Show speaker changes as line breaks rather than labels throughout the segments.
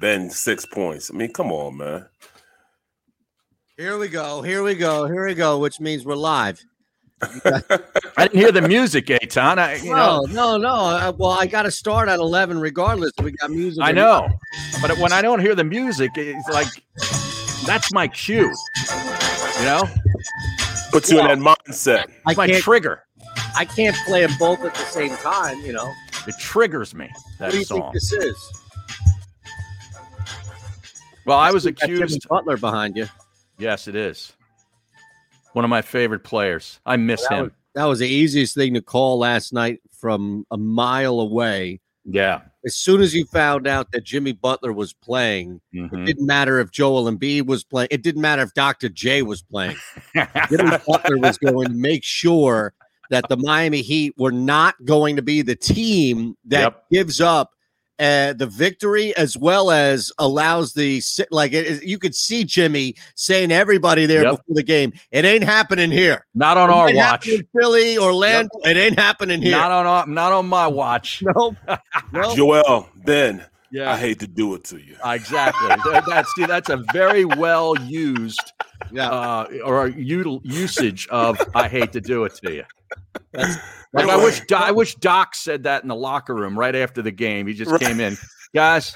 Ben, six points. I mean, come on, man.
Here we go. Here we go. Here we go. Which means we're live.
I didn't hear the music, Aton. I, you
No,
know,
no, no. Uh, Well, I got to start at eleven, regardless. We got music.
I know, but when I don't hear the music, it's like that's my cue. You know,
Puts you in that mindset.
I
it's my
can't.
trigger.
I can't play them both at the same time. You know.
It triggers me.
What
That
do you
song.
think this is?
well, I was
You got Jimmy
accused.
Butler behind you.
Yes, it is. One of my favorite players. I miss
That
him.
was, that was the easiest thing to call last night from a mile away.
yeah.
As soon as you found out that Jimmy Butler was playing,
Mhm.
didn't matter if Joel Embiid was playing. It didn't matter if Dr. J was playing. Jimmy Butler was going to make sure that the Miami Heat were not going to be the team that
Yep.
gives up uh, the victory as well as allows the si- like it, it- you could see Jimmy saying to everybody there
Yep.
before the game, "It ain't happening here.
Not on
It
our
ain't
watch.
happening in Philly, Orlando. It ain't happening here."
Not on our. Not on my watch.
no, no.
Joel, Ben, I
Oh. Yeah.
hate to do it to you.
Exactly. That- that's see, that's a very well used
yeah,
uh, or util- usage of "I hate to do it to you." Like I
Right.
wish Do- I wish Doc said that in the locker room right after the game. He just
Right.
came in, guys.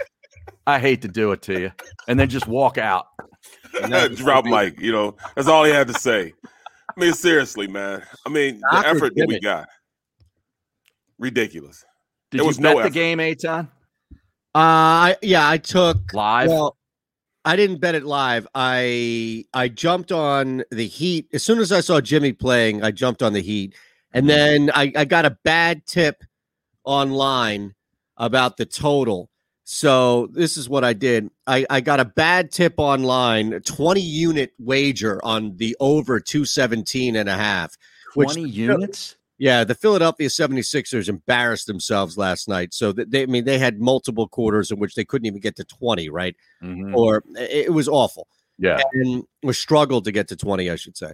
I hate to do it to you, and then just walk out.
Drop Mike, you know, that's all he had to say. I mean, seriously, man. I mean, the
Doc or
effort that we
Jimmy?
got. Ridiculous.
Did
There
you
was no
bet the
effort.
game, Aton?
uh, I- yeah. I took
Live.
Well, I didn't bet it live. I I jumped on the Heat as soon as I saw Jimmy playing. I jumped on the Heat,
Mm-hmm.
and then I, I got a bad tip online about the total. So this is what I did. I, I got a bad tip online, a 20 unit wager on the over 217 and a half. Which
Twenty units.
yeah, the Philadelphia 76ers embarrassed themselves last night. So that they I mean they had multiple quarters in which they couldn't even get to 20, right?
Mhm.
or it it was awful
Yeah.
and we struggled to get to 20 i should say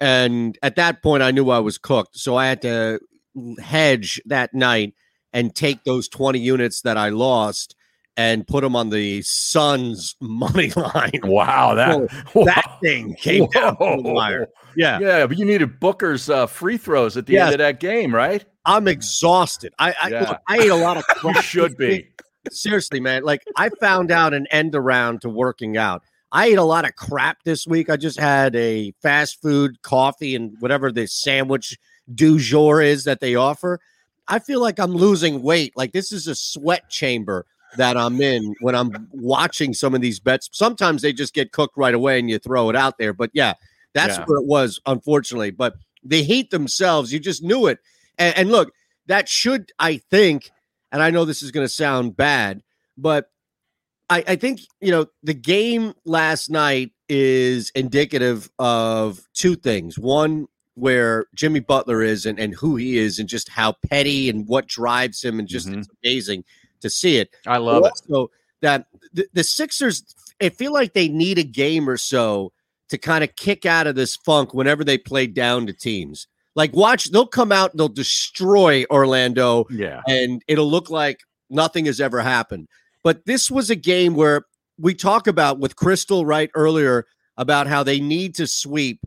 and at that point i knew i was cooked so i had to hedge that night and take those 20 units that i lost and put them on the sun's money line
Wow. That.
that thing came down to the
Whoa.
wire. yeah
Yeah, but you needed Booker's uh, free throws at the
Yes.
end of that game, right?
i'm exhausted i i,
Yeah.
look, I ate a lot of crap
You should be.
seriously, man. Like I found out an end around to working out. I ate a lot of crap this week. I just had a fast food, coffee, and whatever the sandwich du jour is that they offer. I feel like I'm losing weight. Like this is a sweat chamber that I'm in when I'm watching some of these bets. Sometimes they just get cooked right away and you throw it out there. But yeah, that's
Yeah.
where it was, unfortunately. But the heat themselves, you just knew it. And, and look, that should, I think, and I know this is going to sound bad, but I, I think, you know, the game last night is indicative of two things. One, where Jimmy Butler is and, and who he is, and just how petty and what drives him, and just
Mhm.
it's amazing to see it.
I love it.
also, that the, the Sixers I feel like they need a game or so to kind of kick out of this funk whenever they play down to teams. Like, watch, they'll come out and they'll destroy Orlando,
Yeah.
and it'll look like nothing has ever happened. But this was a game where we talk about with Crystal right earlier about how they need to sweep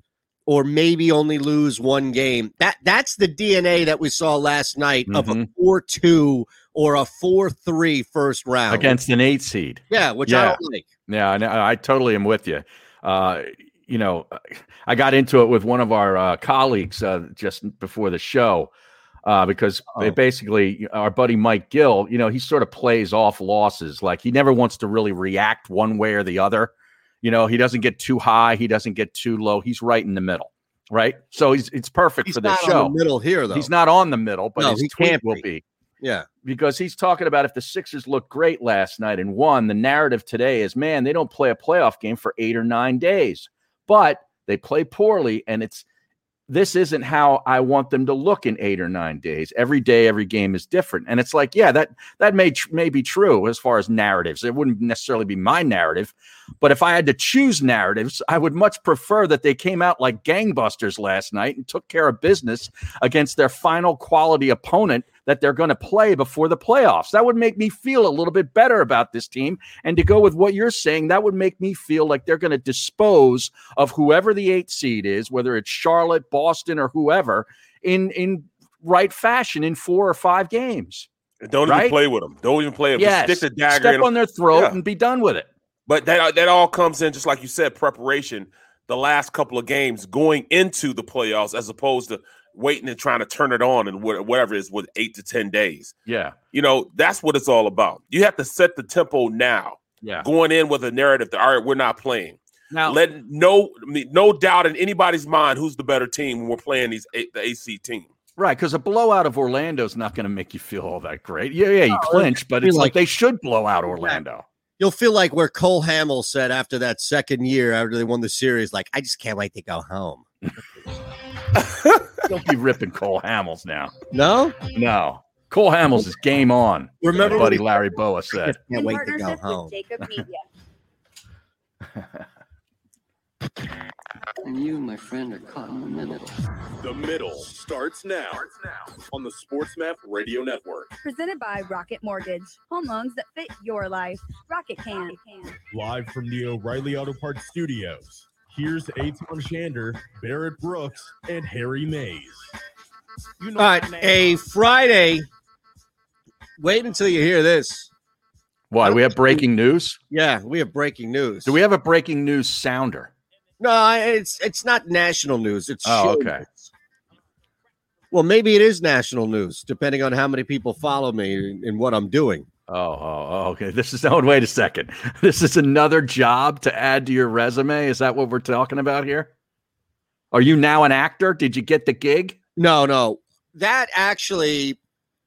or maybe only lose one game. That that's the DNA that we saw last night of a
Mhm.
four-two or a four-three first round
Against an eight seed.
Yeah, which I
Yeah.
don't like.
Yeah, I, know- I totally am with you. Uh, you know, I got into it with one of our uh, colleagues uh, just before the show uh, because
Oh.
it basically our buddy Mike Gill, you know, he sort of plays off losses. Like he never wants to really react one way or the other. You know, he doesn't get too high, he doesn't get too low. He's right in the middle, right? So he's it's perfect
He's
for this
not
show.
on the middle here though.
he's not on the middle, but
No,
his
he
tweet
can't
will
be.
be
yeah.
because he's talking about if the Sixers look great last night and won, the narrative today is man, they don't play a playoff game for eight or nine days, but they play poorly. And it's this isn't how I want them to look in eight or nine days. Every day, every game is different. And it's like, yeah, that that may tr- may be true as far as narratives. It wouldn't necessarily be my narrative, but if I had to choose narratives, I would much prefer that they came out like gangbusters last night and took care of business against their final quality opponent that they're going to play before the playoffs. That would make me feel a little bit better about this team. And to go with what you're saying, that would make me feel like they're going to dispose of whoever the eight seed is, whether it's Charlotte, Boston, or whoever, in in right fashion in four or five games.
Don't
Right?
even play with them. Don't even play with 'em. Just
Yes,
Stick the dagger in
step
'em.
on their throat
Yeah.
and be done with it.
But that that all comes in just like you said, preparation. The last couple of games going into the playoffs, as opposed to waiting and trying to turn it on and wha- whatever it is with eight to ten days.
Yeah,
You know that's what it's all about. You have to set the tempo now.
yeah.
Going in with a narrative that all right, we're not playing.
Now,
Let no I mean, no doubt in anybody's mind who's the better team when we're playing these A- the AC team.
Right, because a blowout of Orlando is not going to make you feel all that great. Yeah, yeah, you
No,
clinch, but
be
it's like,
like-
they should blow out Orlando.
You'll feel like where Cole Hamill said after that second year after they won the series, like, I just can't wait to go home.
Don't be ripping Cole Hamels now.
No?
No, Cole Hamels is game on.
Remember
my
when
buddy
he-
Larry Boa said.
Can't
in
wait to
partnership
go
with
home.
Jacob Media.
And you, my friend, are caught in the middle.
The middle starts now, on the SportsMap Radio Network.
Presented by Rocket Mortgage. Home loans that fit your life. Rocket can.
Live from the O'Reilly Auto Parts studios, here's Aton Shander, Barrett Brooks, and Harry Mays.
All right. A Friday. Wait until you hear this.
Why? Do we have breaking news?
Yeah, we have breaking news.
Do we have a breaking news sounder?
No, I- it's it's not national news. It's
Oh,
show
okay.
news. Well, maybe it is national news, depending on how many people follow me and, and what I'm doing.
Oh, oh, oh, okay. This is. Oh, wait a second. This is another job to add to your resume. Is that what we're talking about here? Are you now an actor? Did you get the gig?
No, no. That actually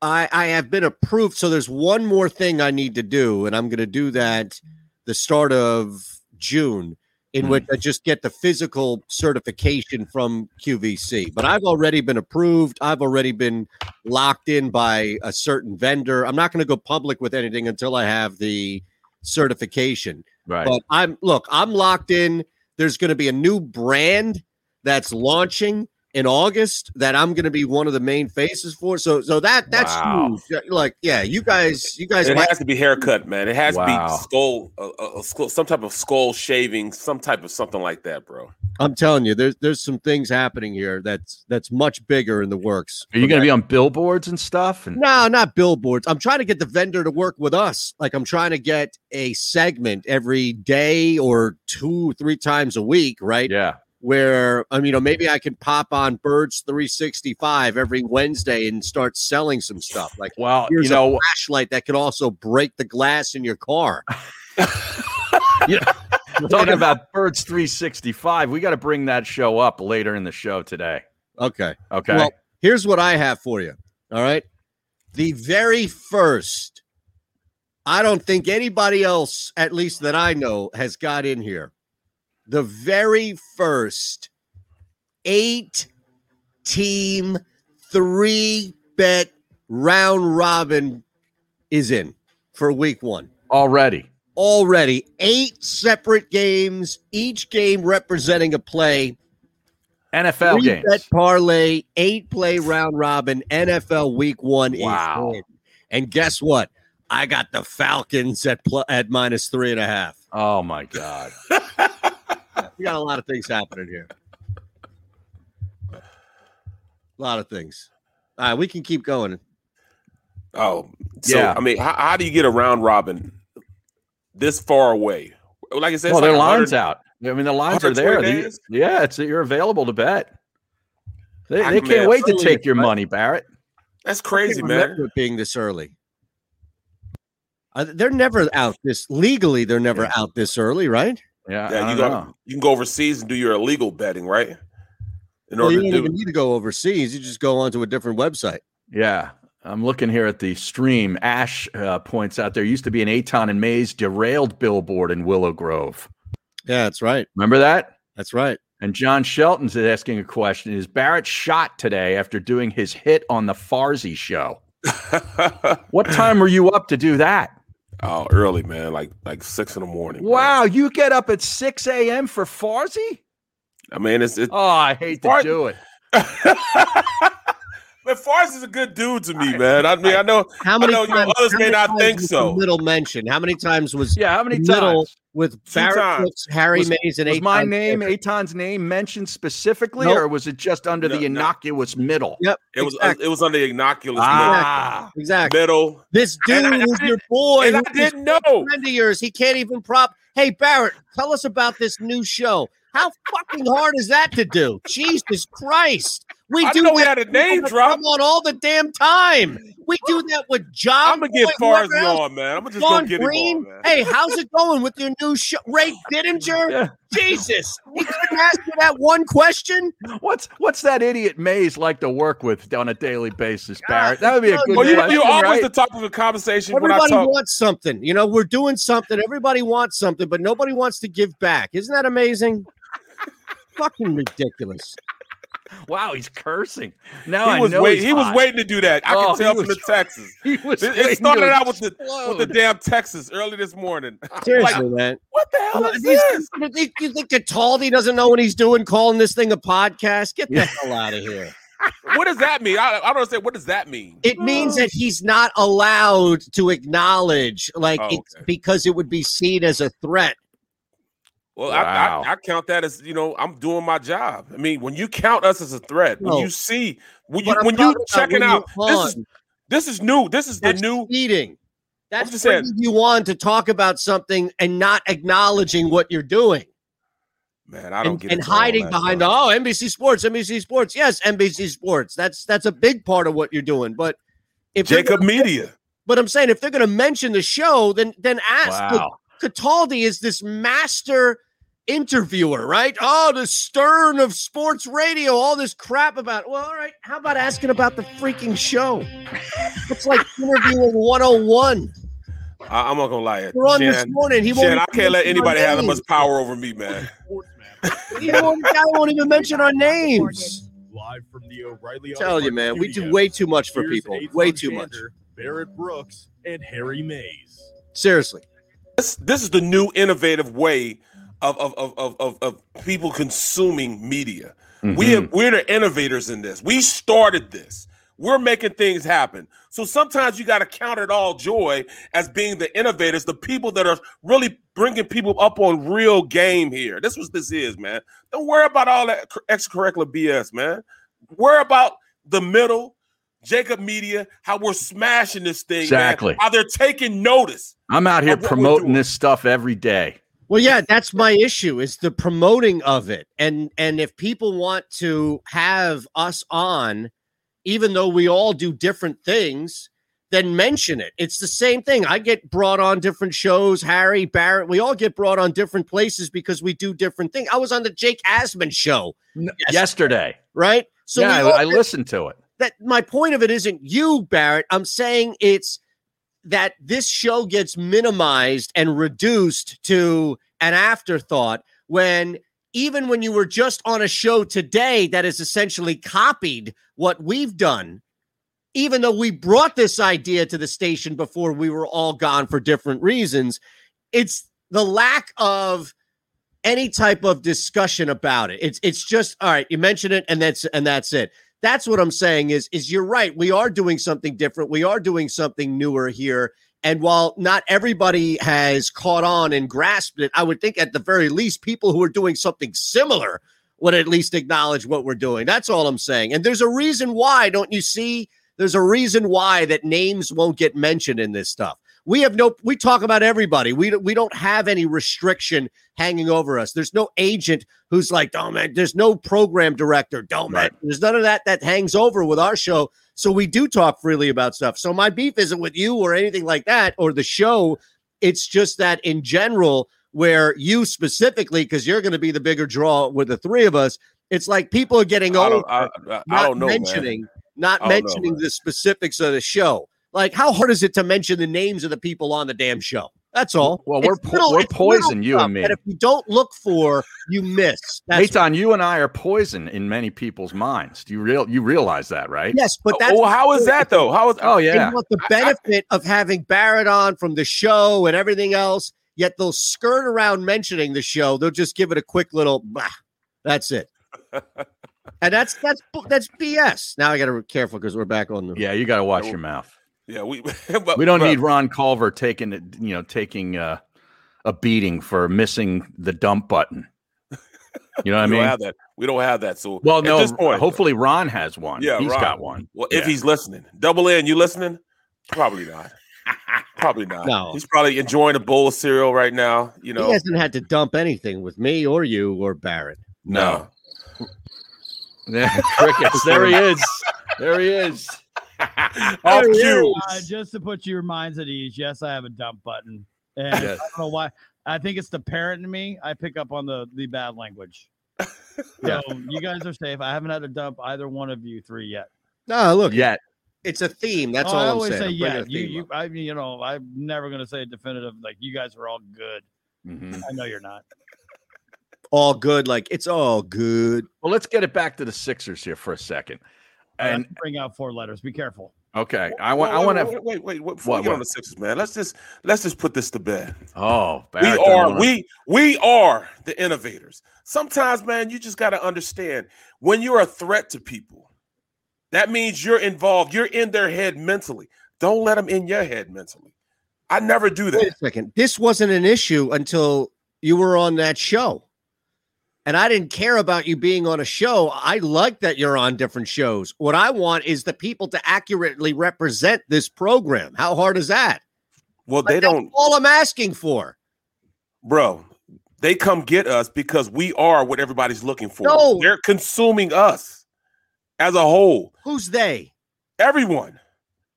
I I have been approved. So there's one more thing I need to do, and I'm gonna do that the start of June, in
Hmm.
which I just get the physical certification from QVC. But I've already been approved, I've already been locked in by a certain vendor. I'm not gonna go public with anything until I have the certification.
Right.
But I'm look, I'm locked in. There's going to be a new brand that's launching in August that I'm going to be one of the main faces for. So, so that that's
Wow.
huge. Like, yeah, you guys, you guys,
It
might,
has to be haircut, man. It has to
Wow.
be skull, uh, uh, skull, some type of skull shaving, some type of something like that, bro.
I'm telling you, there's there's some things happening here that's that's much bigger in the works.
Are you going to be on billboards and stuff? And
No, not billboards. I'm trying to get the vendor to work with us. Like I'm trying to get a segment every day or two, three times a week, right?
yeah.
where I mean, you know, maybe I can pop on Birds 365 every Wednesday and start selling some stuff like
Well, you
here's
know,
a flashlight that can also break the glass in your car.
talking about Birds 365, we got to bring that show up later in the show today.
Okay.
Okay.
Well, here's what I have for you. All right. The very first, I don't think anybody else, at least that I know, has got in here. The very first eight team three bet round robin is in for week one.
Already.
already eight separate games, each game representing a play.
NFL
Three
games.
bet parlay, eight play round robin, NFL Week One
Wow.
is in. And guess what? I got the Falcons at pl- at minus three and a half.
Oh my god.
We got a lot of things happening here. A lot of things. All right, we can keep going.
Oh, so
Yeah.
I mean, how, how do you get a round robin this far away? Like I said,
Well,
it's
their
like
lines
100
out. I mean, the lines are
120
there. The-
days?
yeah, it's you're available to bet. They,
I
they
can
can't
bet
wait to
early
take
if
your
I-
money, Barrett.
That's
I
crazy,
can't
man.
remember it being this early. Uh, they're never out this legally. They're never out this early, right?
Yeah, I
Yeah, you
don't
got
know.
you can go overseas and do your illegal betting, right? In
Well,
order
you
to
don't
do
even need to go overseas. You just go onto a different website.
Yeah. I'm looking here at the stream. Ash uh, points out there used to be an Aton and Mays derailed billboard in Willow Grove.
Yeah, that's right.
Remember that?
That's right.
And John Shelton's asking a question Is Barrett shot today after doing his hit on the Farsi show? What time were you up to do that?
oh, early, man. Like like six in the morning. bro.
Wow, you get up at 6 a.m. for Farsi?
I mean, it's it.
Oh, I hate to
Far-
do it.
man, Forrest is a good dude to me, man. I mean, I know
How many
know, you know,
times,
others
how
may
many
not
times
think
was the
so.
Middle mention. How many times was
Yeah, how many
Middle
times?
with
Two
Barrett
times.
Brooks, Harry
Was-
Mays, and
Was
eight
my
times
name,
different?
Aton's name, mentioned specifically,
Nope.
or was it just under
No,
the
no.
innocuous middle?
Yep,
it was
exactly.
it was under the innocuous
Ah,
exactly.
middle.
This dude
And I-
was your boy.
and I
who's
didn't know.
friend of yours. He can't even prop. Hey Barrett, tell us about this new show. How fucking hard is that to do? Jesus Christ! We
I
do
didn't know we
that
had a name
with-
drop.
Come on, all the damn time. We do that with John.
I'm gonna get
Boy, whoever
Farsley
else.
on, man. I'm gonna just
John
go get
Green.
him on, man.
hey, how's it going with your new show? Ray Didinger.
Yeah.
Jesus, he couldn't ask you that one question.
What's what's that idiot Mays like to work with on a daily basis,
Ah,
Barrett? That would be a good
Well, you,
question,
you're always
right?
the topic of conversation when I
Everybody
talk.
wants something. You know, we're doing something. Everybody wants something, but nobody wants to give back. Isn't that amazing? Fucking ridiculous.
Wow, he's cursing. Now I
he was
know
wait,
he's
he was
hot.
waiting to do that. I
Oh,
can tell
he
from
was-
the Texas.
He was
It,
waiting
it started
to
out with the with
explode.
the damn Texas early this morning.
Seriously, man.
What the hell is
These- these-
this?
You think, you think Cataldi doesn't know what he's doing calling this thing a podcast? Get the
Yeah.
hell out of here.
What does that mean? I, I don't understand. What does that mean?
It means
Oh.
that he's not allowed to acknowledge, like,
Oh,
it's
okay.
because it would be seen as a threat.
Well,
Wow.
I, I, I count that as you know I'm doing my job. I mean, when you count us as a threat, when
No.
you see when you
But I'm
when
talking
you
about
checking
when
out,
you're
this is
on.
this is new. This is the
That's
new.
cheating. That's
just
bringing
saying-
you on to talk about something and not acknowledging what you're doing
Man, I don't
and,
get
and
into all
hiding
that
behind
stuff.
oh NBC Sports, NBC Sports. Yes, NBC Sports. That's that's a big part of what you're doing. But if they're
Jacob
gonna-
Media.
but I'm saying if they're going to mention the show, then then ask.
Wow.
Cataldi is this master interviewer, right? Oh, the stern of sports radio, all this crap about. Well, all right, how about asking about the freaking show? It's like interviewing 101.
I, I'm not gonna lie.
We're on this
Jan,
morning. He won't.
Jan, I
even
can't let
mention our
anybody have that much
names.
power over me, man.
He won't, I won't even mention our names.
Live from the O'Reilly. Auto
Tell you,
Parts
man, we do
Studios,
way too much for
here's
people.
Aton
Way too much.
Shander, Barrett Brooks and Harry Mays.
Seriously.
This this is the new innovative way of of of of, of, of people consuming media. We have, we're the innovators in this. We started this. We're making things happen. So sometimes you got to count it all joy as being the innovators, the people that are really bringing people up on real game here. This what this is, man. Don't worry about all that cur- extracurricular BS, man. Worry about the middle, Jacob Media, how we're smashing this thing. man.
Exactly.
How they're taking notice.
I'm out here
of what we're
promoting
doing.
this stuff every day.
Well, yeah, that's my issue is the promoting of it. And and if people want to have us on, even though we all do different things, then mention it. It's the same thing. I get brought on different shows, Harry, Barrett, we all get brought on different places because we do different things. I was on the Jake Asman show,
Yesterday,
right? So
yeah,
we all
I, I
get-
listened to it.
that my point of it isn't you, Barrett. I'm saying it's that this show gets minimized and reduced to an afterthought when even when you were just on a show today that has essentially copied what we've done, even though we brought this idea to the station before we were all gone for different reasons, it's the lack of any type of discussion about it. It's it's just all right. You mention it, and that's and that's it. That's what I'm saying. Is is you're right. We are doing something different. We are doing something newer here. And while not everybody has caught on and grasped it, I would think at the very least, people who are doing something similar would at least acknowledge what we're doing. That's all I'm saying. And there's a reason why, don't you see? There's a reason why that names won't get mentioned in this stuff. We have no we talk about everybody. We don't- we don't have any restriction hanging over us. There's no agent who's like, "Oh man, there's no program director, don't man.
Right.
There's none of that that hangs over with our show. So we do talk freely about stuff. So my beef isn't with you or anything like that or the show. It's just that in general where you specifically because you're going to be the bigger draw with the three of us, it's like people are getting
I
over
don't, I, I, I
not
don't know. man.
mentioning not
I don't know,
mentioning
man.
the specifics of the show. Like, how hard is it to mention the names of the people on the damn show? That's all.
Well, we're po- we're
it's
poison, you and
stuff
me.
that if you don't look for, you miss. That's
Eitan, you and I are poison in many people's minds. Do you real you realize that, right?
yes, but that's
oh, how is that though? How is
Oh yeah.
They want the
I- I-
benefit of having Barrett on from the show and everything else, yet they'll skirt around mentioning the show. They'll just give it a quick little bah. That's it. and that's that's bu- that's BS. Now I gotta be careful because we're back on the
Yeah, you got to watch your mouth.
yeah? We but,
We don't
but-
need Ron Culver taking it, you know, taking uh, a beating for missing the dump button. You know what I
We don't
mean?
have that. We don't have that. So
Well,
at
no.
this point,
hopefully, Ron has one.
Yeah,
he's
Ron.
got one.
Well, if
Yeah.
he's listening, double N, you listening? Probably not. Probably not.
No.
He's probably enjoying a bowl of cereal right now. You know,
He hasn't had to dump anything with me or you or Barrett.
no.
Yeah, crickets. There he is. There he is. Oh,
Off cue.
Uh, just to put your minds at ease, yes, I have a dump button, and I
Yes.
don't know why. I think it's the parent in me. I pick up on the the bad language.
Yeah.
So you guys are safe. I haven't had a dump either one of you three yet.
No, look,
Yet.
it's a theme. That's
Oh,
all
I
I'm
always
saying.
say yeah.
I'm bringing a
You,
theme
you,
up.
I mean, you know, I'm never gonna say definitive. Like you guys are all good.
Mhm.
I know you're not.
all good. Like it's all good.
Well, let's get it back to the Sixers here for a second.
I have
And
to bring out four letters. Be careful.
okay, I want. I want to.
Wait, wait, wait. wait before
What,
we get
what?
on the Sixers, man, let's just let's just put this to bed.
Oh,
we
Barrett doesn't
are
wanna-
we we are the innovators. Sometimes, man, you just got to understand when you're a threat to people. That means you're involved. You're in their head mentally. Don't let them in your head mentally. I never do
Wait
that.
a second. This wasn't an issue until you were on that show. And I didn't care about you being on a show. I like that you're on different shows. What I want is the people to accurately represent this program. How hard is that?
Well,
Like,
they
that's
don't,
all I'm asking for.
bro. They come get us because we are what everybody's looking for.
No.
They're consuming us as a whole.
Who's they?
Everyone.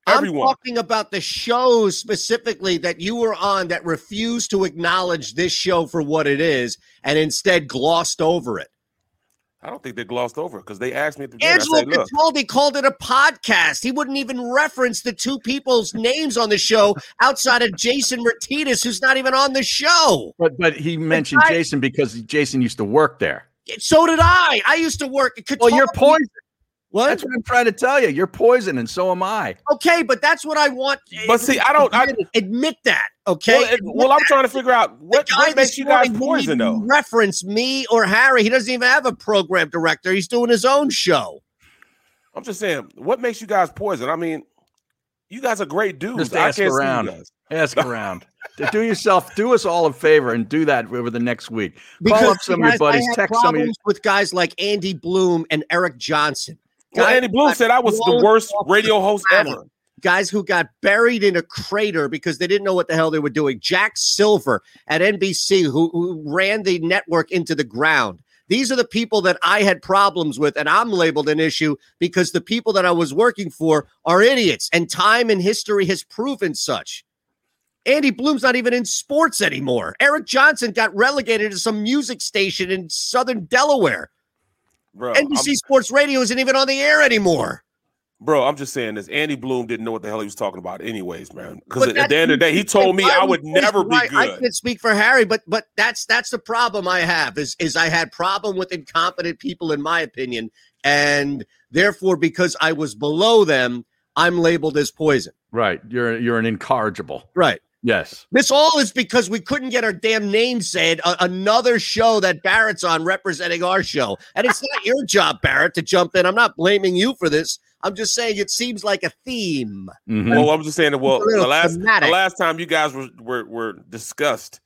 Everyone.
I'm talking about the shows specifically that you were on that refused to acknowledge this show for what it is and instead glossed over it.
I don't think they glossed over because they asked me at the beginning. I
Angelo
said, look,
Cataldi called it a podcast. He wouldn't even reference the two people's names on the show outside of Jason Martinez, who's not even on the show.
But but he mentioned
I-
Jason because Jason used to work there.
So did I. I used to work at
Well, you're
Cataldi-
poison.
What?
That's what I'm trying to tell you. You're poison, and so am I.
Okay, but that's what I want.
but see, I don't. I,
admit, admit that. Okay.
well, it-
Admit
well, I'm
that.
trying to figure out
The
what,
guy
what makes
this
you guys
morning wouldn't
poison
even
though.
Reference me or Harry. He doesn't even have a program director. He's doing his own show.
I'm just saying, what makes you guys poison? I mean, you guys are great dudes.
Just
I
ask
can't
around.
see you guys.
Ask around. do yourself, do us all a favor, and do that over the next week. Call up some of your
guys, I
buddies,
had
text some of your.
problems with guys like Andy Bloom and Eric Johnson.
Well,
Guys
Andy Bloom
got
said I was the
blown
worst
off
radio host
the planet.
ever.
guys who got buried in a crater because they didn't know what the hell they were doing. Jack Silver at NBC, who, who ran the network into the ground. These are the people that I had problems with, and I'm labeled an issue because the people that I was working for are idiots, and time and history has proven such. Andy Bloom's not even in sports anymore. Eric Johnson got relegated to some music station in southern Delaware.
Bro,
NBC
I'm,
Sports Radio isn't even on the air anymore.
bro, I'm just saying this. Andy Bloom didn't know what the hell he was talking about, anyways, man. Because
But
at the end of the day, he
that's-
told me
why
I
we
would
voiced
never be
why I
good.
can't speak for Harry, but but that's that's the problem I have is is I had problem with incompetent people, in my opinion, and therefore because I was below them, I'm labeled as poison.
Right, you're you're an incorrigible.
Right.
Yes.
This all is because we couldn't get our damn name said. A- another show that Barrett's on representing our show. And it's not your job, Barrett, to jump in. I'm not blaming you for this. I'm just saying it seems like a theme.
Mhm.
Well, I'm just saying that.
A
Well,
little
the last the
thematic.
last time you guys were were, were discussed,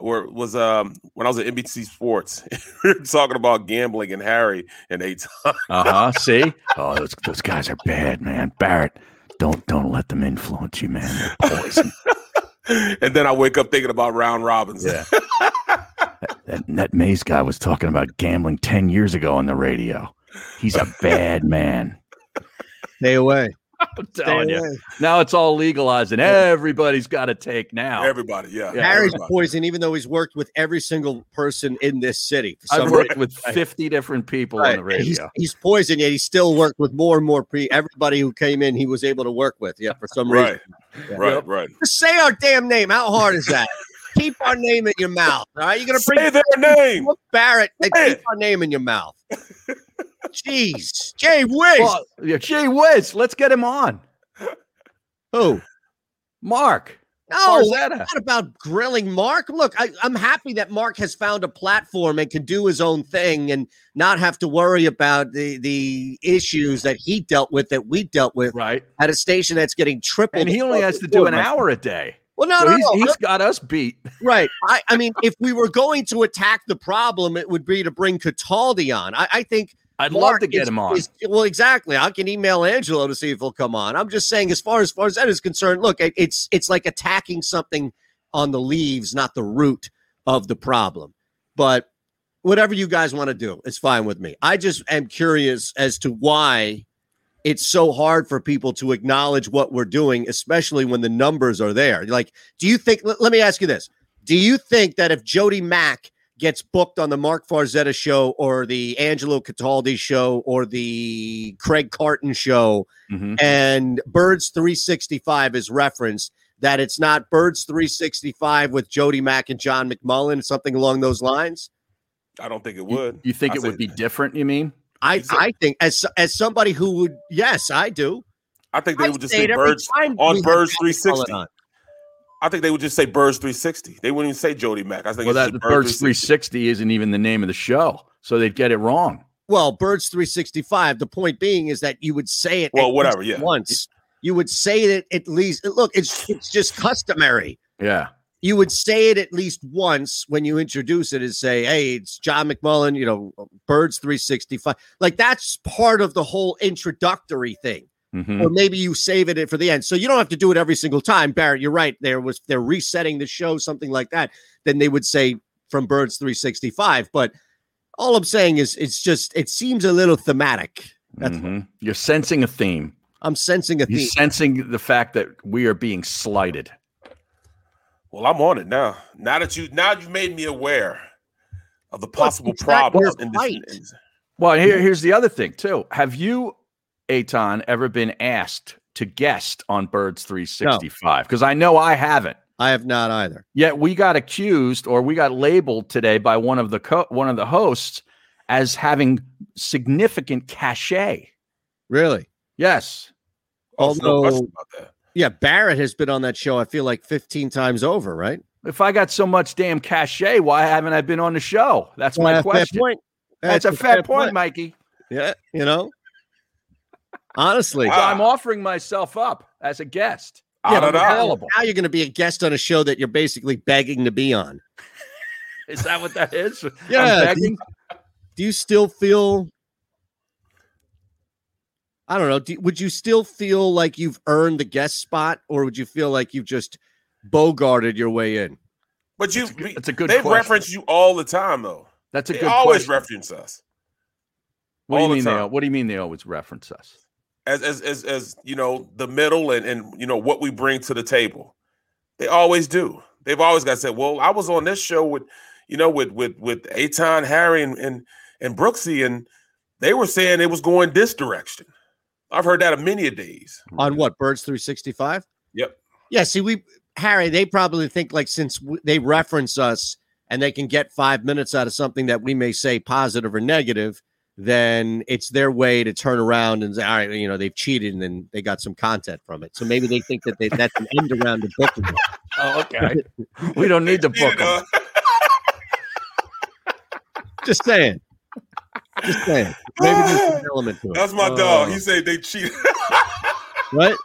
or was um when I was at NBC Sports, we were talking about gambling and Harry and eight.
Uh huh. See, oh, those those guys are bad, man. Barrett, don't don't let them influence you, man. They're poison.
and then I wake up thinking about round robins.
Yeah. that Net Maze guy was talking about gambling ten years ago on the radio. He's a bad man.
Stay away.
I'm
Stay
telling
away.
you. Now it's all legalized, and everybody's got to take now.
Everybody, yeah.
Yeah.
Harry's
everybody.
poison, even though he's worked with every single person in this city. For
I've
some
worked with
Right.
fifty different people on
Right.
the
He's,
radio.
he's poisoned, yet he still worked with more and more pre everybody who came in. He was able to work with, yeah, for some reason.
Right,
Yeah.
right,
Yep.
right.
Just say our damn name. How hard is that? keep our name in your mouth. All right, you're gonna
Say
bring
their name.
Philip Barrett and
Say
keep our name in your mouth. Jeez, Jay Wiz.
Well, yeah, gee whiz, let's get him on.
Who?
Mark
No, it's
Farzetta.
not about grilling Mark. Look, I, I'm happy that Mark has found a platform and can do his own thing and not have to worry about the the issues that he dealt with that we dealt with
right?
at a station that's getting triple.
And
the
he only
fucking
has to do an
format.
hour a day.
Well, no,
So
no,
he's,
no.
he's got us beat.
Right. I, I mean, if we were going to attack the problem, it would be to bring Cataldi on. I, I think.
I'd love
Mark
to get
is-
him on.
is- well, exactly. I can email Angelo to see if he'll come on. I'm just saying, as far as far as that is concerned, look, it, it's it's like attacking something on the leaves, not the root of the problem. But whatever you guys want to do, it's fine with me. I just am curious as to why it's so hard for people to acknowledge what we're doing, especially when the numbers are there. Like, do you think? Let, let me ask you this: Do you think that if Jody Mack gets booked on the Mark Farzetta show or the Angelo Cataldi show or the Craig Carton show
Mhm.
and Birds 365 is referenced that it's not Birds 365 with Jody Mack and John McMullen, something along those lines.
I don't think it
You-
would.
You, think
I
it
say-
would be different? You mean?
I,
Is it-
I think as as somebody who would yes I do
I think they would just
say
say
it every
birds.
time
on
we have
Birds
Mack
360.
McMullen on.
I think they would just say birds 360. They wouldn't even say Jody Mack. I think
Well,
it's
that
just
the
birds
Birds
360.
360 isn't even the name of the show, so they'd get it wrong.
Well, Birds 365. The point being is that you would say it
Well,
at least
whatever, yeah.
once. You would say it at least look, it's it's just customary.
Yeah.
You would say it at least once when you introduce it and say, Hey, it's John McMullen, you know, Birds 365. Like that's part of the whole introductory thing.
Mhm.
Oh,
Or
Mm-hmm.
maybe you save it for the end. So you don't have to do it every single time. Barrett, you're right. There was they're resetting the show, something like that. Then they would say from Birds 365. But all I'm saying is it's just it seems a little thematic. That's-
Mm-hmm.
Mhm. You're sensing a theme.
I'm sensing a
You're
theme.
sensing the fact that we are being slighted.
Well, I'm on it now. Now that you now you've made me aware of the
Well,
possible
it's not
problems
your
in
fight.
this.
Well, here, here's the other thing too. Have you, Aton, ever been asked to guest on Birds 365? Because I know I haven't.
I have not either.
Yet we got accused or we got labeled today by one of the co- one of the hosts as having significant cachet.
Really?
Yes.
Oh, there's no question
Although-
about that.
Yeah, Barrett has been on that show, I feel like 15 times over, right?
If I got so much damn cachet, why haven't I been on the show? That's
Well,
my
that's a fair
question.
point.
That's, a fair point, Mikey.
Yeah, you know. Honestly.
Wow.
I'm offering myself up as a guest.
I
I'm
don't know.
available.
Now you're going to be a guest on a show that you're basically begging to be on.
Is that what that is? I'm
Yeah,
begging?
do you still feel i don't know do, would you still feel like you've earned the guest spot or would you feel like you've just bogarted your way in
But you
that's a good
they
question.
reference you all the time though.
That's a
They
good
always
question.
reference us.
what do you
all the
mean they?
time.
al- What do you mean they always reference us?
As as as as you know, the middle and and you know what we bring to the table. They always do. They've always got said, Well, I was on this show with you know with with with Aton, Harry, and and and Brooksy, and they were saying it was going this direction. I've heard that a many a days.
on what birds 365
Mm-hmm. Yep.
yeah see we harry they probably think like since w- they reference us and they can get five minutes out of something that we may say positive or negative then it's their way to turn around and say all right you know they've cheated and then they got some content from it so maybe they think that they, that's an end around the booking
Oh, okay. we don't need to book them.
Just saying. Just saying. Maybe there's an element to it. Oh.
That's my dog. He said they cheated.
What?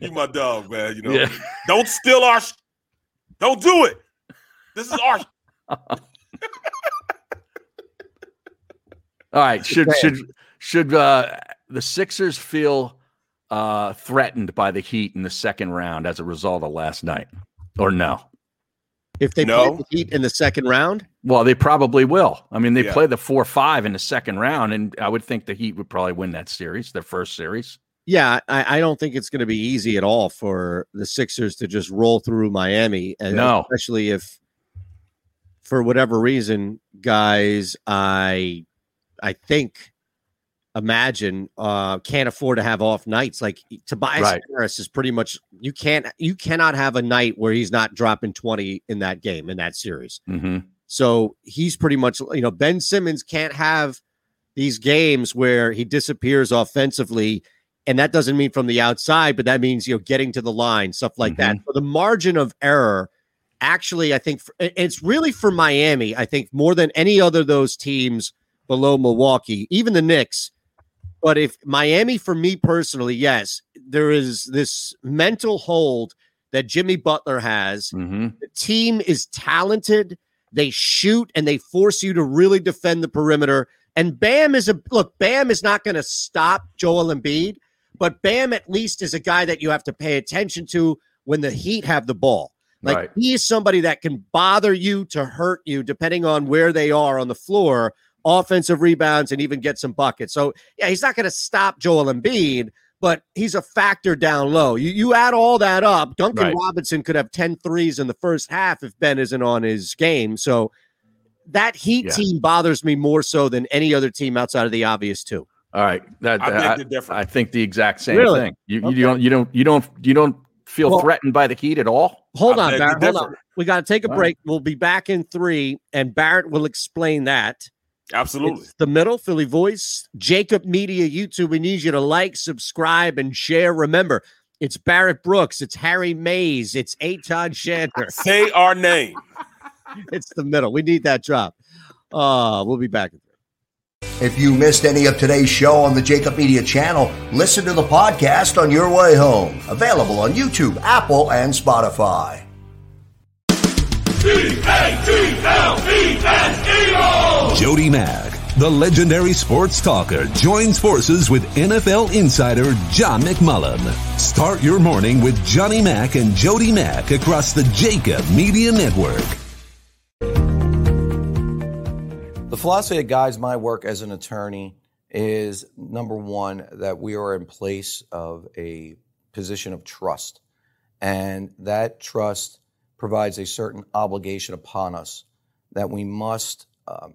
you my dog, man. You know,
Yeah.
don't steal our. Sh- don't do it. This is our.
All right. Should should should uh, the Sixers feel uh, threatened by the Heat in the second round as a result of last night, or no?
If they
No.
played the Heat in the second round,
Well, they probably will. I mean, they
Yeah.
play the four five in the second round, and I would think the Heat would probably win that series, their first series.
yeah, I, I don't think it's going to be easy at all for the Sixers to just roll through Miami, and
No.
especially if, for whatever reason, guys, I, I think, imagine, uh, can't afford to have off nights. Like e, Tobias
Right.
Harris is pretty much you can't you cannot have a night where he's not dropping twenty in that game in that series.
Mm-hmm.
So he's pretty much, you know, Ben Simmons can't have these games where he disappears offensively. And that doesn't mean from the outside, but that means, you know, getting to the line, stuff like that. So the margin of error, actually, I think for, and it's really for Miami, I think more than any other of those teams below Milwaukee, even the Knicks. But if Miami, for me personally, yes, there is this mental hold that Jimmy Butler has
Mm-hmm.
the team is talented. They shoot and they force you to really defend the perimeter. And Bam is a look, Bam is not going to stop Joel Embiid, but Bam at least is a guy that you have to pay attention to when the Heat have the ball. Like
Right.
he is somebody that can bother you to hurt you depending on where they are on the floor, offensive rebounds, and even get some buckets. So yeah, he's not going to stop Joel Embiid, but he's a factor down low. You you add all that up, Duncan
Right.
Robinson could have 10 threes in the first half if Ben isn't on his game. So that Heat
Yeah.
team bothers me more so than any other team outside of the obvious two.
All right. That,
I
that-
beg to differ.
I think the exact same
Really?
thing. You,
Okay.
you don't you don't you don't you don't feel
Well-
threatened by the Heat at all.
Hold
I
on,
beg to
Barrett. Hold on.
differ.
We got to take a
All right.
break. We'll be back in three, and Barrett will explain that.
Absolutely.
It's the middle Philly voice, Jacob Media YouTube. We need you to like, subscribe, and share. Remember, it's Barrett Brooks, it's Harry Mays, it's Aton Shander.
Say our name.
it's the middle. We need that drop. Uh, we'll be back.
If you missed any of today's show on the Jacob Media channel, listen to the podcast on your way home. Available on YouTube, Apple, and Spotify.
Jody Mack, the legendary sports talker, joins forces with NFL insider John McMullen. Start your morning with Johnny Mack and Jody Mack across the Jacob Media Network.
The philosophy that guides my work as an attorney is number one, that we are in place of a position of trust. And that trust provides a certain obligation upon us that we must um,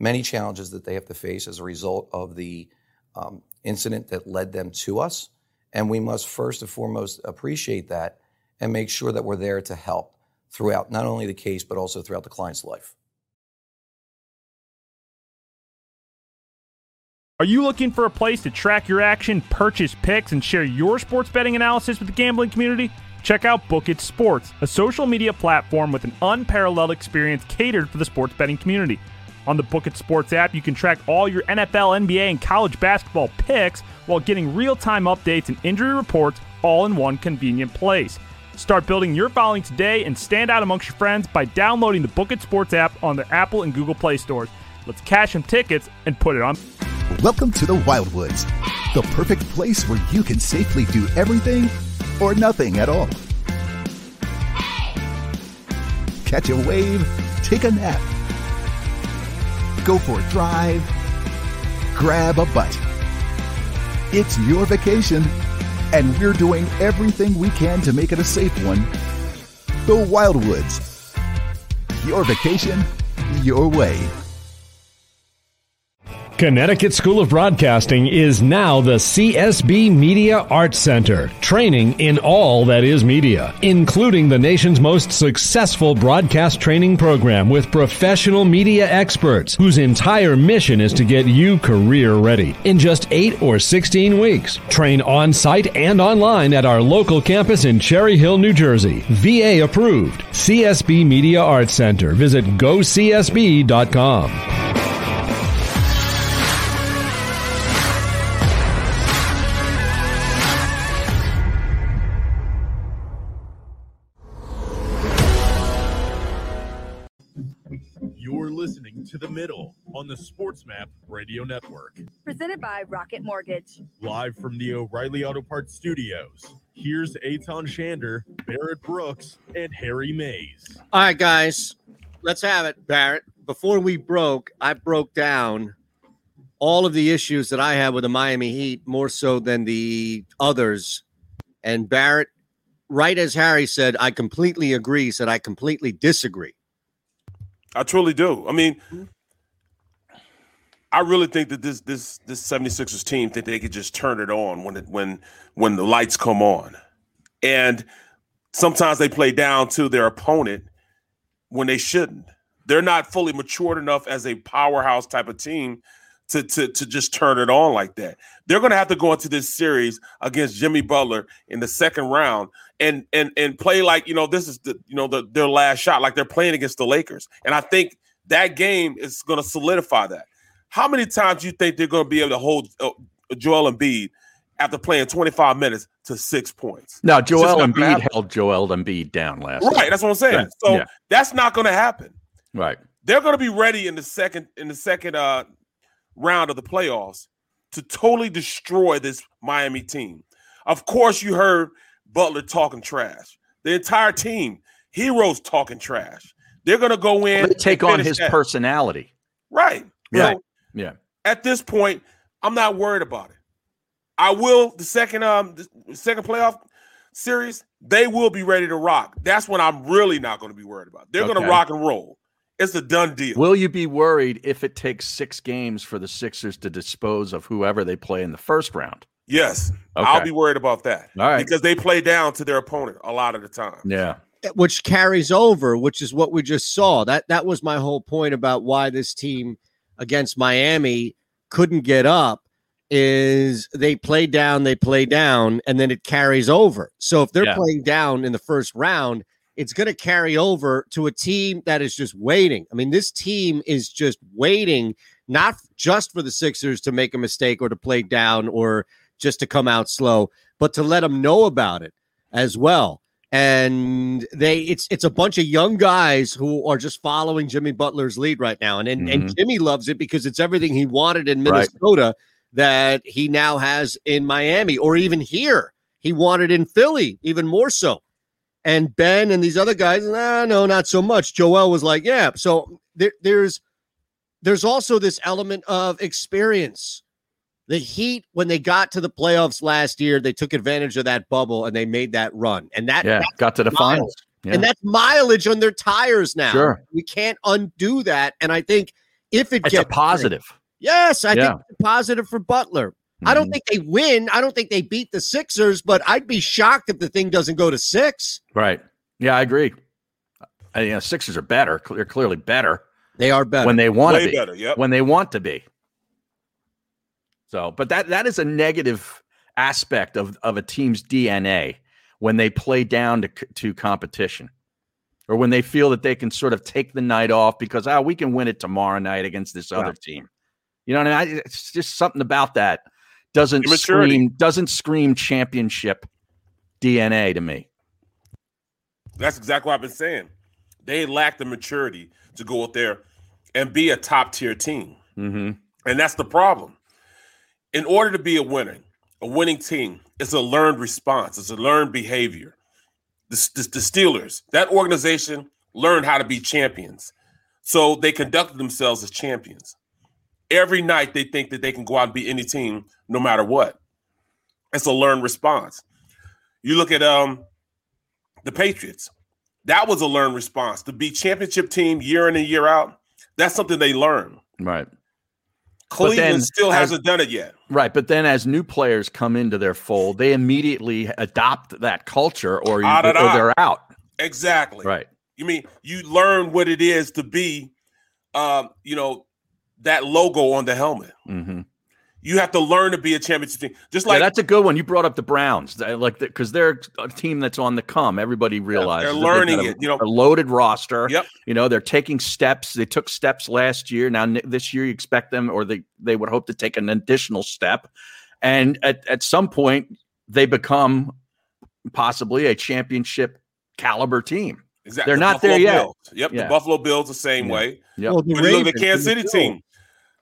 many challenges that they have to face as a result of the um, incident that led them to us. And we must first and foremost appreciate that and make sure that we're there to help throughout not only the case, but also throughout the client's life.
Are you looking for a place to track your action, purchase picks, and share your sports betting analysis with the gambling community? Check out Book It Sports, a social media platform with an unparalleled experience catered for the sports betting community. On the Book It Sports app, you can track all your NFL, NBA, and college basketball picks while getting real time updates and injury reports all in one convenient place. Start building your following today and stand out amongst your friends by downloading the Book It Sports app on the Apple and Google Play stores. Let's cash some tickets and put it on.
Welcome to the Wildwoods, the perfect place where you can safely do everything or nothing at all. Catch a wave, take a nap, go for a drive, grab a bite. It's your vacation, and we're doing everything we can to make it a safe one. The Wildwoods. Your vacation, your way.
Connecticut School of Broadcasting is now the CSB Media Arts Center, training in all that is media, including the nation's most successful broadcast training program with professional media experts whose entire mission is to get you career ready. In just 8 or 16 weeks, train on site and online at our local campus in Cherry Hill, New Jersey. VA approved. CSB Media Arts Center. Visit gocsb.com.
You're listening to The Middle on the SportsMap Radio Network.
Presented by Rocket Mortgage.
Live from the O'Reilly Auto Parts Studios, here's Aton Shander, Barrett Brooks, and Harry Mays.
All right, guys, let's have it, Barrett. Before we broke, I broke down all of the issues that I had with the Miami Heat more so than the others. And Barrett, right as Harry said, I completely agree, he said I completely disagree.
I truly do. I mean, I really think that this this this 76ers team think they could just turn it on when it when when the lights come on. And sometimes they play down to their opponent when they shouldn't. They're not fully matured enough as a powerhouse type of team to to to just turn it on like that. They're going to have to go into this series against Jimmy Butler in the second round and and and play like you know this is the you know the, their last shot, like they're playing against the Lakers. And I think that game is going to solidify that. How many times you think they're going to be able to hold uh, Joel Embiid after playing 25 minutes to six points?
Now,
It's just
Joel
not gonna
Embiid
happen.
held Joel Embiid down last
Right,
night.
that's what I'm saying.
Yeah,
So
yeah,
that's not going to happen.
right.
they're going to be ready in the second in the second uh round of the playoffs to totally destroy this Miami team. Of course, you heard Butler talking trash. The entire team, heroes talking trash. They're going to go in.
They take
and
on
finish
his
that.
personality.
right.
Yeah.
So
Yeah.
at this point, I'm not worried about it. I will the second um the second playoff series. They will be ready to rock. That's when I'm really not going to be worried about. it. They're going
Okay.
to rock and roll. It's a done deal.
Will you be worried if it takes six games for the Sixers to dispose of whoever they play in the first round?
Yes,
Okay.
I'll be worried about that.
All right.
because they play down to their opponent a lot of the time.
Yeah.
eh, which carries over, which is what we just saw. That that was my whole point about why this team against Miami couldn't get up is they play down, they play down, and then it carries over. So if they're
Yeah.
playing down in the first round, it's going to carry over to a team that is just waiting. I mean, this team is just waiting, not just for the Sixers to make a mistake or to play down or just to come out slow, but to let them know about it as well. And they it's it's a bunch of young guys who are just following Jimmy Butler's lead right now. And and, and
Mhm.
Mm-hmm.
Jimmy loves it because it's everything he wanted in
Right.
Minnesota that he now has in Miami or even here. He wanted in Philly even more so. And Ben and these other guys, nah, no, not so much. Joel was like, yeah. So there, there's there's also this element of experience. The Heat, when they got to the playoffs last year, they took advantage of that bubble and they made that run. And that
yeah.
that's
Got to the
miles.
finals. Yeah.
And that's mileage on their tires now.
Sure.
We can't undo that. And I think if it
It's a
gets
positive.
yes, I
Yeah. Mm-hmm.
think it's a positive for Butler. I don't think they win. I don't think they beat the Sixers, but I'd be shocked if the thing doesn't go to six.
Right. Yeah, I agree. I, you know, Sixers are better. Cl- They're clearly better.
They are better
when they want
Way
to be.
better, yep.
When they want to be. So, but that that is a negative aspect of of a team's DNA when they play down to c- to competition, or when they feel that they can sort of take the night off because oh we can win it tomorrow night against this other team. You know what I mean? I, it's just something about that doesn't
Immaturity.
scream doesn't scream championship DNA to me.
That's exactly what I've been saying. They lack the maturity to go out there and be a top tier team.
Mm-hmm.
And that's the problem. In order to be a winner, a winning team, it's a learned response, it's a learned behavior. The, the, the Steelers, that organization learned how to be champions. So they conducted themselves as champions. Every night they think that they can go out and beat any team no matter what. It's a learned response. You look at um the Patriots. That was a learned response to be championship team year in and year out. That's something they learn.
Right.
Cleveland
then
still
as-
hasn't done it yet.
Right, but then as new players come into their fold, they immediately adopt that culture, or, you,
Ah, da,
or
da.
they're out.
Exactly.
Right.
You mean you learn what it is to be, um, you know, that logo on the helmet.
Mm-hmm.
You have to learn to be a championship team. Just like
yeah, that's a good one. You brought up the Browns, They- like because they're a team that's on the come. Everybody realizes that they've
learning
got a-
it, you know.
a loaded roster.
Yep.
You know they're taking steps. They took steps last year. Now n- this year you expect them, or they they would hope to take an additional step, and at at some point they become possibly a championship caliber team.
exactly
They're
the
not
Buffalo
there yet.
Bills. Yep,
Yeah.
the Buffalo Bills the same way.
Yep. Well, the
the, look at the
Ravens
Kansas
do
City
too.
team.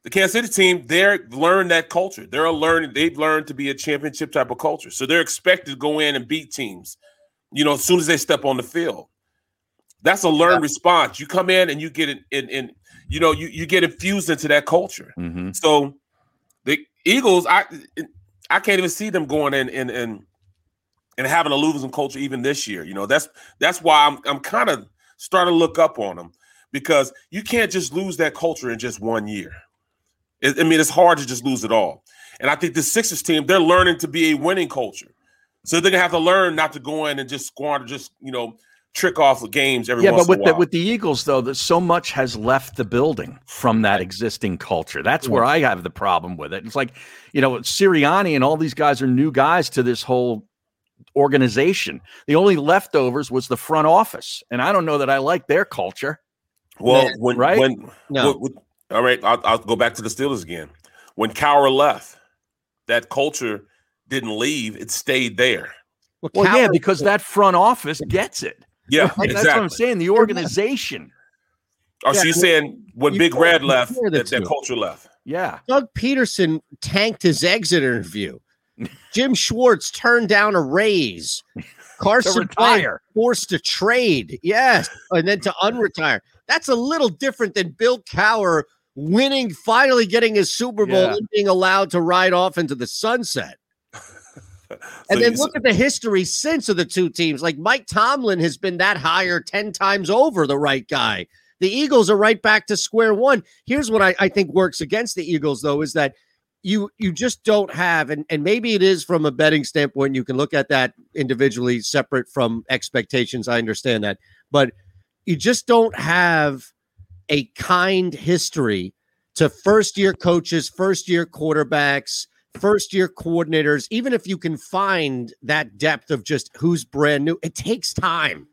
The Kansas City team, they're learned that culture. They're a learning. They've learned to be a championship type of culture. So they're expected to go in and beat teams. You know, as soon as they step on the field, that's a learned response. You come in and you get in, in, in you know, you you get infused into that culture.
Mm-hmm.
So the Eagles, I I can't even see them going in and and and having a losing culture even this year. You know, that's that's why I'm I'm kind of starting to look up on them because you can't just lose that culture in just one year. It- I mean, it's hard to just lose it all. And I think the Sixers team, they're learning to be a winning culture. So they're gonna have to learn not to go in and just squander, just you know, trick off the games every
yeah,
once
but with
in a while.
the, with the Eagles though, that so much has left the building from that existing culture. That's where I have the problem with it. It's like, you know, Sirianni and all these guys are new guys to this whole organization. The only leftovers was the front office, and I don't know that I like their culture.
Well,
Yeah.
when
right?
when
No.
when- when- all right, I'll, I'll go back to the Steelers again. When Cowher left, that culture didn't leave; it stayed there.
Well, yeah, because that front office gets it.
Yeah,
Like, That's what I'm
exactly.
saying. The organization.
Or so
Yeah,
you're
well,
saying when
you
Big
can't
Red left,
compare the
that, that
two.
culture left.
Yeah.
Doug Peterson tanked his exit interview. Jim Schwartz turned down a raise. Carson Wentz
retire.
forced to trade. Yes. And then to unretire. That's a little different than Bill Cower winning, finally getting his Super Bowl
Yeah.
and being allowed to ride off into the sunset. And
So
then
you-
look at the history since of the two teams. Like Mike Tomlin has been that higher 10 times over the right guy. The Eagles are right back to square one. Here's what I, I think works against the Eagles, though, is that you you just don't have, and, and maybe it is from a betting standpoint, you can look at that individually separate from expectations. I understand that. But you just don't have a kind history to first year coaches, first year quarterbacks, first year coordinators, even if you can find that depth of just who's brand new, it takes time.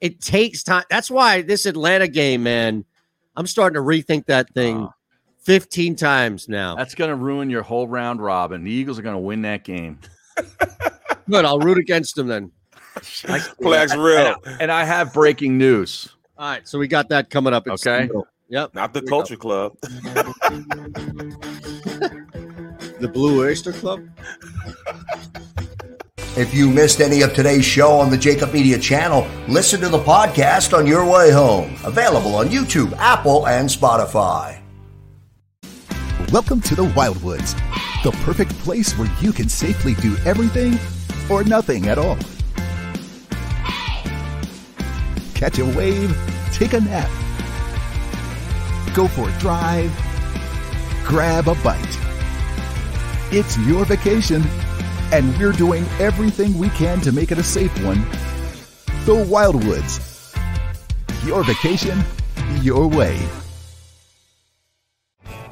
It takes time. That's why this Atlanta game, man, I'm starting to rethink that thing 15 times now.
That's going to ruin your whole round robin. The Eagles are going to win that game.
Good. I'll root against them then.
Flags real.
And I have breaking news.
All right. So we got that coming up. It's
Okay.
Steel. Yep.
Not the Culture Club.
The Blue Oyster Club?
If you missed any of today's show on the Jacob Media channel, listen to the podcast on your way home. Available on YouTube, Apple, and Spotify.
Welcome to the Wildwoods, the perfect place where you can safely do everything or nothing at all. Catch a wave, take a nap, go for a drive, grab a bite. It's your vacation, and we're doing everything we can to make it a safe one. The Wildwoods. Your vacation, your way.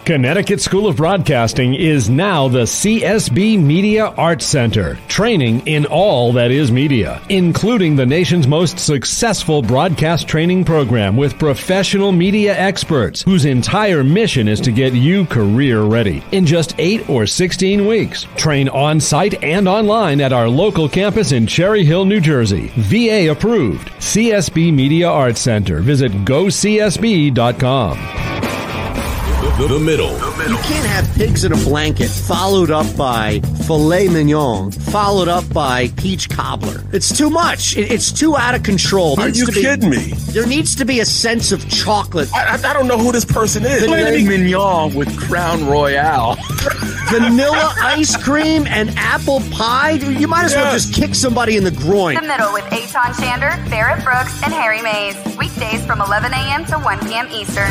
Connecticut School of Broadcasting is now the CSB Media Arts Center, training in all that is media, including the nation's most successful broadcast training program with professional media experts whose entire mission is to get you career ready in just 8 or 16 weeks. Train on site and online at our local campus in Cherry Hill, New Jersey. VA approved. CSB Media Arts Center. Visit gocsb.com.
The, middle.
You can't have pigs in a blanket followed up by filet mignon, followed up by peach cobbler. It's too much. It- it's too out of control.
Are
There needs
you
to be-
kidding me?
There needs to be a sense of chocolate.
I, I, I don't know who this person is.
Filet
mignon with Crown Royale.
vanilla ice cream and apple pie. Dude, you might as well just kick somebody in the groin.
The Middle with Aton Shander, Barrett Brooks, and Harry Mays. Weekdays from 11 a.m. to 1 p.m. Eastern.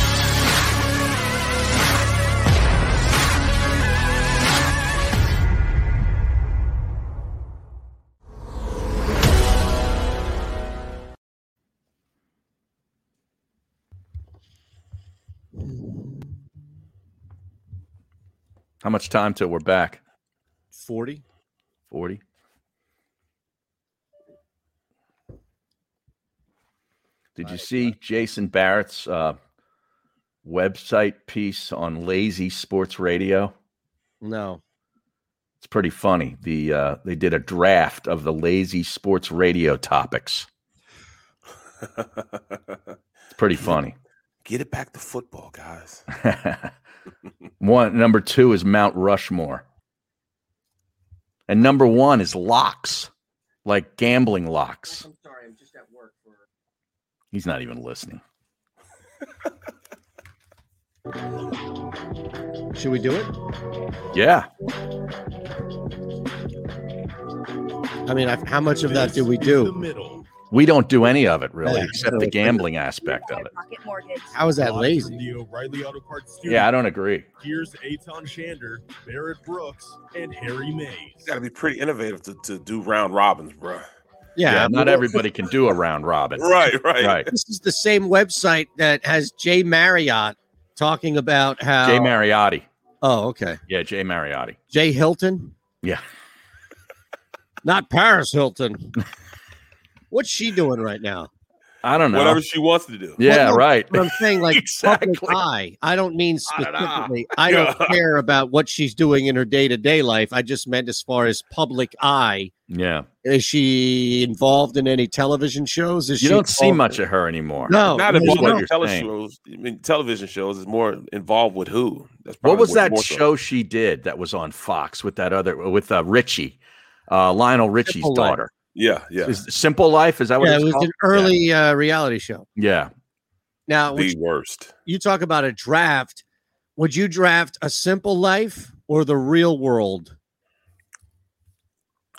How much time till we're back?
40.
40. Did you see Jason Barrett's uh, website piece on Lazy Sports Radio?
No.
It's pretty funny. The uh, they did a draft of the Lazy Sports Radio topics. It's pretty funny.
Get it back to football, guys.
one number two is Mount Rushmore, and number one is locks, like gambling locks.
I'm sorry, I'm just at work.
He's not even listening.
Should we do it?
Yeah,
I mean, I, how much of that did we do?
we don't do any of it really,
Yeah.
except the gambling aspect of it.
Rocket Mortgage.
How is that lazy?
The O'Reilly Auto Parts studio.
Yeah, I don't agree.
Here's Aton Shander, Barrett Brooks, and Harry May.
Got to be pretty innovative to, to do round robins, bro.
Yeah,
not everybody can do a round robin.
Right, right.
right.
This is the same website that has Jay Marriott talking about how
Jay Mariotti.
Oh, okay.
Yeah, Jay Mariotti.
Jay Hilton,
Yeah.
not Paris Hilton. What's she doing right now?
I don't know.
Whatever she wants to do.
Yeah,
Well, no,
right.
But I'm saying like
Exactly.
public eye. I don't mean specifically. I
Yeah.
don't care about what she's doing in her day to day life. I just meant as far as public eye.
Yeah.
Is she involved in any television shows? Is
You
she
don't see
involved-
much of her anymore.
No,
Not
no,
involved
no.
with tele- shows. I mean, television shows is more involved with who. That's
What was that
more so.
show she did that was on Fox with that other with uh, Richie, uh, Lionel Richie's
Simple Life.
daughter?
Yeah, yeah.
Is Simple Life is that what
Yeah,
it's
it was
called?
an Uh, early uh, reality show.
yeah.
Now, would
the worst.
you talk about a draft. Would you draft a simple life or the real world?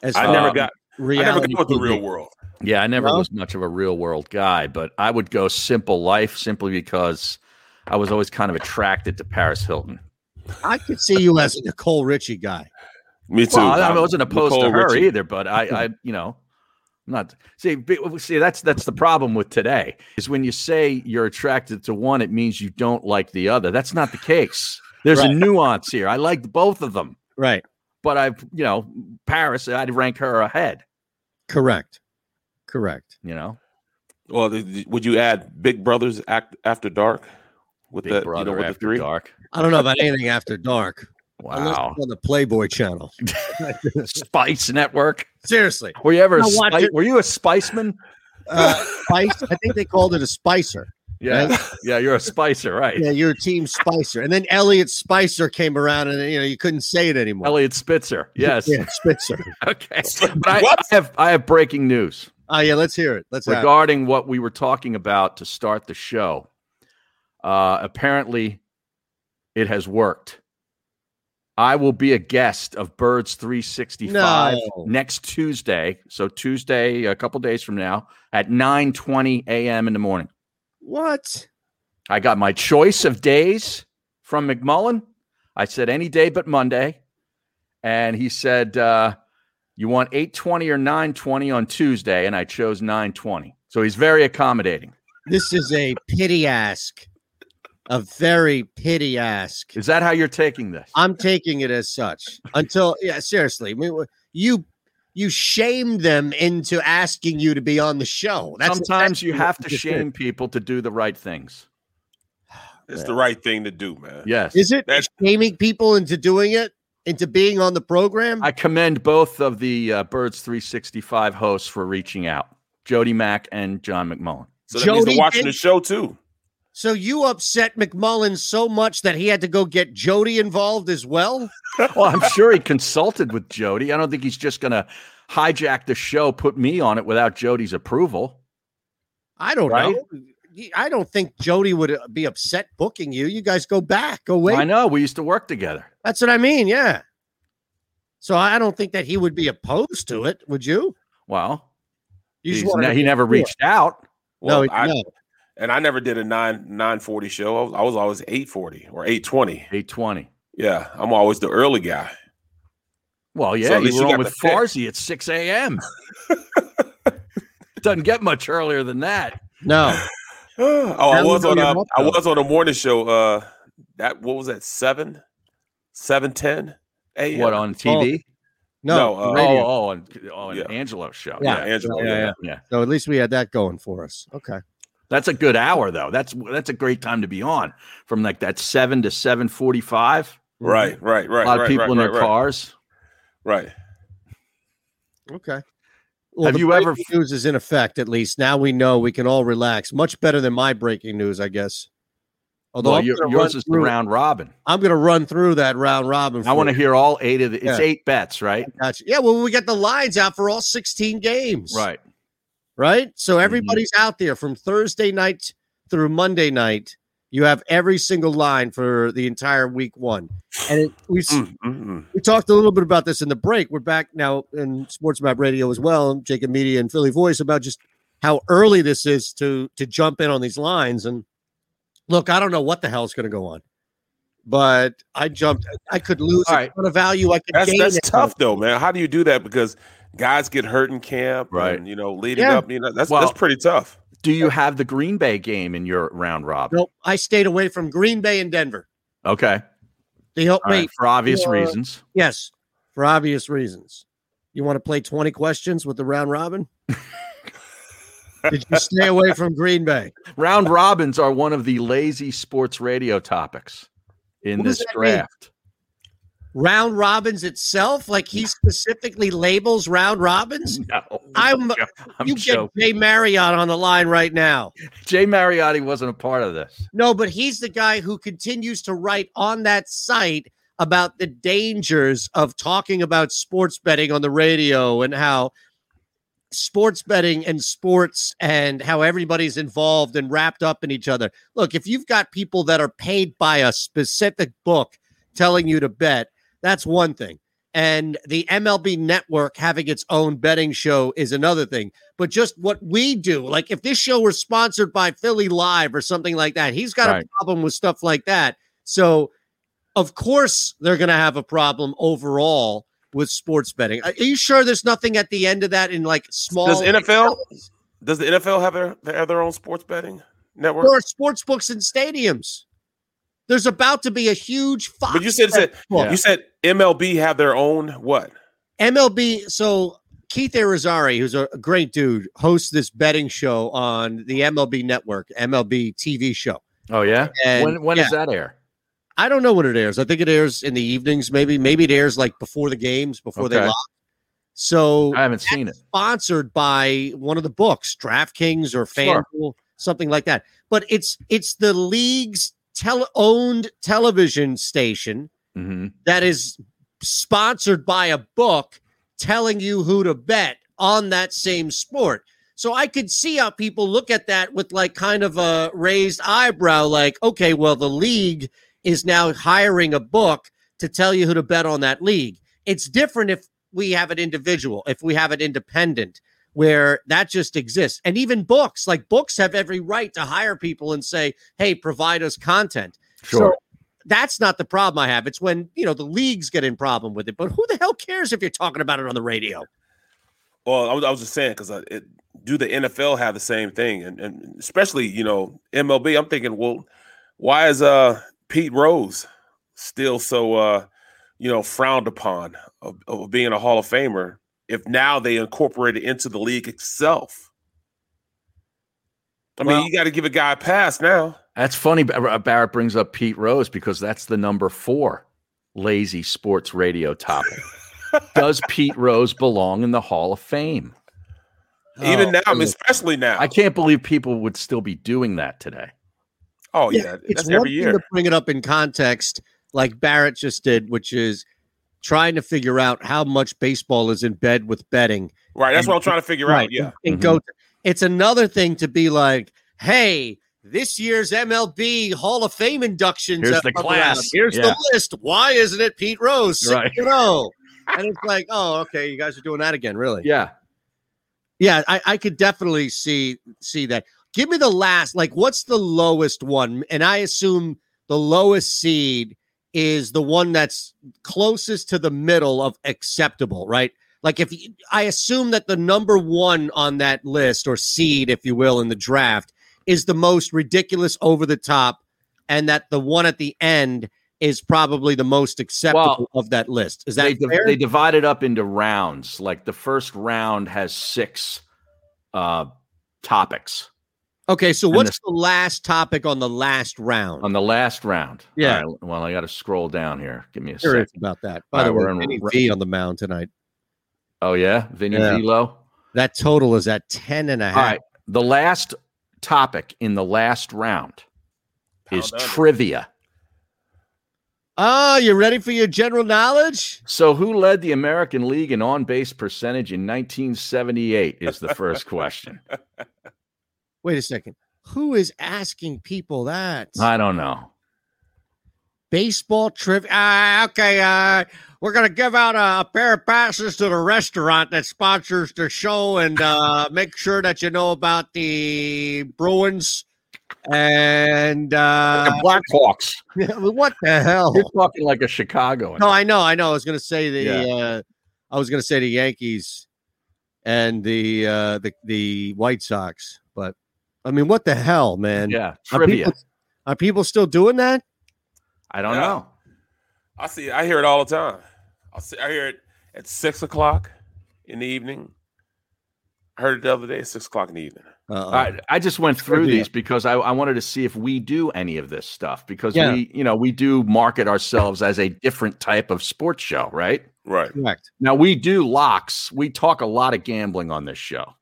As
I
far
never
as
got. I never
um, reality
got with the
TV?
real world.
Yeah, I never
No?
was much of a real world guy, but I would go Simple Life simply because I was always kind of attracted to Paris Hilton.
I could see you as a Nicole Richie guy.
Me too.
Well, I, I
I'm
wasn't opposed to
Nicole
her
Richie.
either, but I, I, you know, I'm not see. be- See, that's that's the problem with today is when you say you're attracted to one, it means you don't like the other. That's not the case. There's a
Right.
nuance here. I liked both of them,
Right.
but I, you know, Paris, I'd rank her ahead.
Correct. Correct.
You know,
Well, th- th- would you add Big Brothers act after dark with
Big
that? You
Brother
know, with the
After
three.
Dark.
I don't know about anything after dark. Unless
Wow,
it's on the Playboy channel.
Spice Network.
Seriously.
Were you ever? A
No, watch
spice,
it.
were you a Spiceman?
Uh, Spice, I think they called it a Spicer.
Yeah,
Right.
yeah, you're a Spicer, right?
Yeah, you're team Spicer. And then Elliot Spicer came around and you know you couldn't say it anymore.
Elliot Spitzer. Yes.
Yeah, Spitzer.
Okay. But I, I have I have breaking news.
Oh yeah, let's hear it. Let's have it.
regarding what we were talking about to start the show. Uh, apparently, it has worked. I will be a guest of Birds 365
No.
next Tuesday. So Tuesday, a couple days from now, at 9:20 a.m. in the morning.
What?
I got my choice of days from McMullen. I said any day but Monday, and he said uh, you want 8:20 or 9:20 on Tuesday, and I chose 9:20. So he's very accommodating.
This is a pity ask. A very pity ask.
Is that how you're taking this?
I'm taking it as such. Until yeah, seriously. I mean, you you shamed them into asking you to be on the show. That's
Sometimes
that's
you
what
have to
just
shame
did.
people to do the right things.
It's the right thing to do, man.
Yes.
Is it shaming people into doing it, into being on the program?
I commend both of the uh, Birds 365 hosts for reaching out, Jody Mack and John McMullen.
So that means they're watching the show too.
So you upset McMullen so much that he had to go get Jody involved as well?
well, I'm sure he consulted with Jody. I don't think he's just going to hijack the show, put me on it without Jody's approval.
I don't
Right?
know. I don't think Jody would uh, be upset booking you. You guys go back, go wait.
I know. We used to work together.
That's what I mean. Yeah. So I I don't think that he would be opposed to it. Would you?
Well,
You just
he's
wanted
ne-
to
he
be
never
sure.
reached out.
No, he-
I,
no.
And I never did a nine nine forty show. I was, I was always eight forty or eight twenty.
Eight twenty.
Yeah, I'm always the early guy.
Well, Oh, yeah,
at
you
least
were
you
on
got
with
the pick.
Farsi at 6 a.m. Doesn't get much earlier than that.
No.
oh, I was on a, I was on a morning show. Uh, that what was that seven, seven ten a.m.
What, on
Oh,
TV?
No,
uh,
oh, oh, on, oh, on
Yeah.
Angelo's show.
Yeah, Oh,
Angelo,
yeah,
yeah.
yeah. So at least we had that going for us. Okay.
That's a good hour though. That's that's a great time to be on from like that seven to seven forty five.
Mm-hmm.
Right, right, right.
A lot
right,
of people
right,
in their
right, right.
cars.
Right.
Okay.
Have
the
you ever-
breaking news is in effect? At least now we know we can all relax. Much better than my breaking news, I guess. Although
Well,
I'm
your-
gonna
yours
run
is the
through-
round robin.
I'm going to run through that round robin.
I want to
to
hear all eight of the. It's
Yeah.
eight bets, right?
Gotcha. Yeah, well, we got the lines out for all 16 games.
Right.
Right. So
Mm-hmm.
everybody's out there from Thursday night through Monday night. You have every single line for the entire week one. And it, we, s-
Mm, mm-hmm.
we talked a little bit about this in the break. We're back now in Sports Map Radio as well, Jacob Media and Philly Voice about just how early this is to to jump in on these lines. And look, I don't know what the hell's going to go on, but I jumped. I could lose
All
a
right.
ton of value. I could
That's
gain
that's
a ton of
tough though, man. How do you do that? Because guys get hurt in camp,
Right.
And, you know, leading
Yeah.
up, you know, that's
Well-
that's pretty tough.
Do you have the Green Bay game in your round robin?
Nope. I stayed away from Green Bay and Denver.
Okay.
They helped
All right,
me
for obvious
uh,
reasons.
Yes, for obvious reasons. You want to play 20 questions with the round robin? Did you stay away from Green Bay?
Round robins are one of the lazy sports radio topics in
What does
this
that mean?
draft.
Round robins itself? Like he specifically labels round robins?
No.
I'm,
I'm
you
joking.
get Jay Marriott on the line right now.
Jay Mariotti wasn't a part of this.
No, but he's the guy who continues to write on that site about the dangers of talking about sports betting on the radio and how sports betting and sports and how everybody's involved and wrapped up in each other. Look, if you've got people that are paid by a specific book telling you to bet, that's one thing. And the MLB network having its own betting show is another thing. But just what we do, like if this show were sponsored by Philly Live or something like that, he's got
Right.
a problem with stuff like that. So, of course, they're going to have a problem overall with sports betting. Are are you sure there's nothing at the end of that in like small
Does NFL does the NFL have their, have their own sports betting network?
There are sports books in stadiums. There's about to be a huge Fox.
But you said, said
book.
you said MLB have their own what?
MLB. So Keith Arizari, who's a great dude, hosts this betting show on the MLB network, MLB TV show.
Oh yeah.
And-
when when does
yeah.
that air?
I don't know when it airs. I think it airs in the evenings, maybe. Maybe it airs like before the games, before they
Okay.
lock. So
I haven't seen it.
sponsored by one of the books, DraftKings or FanDuel,
Sure.
something like that. But it's it's the league's tele- owned television station
Mm-hmm.
that is sponsored by a book telling you who to bet on that same sport. So I could see how people look at that with like kind of a raised eyebrow, like, okay, well, the league is now hiring a book to tell you who to bet on that league. It's different if we have an individual, if we have an independent where that just exists. And even books, like books have every right to hire people and say, hey, provide us content.
Sure.
So that's not the problem I have. It's when you know the leagues get in problem with it. But who the hell cares if you're talking about it on the radio?
Well, I was, I was just saying because do the NFL have the same thing, and, and especially you know MLB. I'm thinking, well, why is uh Pete Rose still so uh you know frowned upon of, of being a Hall of Famer if now they incorporate it into the league itself? I mean,
Well-
you got to give a guy a pass now.
That's funny. Bar- Barrett brings up Pete Rose because that's the number four lazy sports radio topic. Does Pete Rose belong in the Hall of Fame?
Even
Oh,
now,
I mean,
especially now.
I can't believe people would still be doing that today.
Oh yeah,
it's
that's
one
every
thing
year.
to bring it up in context, like Barrett just did, which is trying to figure out how much baseball is in bed with betting.
Right, that's
And-
what I'm trying to figure
right,
out. Yeah,
and, and
Mm-hmm.
go. It's another thing to be like, hey. This year's MLB Hall of Fame inductions.
Here's
have
the
come
class."
around. Here's
Yeah.
the list. Why isn't it Pete Rose?
Right.
You know, and it's like, oh, okay, you guys are doing that again, really?
Yeah.
Yeah, I, I could definitely see see that. Give me the last, like, what's the lowest one? And I assume the lowest seed is the one that's closest to the middle of acceptable, right? Like, if you, I assume that the number one on that list or seed, if you will, in the draft is the most ridiculous over the top, and that the one at the end is probably the most acceptable of that list. Is that
they, di-
fair?
they divide it up into rounds. Like the first round has six uh, topics
okay, so
and
what's
this-
the last topic on the last round?
on the last round.
Yeah.
All right, well, I got to scroll down here. Give me a
curious
second.
about that.
All
By the
right,
way,
we're in
Vinny
ra-
V on the mound tonight.
Oh yeah, Vinny
Yeah.
Velo.
That total is at 10 and a half.
All right. The last topic in the last round is
Pound under.
trivia.
Oh, you ready for your general knowledge?
So, who led the American League in on base percentage in 1978? Is the first question.
Wait a second. Who is asking people that?
I don't know.
Baseball trivia. Ah, okay, uh, we're gonna give out a, a pair of passes to the restaurant that sponsors the show, and uh, make sure that you know about the Bruins and uh,
Blackhawks.
what the hell?
You're talking like a Chicago.
No, I know, I know. I was gonna say the
Yeah.
uh, I was gonna say the Yankees and the uh the, the White Sox, but I mean what the hell, man?
Yeah,
Are
trivia.
people, are people still doing that?
I don't
Yeah.
know.
I see. it. I hear it all the time. I see. I hear it at six o'clock in the evening. I heard it the other day at six o'clock in the evening.
Uh-uh.
I, I just went through
Trivia.
these because I, I wanted to see if we do any of this stuff because
Yeah.
we, you know, we do market ourselves as a different type of sports show, right?
Right.
Correct.
Now we do locks. We talk a lot of gambling on this show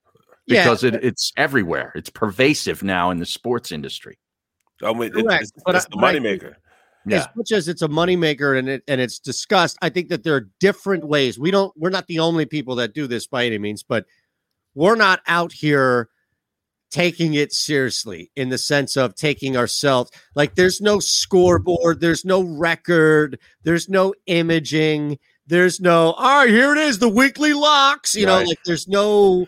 Yeah.
because it, it's everywhere. It's pervasive now in the sports industry.
I'm with,
Correct,
it's,
but
it's
I-
the
but I
moneymaker.
Yeah.
As much as it's a moneymaker and it and it's discussed, I think that there are different ways. We don't we're not the only people that do this by any means, but we're not out here taking it seriously in the sense of taking ourselves like there's no scoreboard, there's no record, there's no imaging, there's no all right, here it is, the weekly locks, you know,
Right.
like there's no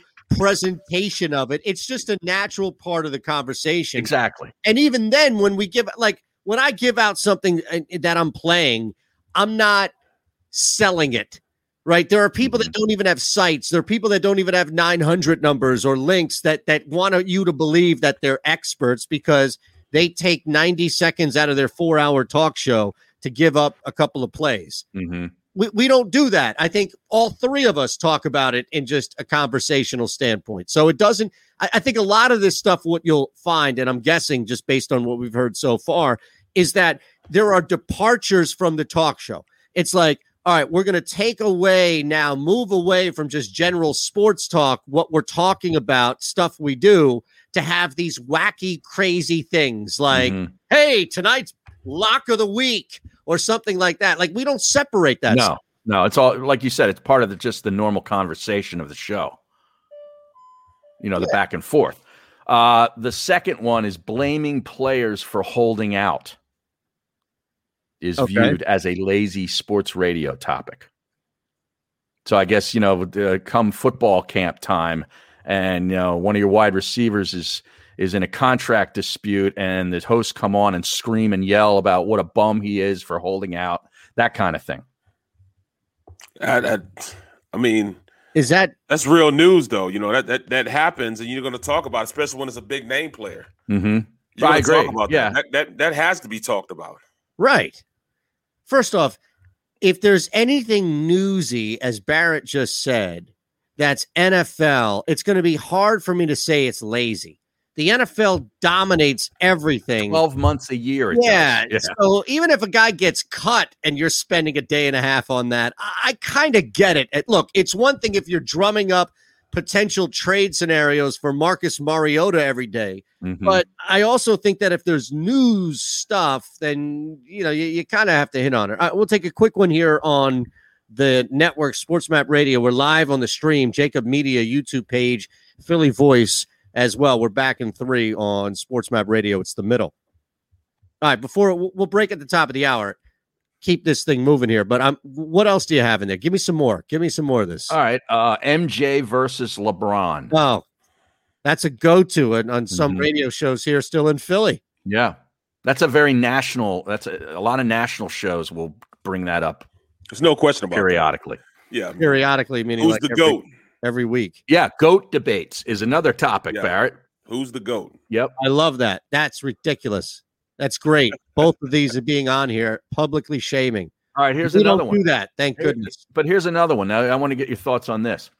presentation of it. It's just a natural part of the conversation.
Exactly.
And even then, when we give like when I give out something uh, that I'm playing, I'm not selling it. Right. There are people that don't even have sites. There are people that don't even have 900 numbers or links that that want you to believe that they're experts because they take 90 seconds out of their four hour talk show to give up a couple of plays
Mm-hmm.
we, we don't do that. I think all three of us talk about it in just a conversational standpoint. So it doesn't, I, I think a lot of this stuff, what you'll find, and I'm guessing just based on what we've heard so far, is that there are departures from the talk show. It's like, all right, we're going to take away now, move away from just general sports talk, what we're talking about, stuff we do, to have these wacky, crazy things like, hey, tonight's lock of the week or something like that. Like, we don't separate that.
no, no, it's all like you said. It's part of the, just the normal conversation of the show. You know, the back and forth. Uh, the second one is blaming players for holding out is
Okay.
viewed as a lazy sports radio topic. So I guess you know, uh, come football camp time, and you know, one of your wide receivers is is in a contract dispute, and the hosts come on and scream and yell about what a bum he is for holding out, that kind of thing.
I, I, I mean,
is that
that's real news though? You know that that, that happens, and you're going to talk about, it, especially when it's a big name player.
Mm-hmm.
You're
I
gonna
agree.
Talk about
yeah,
that. That, that that has to be talked about.
Right. First off, if there's anything newsy, as Barrett just said, that's NFL, it's going to be hard for me to say it's lazy The NFL dominates everything.
12 months a year. it
Yeah.
does.
So even if a guy gets cut and you're spending a day and a half on that, I, I kind of get it. Uh, Look, it's one thing if you're drumming up potential trade scenarios for Marcus Mariota every day,
Mhm.
but I also think that if there's news stuff, then you know you, you kind of have to hit on it. All right, we'll take a quick one here on the network Sports Map Radio. We're live on the stream, Jacob Media YouTube page, Philly Voice as well. We're back in three on Sports Map Radio. It's the middle. All right, before we'll we'll break at the top of the hour. Keep this thing moving here, but I'm. What else do you have in there? Give me some more. Give me some more of this.
All right. Uh, MJ versus LeBron.
Oh, that's a go-to on, on some radio shows here, still in Philly.
Mm-hmm. Yeah. That's a very national. That's a, a lot of national shows will bring that up.
There's no question about that.
periodically.
Yeah.
Periodically, meaning
Who's
like
the
every-
goat?
every week.
Yeah, goat debates is another topic, Barrett.
Who's the goat?
Yep.
I love that. That's ridiculous. That's great. Both of these are being on here publicly shaming.
All right, here's
We
another
don't
one.
do that. Thank
Here-
goodness.
But here's another one. I, I want to get your thoughts on this.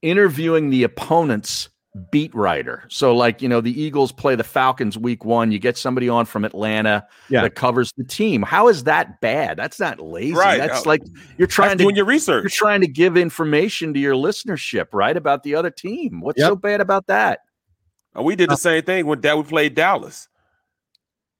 Interviewing the opponent's beat writer. So, like, you know, the Eagles play the Falcons week one. You get somebody on from Atlanta
Yeah.
that covers the team. How is that bad? That's not lazy.
Right.
That's
Uh,
like you're trying to
doing your research.
You're trying to give information to your listenership, right? About the other team. What's so bad about that?
And Oh, we did
Uh,
the same thing when that we played Dallas.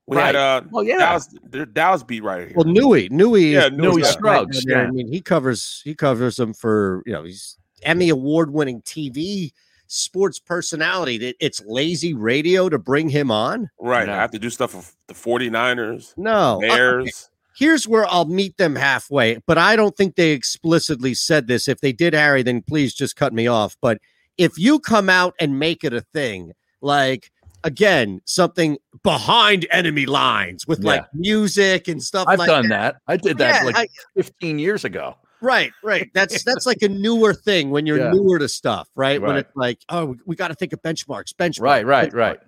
We
Right.
had uh
Well, yeah.
Dallas, the Dallas beat right here.
Well, Nui, Nui,
Yeah,
is-
Nui
is
Scruggs,
down there.
yeah.
I mean, he covers he covers them for you know he's Emmy award winning TV sports personality. That it's lazy radio to bring him on.
Right. I have to do stuff with the 49ers,
No, Uh,
Bears.
here's where I'll meet them halfway. But I don't think they explicitly said this. If they did, Harry, then please just cut me off. But if you come out and make it a thing, like again, something behind enemy lines with like
Yeah.
music and stuff
I've
like
done that. I did that
Yeah,
like
I-
15 years ago.
Right, right. That's that's like a newer thing when you're
Yeah.
newer to stuff, right? When
Right.
it's like, oh, we, got to think of benchmarks, benchmarks.
Right, right,
benchmarks.
right.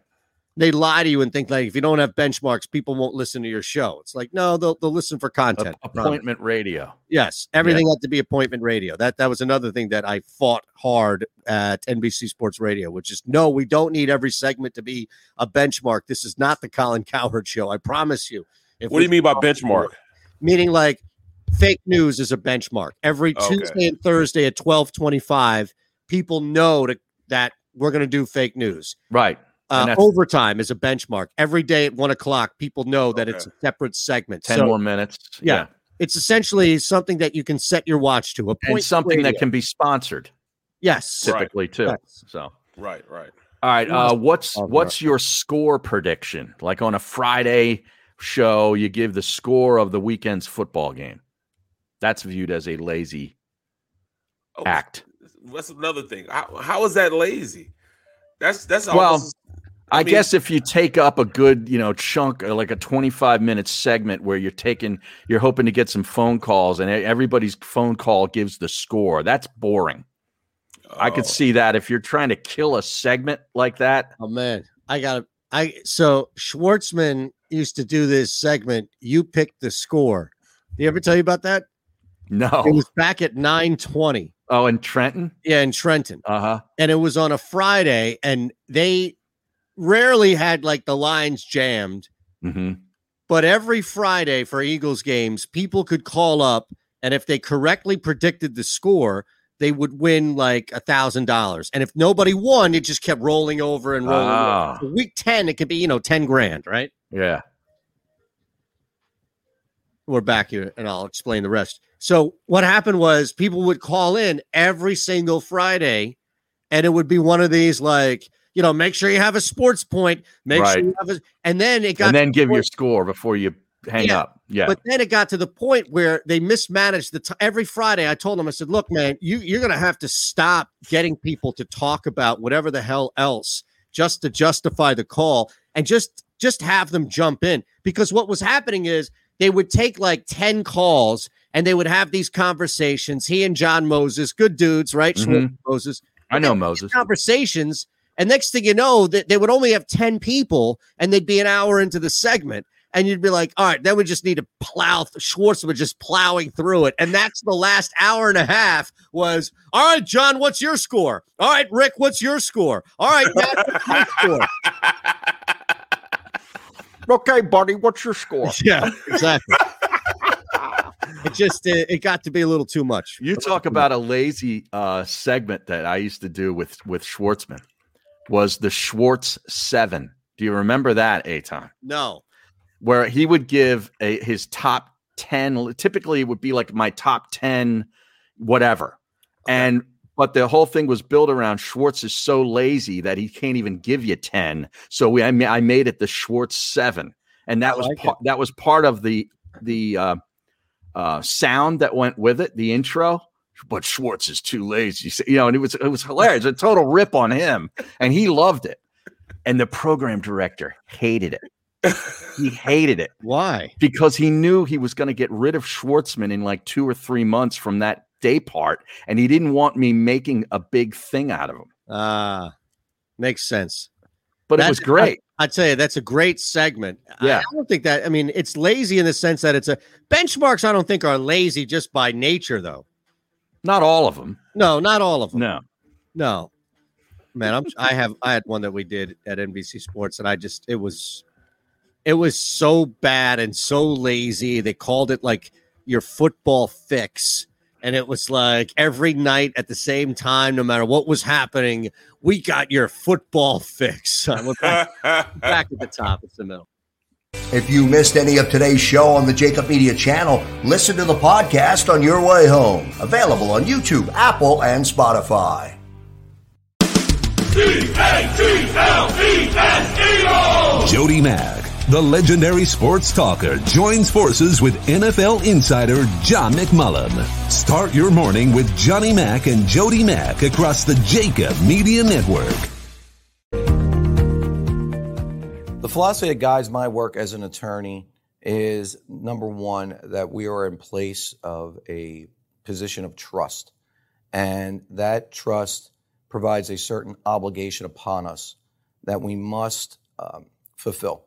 They lie to you and think like if you don't have benchmarks, people won't listen to your show. It's like no, they'll they'll listen for content. I promise.
Appointment radio.
Yes, everything had to be appointment radio. That that was another thing that I fought hard at NBC Sports Radio, which is no, we don't need every segment to be a benchmark. This is not the Colin Cowherd show. I promise you. If
What do you mean by benchmark?
Meaning like fake news is a benchmark. Every
Okay.
Tuesday and Thursday at 1225, people know to, that we're going to do fake news.
Right. And
Uh,
that's-
overtime is a benchmark. Every day at one o'clock, people know that it's a separate segment.
10
So-
more minutes.
yeah. It's essentially something that you can set your watch to. A
And
point
something that
radio.
can be sponsored
yes,
typically too.
Yes.
So
Right, right.
all right. Uh what's
Oh,
what's your score prediction? Like on a Friday show, you give the score of the weekend's football game. That's viewed as a lazy
Oh,
act.
That's another thing. How, how is that lazy? That's that's
Well,
almost
I,
mean-
guess if you take up a good, you know, chunk, uh, like a 25 minute segment where you're taking, you're hoping to get some phone calls and e- everybody's phone call gives the score, that's boring. I could see that if you're trying to kill a segment like that.
Oh man, I got I so Schwartzman used to do this segment. You picked the score. Did he ever tell you about that?
No.
It was back at nine twenty.
Oh, in Trenton?
Yeah, in Trenton.
Uh huh.
And it was on a Friday, and they rarely had like the lines jammed.
Mm-hmm.
But every Friday for Eagles games, people could call up, and if they correctly predicted the score, they would win like a thousand dollars. And if nobody won, it just kept rolling over and rolling.
Ah.
Over. So week ten, it could be you know ten grand, right?
Yeah.
We're back here, and I'll explain the rest. So what happened was people would call in every single Friday, and it would be one of these like you know make sure you have a sports point, make sure
Right.
you have a, and then it got
And
to
then
the
give
point-
your score before you hang
Yeah,
up. Yeah.
But then it got to the point where they mismanaged the time. Every Friday, I told them, I said, look, man, you, you're going to have to stop getting people to talk about whatever the hell else just to justify the call and just just have them jump in. Because what was happening is they would take like 10 calls and they would have these conversations. He and John Moses, good dudes, right? Schwartz,
Mhm.
Moses
I know Moses.
conversations. And next thing you know, that they would only have 10 people and they'd be an hour into the segment. and you'd be like, all right, then we just need to plow. th- Schwartzman just plowing through it, and that's the last hour and a half was. All right, John, what's your score? All right, Rick, what's your score? All right, Matt, what's your score?
Okay, buddy, what's your score?
Yeah, exactly. it just it, it got to be a little too much.
You talk about a lazy uh, segment that I used to do with with Schwartzman was the Schwartz Seven. Do you remember that, Aton?
No.
Where he would give a, his top ten. Typically, it would be like my top ten, whatever. And but the whole thing was built around Schwartz is so lazy that he can't even give you ten. So we I, ma- I made it the Schwartz Seven, and that was par- that was part of the the. Uh, uh, sound that went with it, the intro. But Schwartz is too lazy, you know, and it was it was hilarious, a total rip on him, and he loved it. And the program director hated it. he hated it.
Why?
Because he knew he was going to get rid of Schwartzman in like two or three months from that day part, and he didn't want me making a big thing out of him.
Ah, makes sense.
But it was great.
I, would tell you that's a great segment. I-
Yeah.
I, don't think that. I mean, it's lazy in the sense that it's a benchmarks. I don't think are lazy just by nature, though.
Not all of them.
No, not all of them.
No,
no. Man, I'm. I have. I had one that we did at NBC Sports, and I just it was, it was so bad and so lazy. They called it like your football fix. And it was like every night at the same time, no matter what was happening, we got your football fix. I was like, back at the top, it's the middle.
If you missed any of today's show on the Jacob Media channel, listen to the podcast on your way home. Available on YouTube, Apple, and Spotify.
Jody Mack, the legendary sports talker, joins forces with NFL insider John McMullen. Start your morning with Johnny Mack and Jody Mack across the Jacob Media Network.
The philosophy that guides my work as an attorney is number one, that we are in place of a position of trust. And that trust provides a certain obligation upon us that we must um, fulfill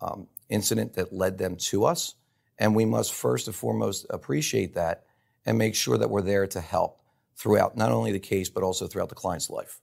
um, incident that led them to us. And we must first and foremost appreciate that and make sure that we're there to help throughout not only the case, but also throughout the client's life.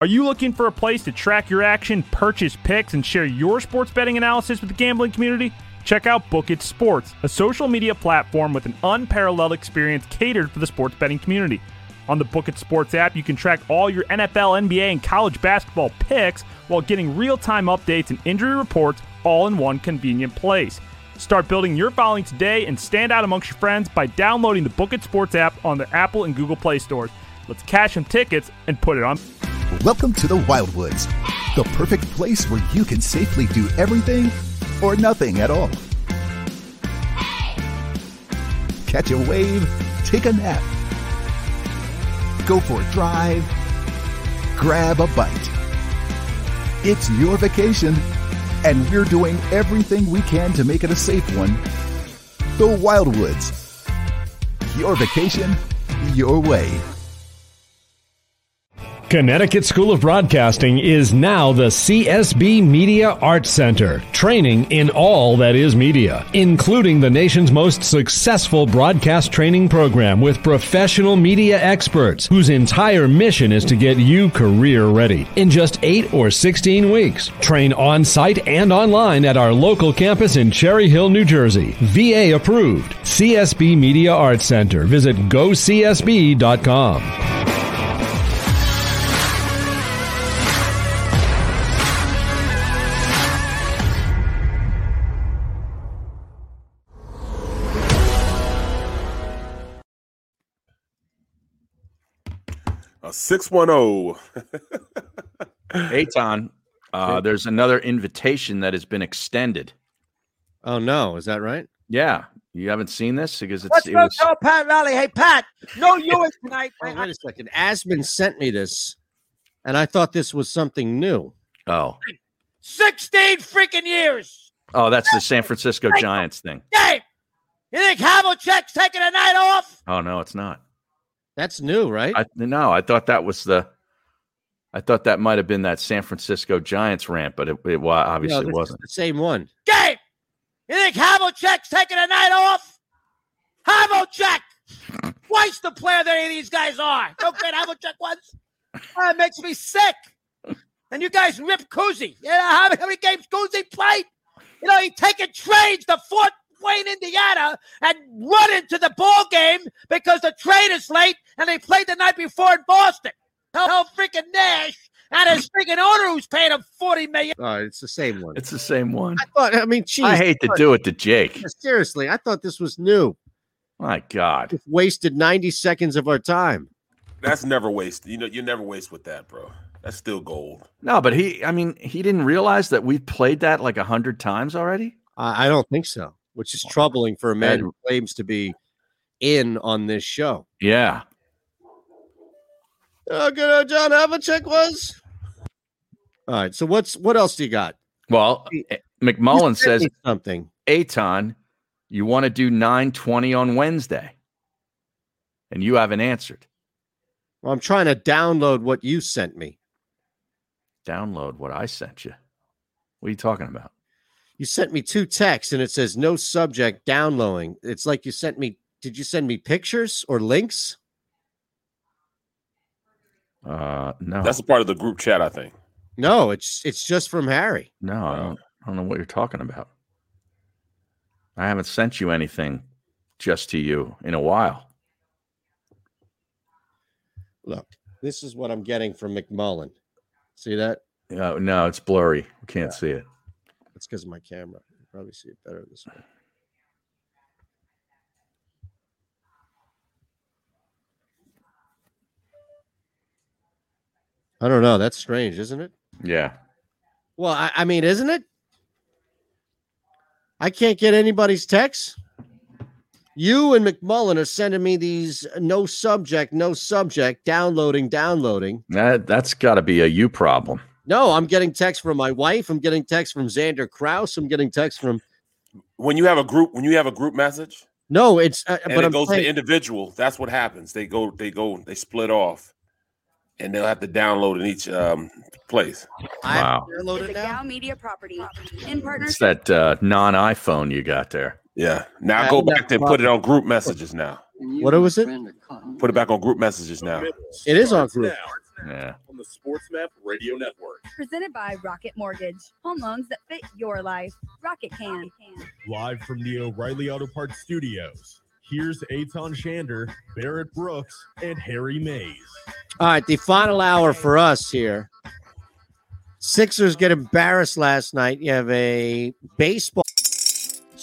Are you looking for a place to track your action, purchase picks, and share your sports betting analysis with the gambling community? Check out Book It Sports, a social media platform with an unparalleled experience catered for the sports betting community. On the Book It Sports app, you can track all your NFL, NBA, and college basketball picks while getting real time updates and injury reports all in one convenient place. Start building your following today and stand out amongst your friends by downloading the Book It Sports app on the Apple and Google Play stores. Let's cash some tickets and put it on.
Welcome to the Wildwoods, the perfect place where you can safely do everything or nothing at all. Catch a wave, take a nap, go for a drive, grab a bite. It's your vacation, and we're doing everything we can to make it a safe one. The Wildwoods, your vacation, your way.
Connecticut School of Broadcasting is now the CSB Media Arts Center, training in all that is media, including the nation's most successful broadcast training program with professional media experts whose entire mission is to get you career ready. In just 8 or 16 weeks, train on-site and online at our local campus in Cherry Hill, New Jersey. VA approved. CSB Media Arts Center. Visit gocsb.com.
A six one zero.
Aton, Uh, there's another invitation that has been extended.
Oh no, is that right?
Yeah, you haven't seen this because it's
Let's
it
go
was,
tell Pat Riley. Hey, Pat, no yours tonight. man.
Wait a second. Asman sent me this, and I thought this was something new.
Oh,
16 freaking years.
oh, that's the San Francisco Giants thing.
Dave, you think Havlicek's taking a night off?
Oh no, it's not.
That's new, right?
I, no, I thought that was the. I thought that might have been that San Francisco Giants rant, but it, it wa- obviously
this is
wasn't.
the same one.
Dave, you think Havlicek's taking a night off? Havlicek, twice the player that any of these guys are. Don't get Havlicek once. Oh, it makes me sick. And you guys rip Kuzi. Yeah, how, how many games Kuzi played? You know, he taking trades to Fort Wayne, Indiana, and run into the ball game because the trade is late and they played the night before in Boston. Tell tell freaking Nash and his freaking owner who's paying him forty million.
Oh, it's the same one.
It's the same one.
I thought. I mean, geez,
I hate to
thought-
do it to Jake.
Seriously, I thought this was new.
My God,
Just wasted ninety seconds of our time.
That's never waste. You know, you never waste with that, bro. That's still gold.
No, but he. I mean, he didn't realize that we played that like a hundred times already.
I, I don't think so, which is troubling for a man who claims to be in on this show.
Yeah.
Oh, good old John Havlicek was. All right. So what's what else do you got?
Well, McMullen
You sent
says
me something.
Aton, you want to do nine twenty on Wednesday, and you haven't answered.
Well, I'm trying to download what you sent me.
Download what I sent you. What are you talking about?
You sent me two texts and it says no subject downloading. It's like you sent me. Did you send me pictures or links?
Uh, no,
That's a part of the group chat, I think.
No, it's it's just from Harry.
no, I don't. I don't know what you're talking about. I haven't sent you anything just to you in a while.
Look, this is what I'm getting from McMullen. See that?
No, Uh, no, it's blurry. We can't see it.
That's because of my camera. You probably see it better this way. I don't know. That's strange, isn't it?
Yeah.
Well, I, I mean, isn't it? I can't get anybody's text. You and McMullen are sending me these no subject, no subject, downloading, downloading.
That that's got to be a you problem.
No, I'm getting texts from my wife. I'm getting texts from Xander Kraus. I'm getting texts from.
When you have a group, when you have a group message,
No, it's. Uh,
and
but
it
I'm
goes
saying-
to individual. That's what happens. They go, they go, they split off, and they'll have to download in each um, place.
Wow.
It's a Dow Media property in
It's
partnership.
that uh, non iPhone you got there.
Yeah. Now go back and put it on group messages now.
What was it?
Put it back on group messages now.
It is on group.
Yeah.
on the SportsMap Radio Network.
Presented by Rocket Mortgage. Home loans that fit your life. Rocket can.
Live from the O'Reilly Auto Parts Studios, here's Aton Shander, Barrett Brooks, and Harry Mays.
All right, the final hour for us here. Sixers get embarrassed last night. You have a baseball.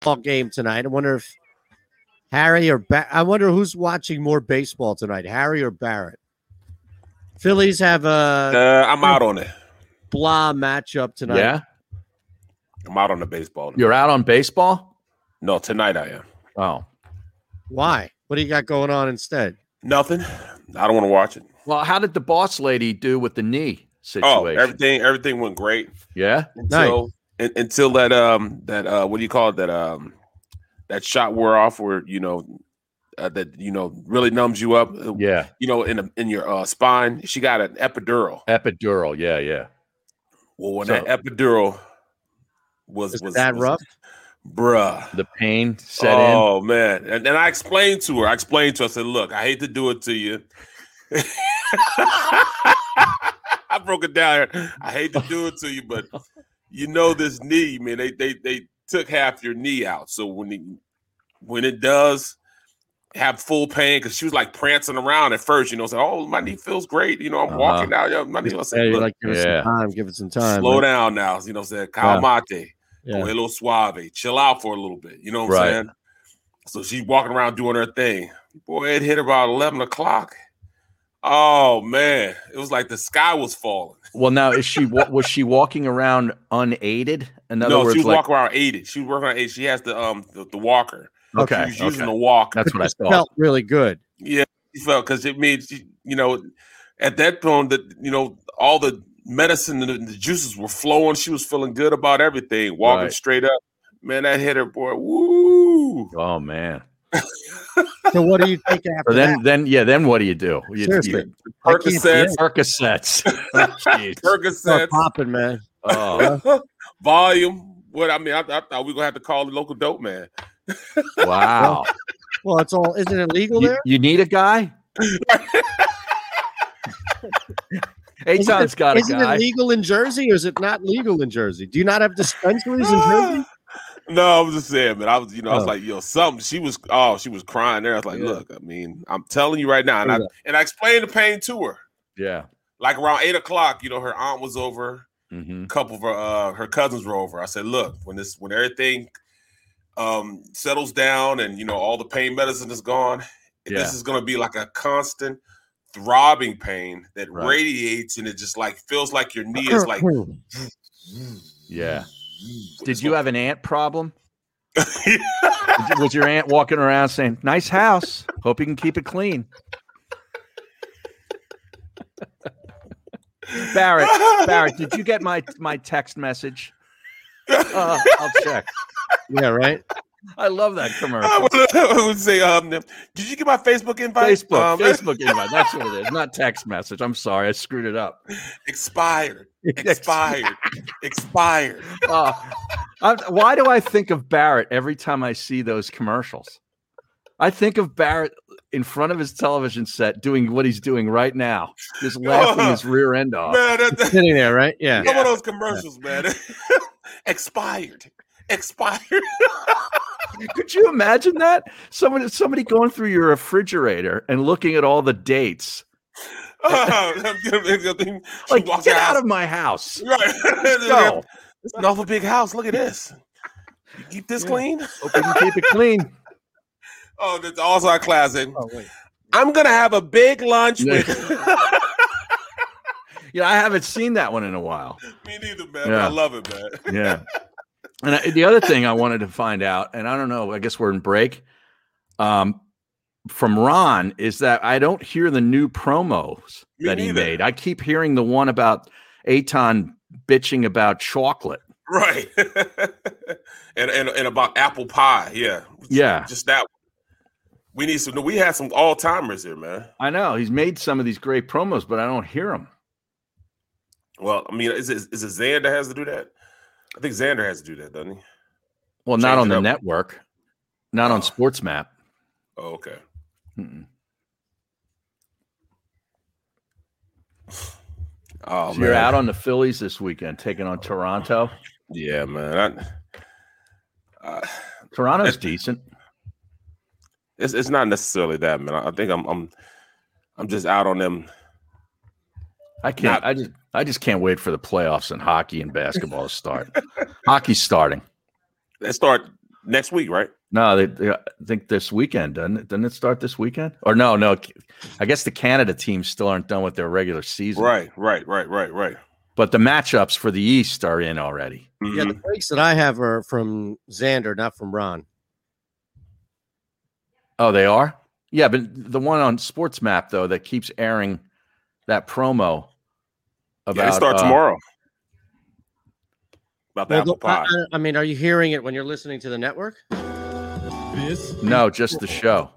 baseball game tonight. I wonder if Harry or ba- I wonder who's watching more baseball tonight, Harry or Barrett. Phillies have a
Uh, I'm out on it.
blah matchup tonight.
Yeah.
I'm out on the baseball.
You're out on baseball?
No, tonight I am.
Oh.
Why? What do you got going on instead?
Nothing. I don't want to watch it.
Well, how did the boss lady do with the knee
Oh,
situation?
everything everything went great.
yeah.
So un- until that um that uh what do you call it that um that shot wore off where you know uh, that you know really numbs you up uh,
Yeah.
you know in a, in your uh, spine she got an epidural
Epidural. Yeah, yeah.
well when
So-
that epidural was was
that
was-
rough?
bruh
the pain set in.
oh man and, and I explained to her I explained to her I said look I hate to do it to you I broke it down here I hate to do it to you but you know this knee man they they they took half your knee out so when it, when it does have full pain because she was like prancing around at first, you know, saying, Oh, my knee feels great. You know, I'm walking now. Yeah, my knee. I said,
Yeah, you're
"Look,
like, give it some time. Give it some time.
slow
man.
down now. You know, what I'm saying calmate,
Yeah.
go a little suave, chill out for a little bit. You know what
Right.
I'm saying? So she's walking around doing her thing. Boy, it hit about 11 o'clock. Oh man, it was like the sky was falling.
Well, now is she wa- was she walking around unaided? In other
no,
words,
she was
like,
walking around aided. She was working around aided. She has the um the, the walker.
Okay,
she was using
okay.
the walker.
That's what I
It
thought.
Felt really good.
Yeah, she felt because it means she- you know, at that point that you know all the medicine and the, the juices were flowing. She was feeling good about everything, walking
Right.
straight up. Man, that hit her, boy. Woo!
oh man.
So what do you think
So
after
then,
that?
then yeah, then what do you do? You,
Seriously.
you,
I can't
Percocets.
Percocets. Oh, Jeez.
Start
Percocets,
popping, man.
Uh,
Oh
volume. What I mean, I, I thought we were gonna have to call the local dope man.
wow!
Well, it's all. Isn't it legal
you,
there?
you need a guy.
Isn't
Aton's
it-
got a
isn't
guy.
it legal in Jersey, or is it not legal in Jersey? Do you not have dispensaries in Jersey?
No, I was just saying, man. I was, you know, I was
Oh.
like, yo, something. She was, oh, she was crying there. I was like,
Yeah.
look, I mean, I'm telling you right now, and I
Yeah.
and I explained the pain to her.
Yeah.
Like around eight o'clock, you know, her aunt was over.
Mm-hmm.
a couple of her, uh, her cousins were over. I said, "Look, when this when everything um, settles down and you know all the pain medicine is gone,
Yeah.
this is going to be like a constant throbbing pain that
Right.
radiates and it just like feels like your knee is like
Yeah. Did you have an ant problem? Did you- Was your aunt walking around saying, "Nice house. Hope you can keep it clean." Barrett, Barrett, did you get my my text message? Uh, I'll check.
Yeah, right.
I love that commercial.
I would, I would say, um, did you get my Facebook invite?
Facebook,
Um,
Facebook invite. That's what it is. Not text message. I'm sorry, I screwed it up.
expired, expired, expired.
Uh, I'm, why do I think of Barrett every time I see those commercials? I think of Barrett in front of his television set doing what he's doing right now, just laughing his rear end off.
Man, that, that-
Sitting there, right? Yeah.
some of those commercials, man, expired, expired.
Could you imagine that? Someone, somebody going through your refrigerator and looking at all the dates. Like,
like,
get out of my house.
Right.
go.
It's an awful big house. Look at this. You keep this clean.
Hope you can keep it clean.
Oh, that's also our classic.
Oh, wait.
I'm gonna have a big lunch with
Yeah, I haven't seen that one in a while.
me neither, man.
Yeah.
I love it, man.
Yeah. And I, the other thing I wanted to find out, and I don't know, I guess we're in break, um, from Ron is that I don't hear the new promos
Me
that he
neither.
made. I keep hearing the one about Aton bitching about chocolate.
Right. and, and and about apple pie. Yeah.
Yeah,
Just that one. We need some we had some all timers here, man.
I know he's made some of these great promos, but I don't hear them.
Well, I mean, is it is it Xander that has to do that? I think Xander has to do that, doesn't he?
Well, not
Change
on
it
the
up.
network, not on Sports Map.
Oh, okay.
Mm-mm.
Oh
So you're
man.
out on the Phillies this weekend, taking on Toronto.
Yeah, man. I, uh,
Toronto's decent.
it's it's not necessarily that, man. I I think I'm I'm I'm just out on them.
I can't. I just. I just can't wait for the playoffs and hockey and basketball to start. Hockey's starting.
They start next week, right?
No, they, they, I think this weekend doesn't it? Doesn't it start this weekend? Or no, no. I guess the Canada teams still aren't done with their regular season.
Right, right, right, right, right.
But the matchups for the East are in already.
Yeah,
Mm-hmm.
the breaks that I have are from Xander, not from Ron.
Oh, they are. Yeah, but the one on Sports Map though that keeps airing that promo about
yeah, they start
uh,
tomorrow. about the
Well, uh,
apple
look, I,
pie.
I- I mean, are you hearing it when you're listening to the network?
This
No, just the show.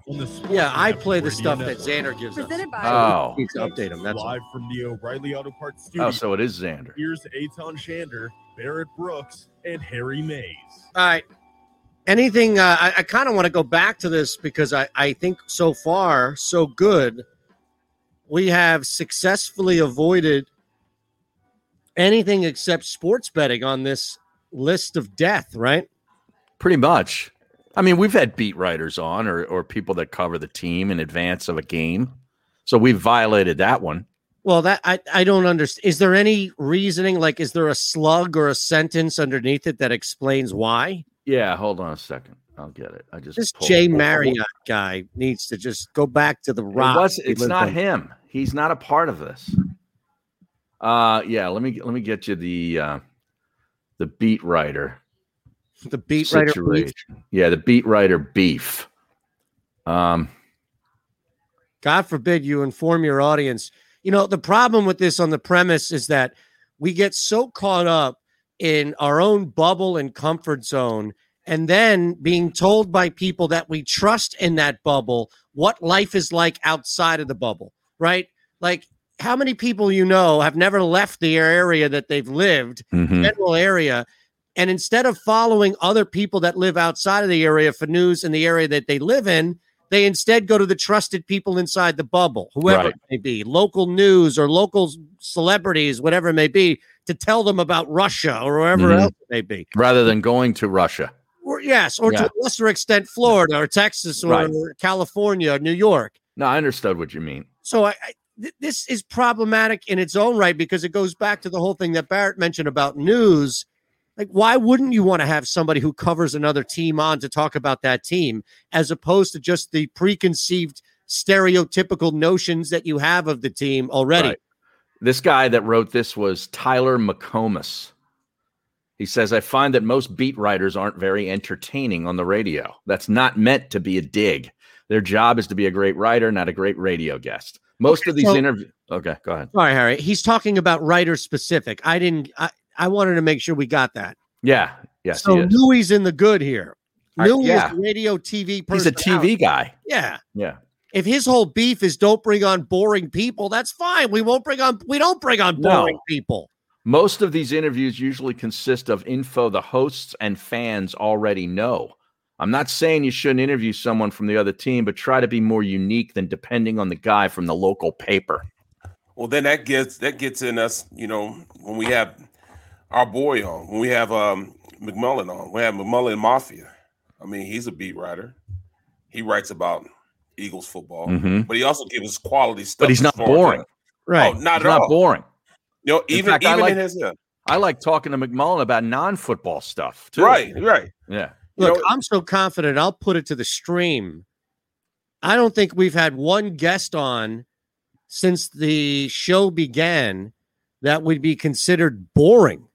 Yeah, I play the stuff that Xander gives us.
Presented by-
Oh.
Needs to update him. That's all.
live from the O'Reilly Auto Parts studio.
Oh, so it is Xander.
Here's Aton Shander, Barrett Brooks, and Harry Mays.
All right. Anything? Uh, I, I kind of want to go back to this because I, I think so far so good. We have successfully avoided anything except sports betting on this list of death, right?
Pretty much. I mean, we've had beat writers on or, or people that cover the team in advance of a game. So we violated that one.
Well, that I, I don't understand. Is there any reasoning? Like, is there a slug or a sentence underneath it that explains why?
Yeah, hold on a second. I'll get it. I just
This
pulled-
Jay Marriott guy needs to just go back to the
It
rock.
was-
he
it's
lived
not
on.
him. He's not a part of this. Uh yeah, let me let me get you the uh the beat writer.
The beat writer beef?
Yeah, the beat writer beef. Um
God forbid you inform your audience. You know, the problem with this on the premise is that we get so caught up in our own bubble and comfort zone, and then being told by people that we trust in that bubble what life is like outside of the bubble, right? Like, how many people you know have never left the area that they've lived,
Mhm.
general area, and instead of following other people that live outside of the area for news in the area that they live in, they instead go to the trusted people inside the bubble, whoever
Right.
it may be, local news or local s- celebrities, whatever it may be, to tell them about Russia or wherever
Mhm.
else it may be.
rather than going to Russia.
Or, yes, or to
Yeah.
a lesser extent, Florida or Texas or
Right.
California or New York.
No, I understood what you mean.
So I, I th- this is problematic in its own right because it goes back to the whole thing that Barrett mentioned about news. Like, why wouldn't you want to have somebody who covers another team on to talk about that team as opposed to just the preconceived stereotypical notions that you have of the team already?
Right. This guy that wrote this was Tyler McComas. He says, I find that most beat writers aren't very entertaining on the radio. That's not meant to be a dig. Their job is to be a great writer, not a great radio guest. Most
Okay,
of these
so-
interviews. Okay, go ahead.
Sorry, Harry. He's talking about writer specific. I didn't. I, I wanted to make sure we got that.
Yeah. Yes.
so
he is.
Louis in the good here.
I-
Louis
yeah.
is radio, TV.
He's a
personality.
TV guy.
Yeah.
Yeah.
if his whole beef is don't bring on boring people, that's fine. We won't bring on we don't bring on
No.
boring people.
Most of these interviews usually consist of info the hosts and fans already know. I'm not saying you shouldn't interview someone from the other team, but try to be more unique than depending on the guy from the local paper.
Well, then that gets that gets in us, you know, when we have our boy on, when we have um McMullen on, we have McMullen Mafia. I mean, he's a beat writer. He writes about Eagles football,
Mhm.
but he also gives us quality stuff.
But he's
as
not
far as
boring.
that.
Right.
Oh, not
It's
at
not
all.
boring.
You know,
In
even
fact, I
even
like-
in his uh, yeah.
I like talking to McMullen about non-football stuff too.
right, right.
Yeah.
Look, I'm so confident I'll put it to the stream. I don't think we've had one guest on since the show began that would be considered boring.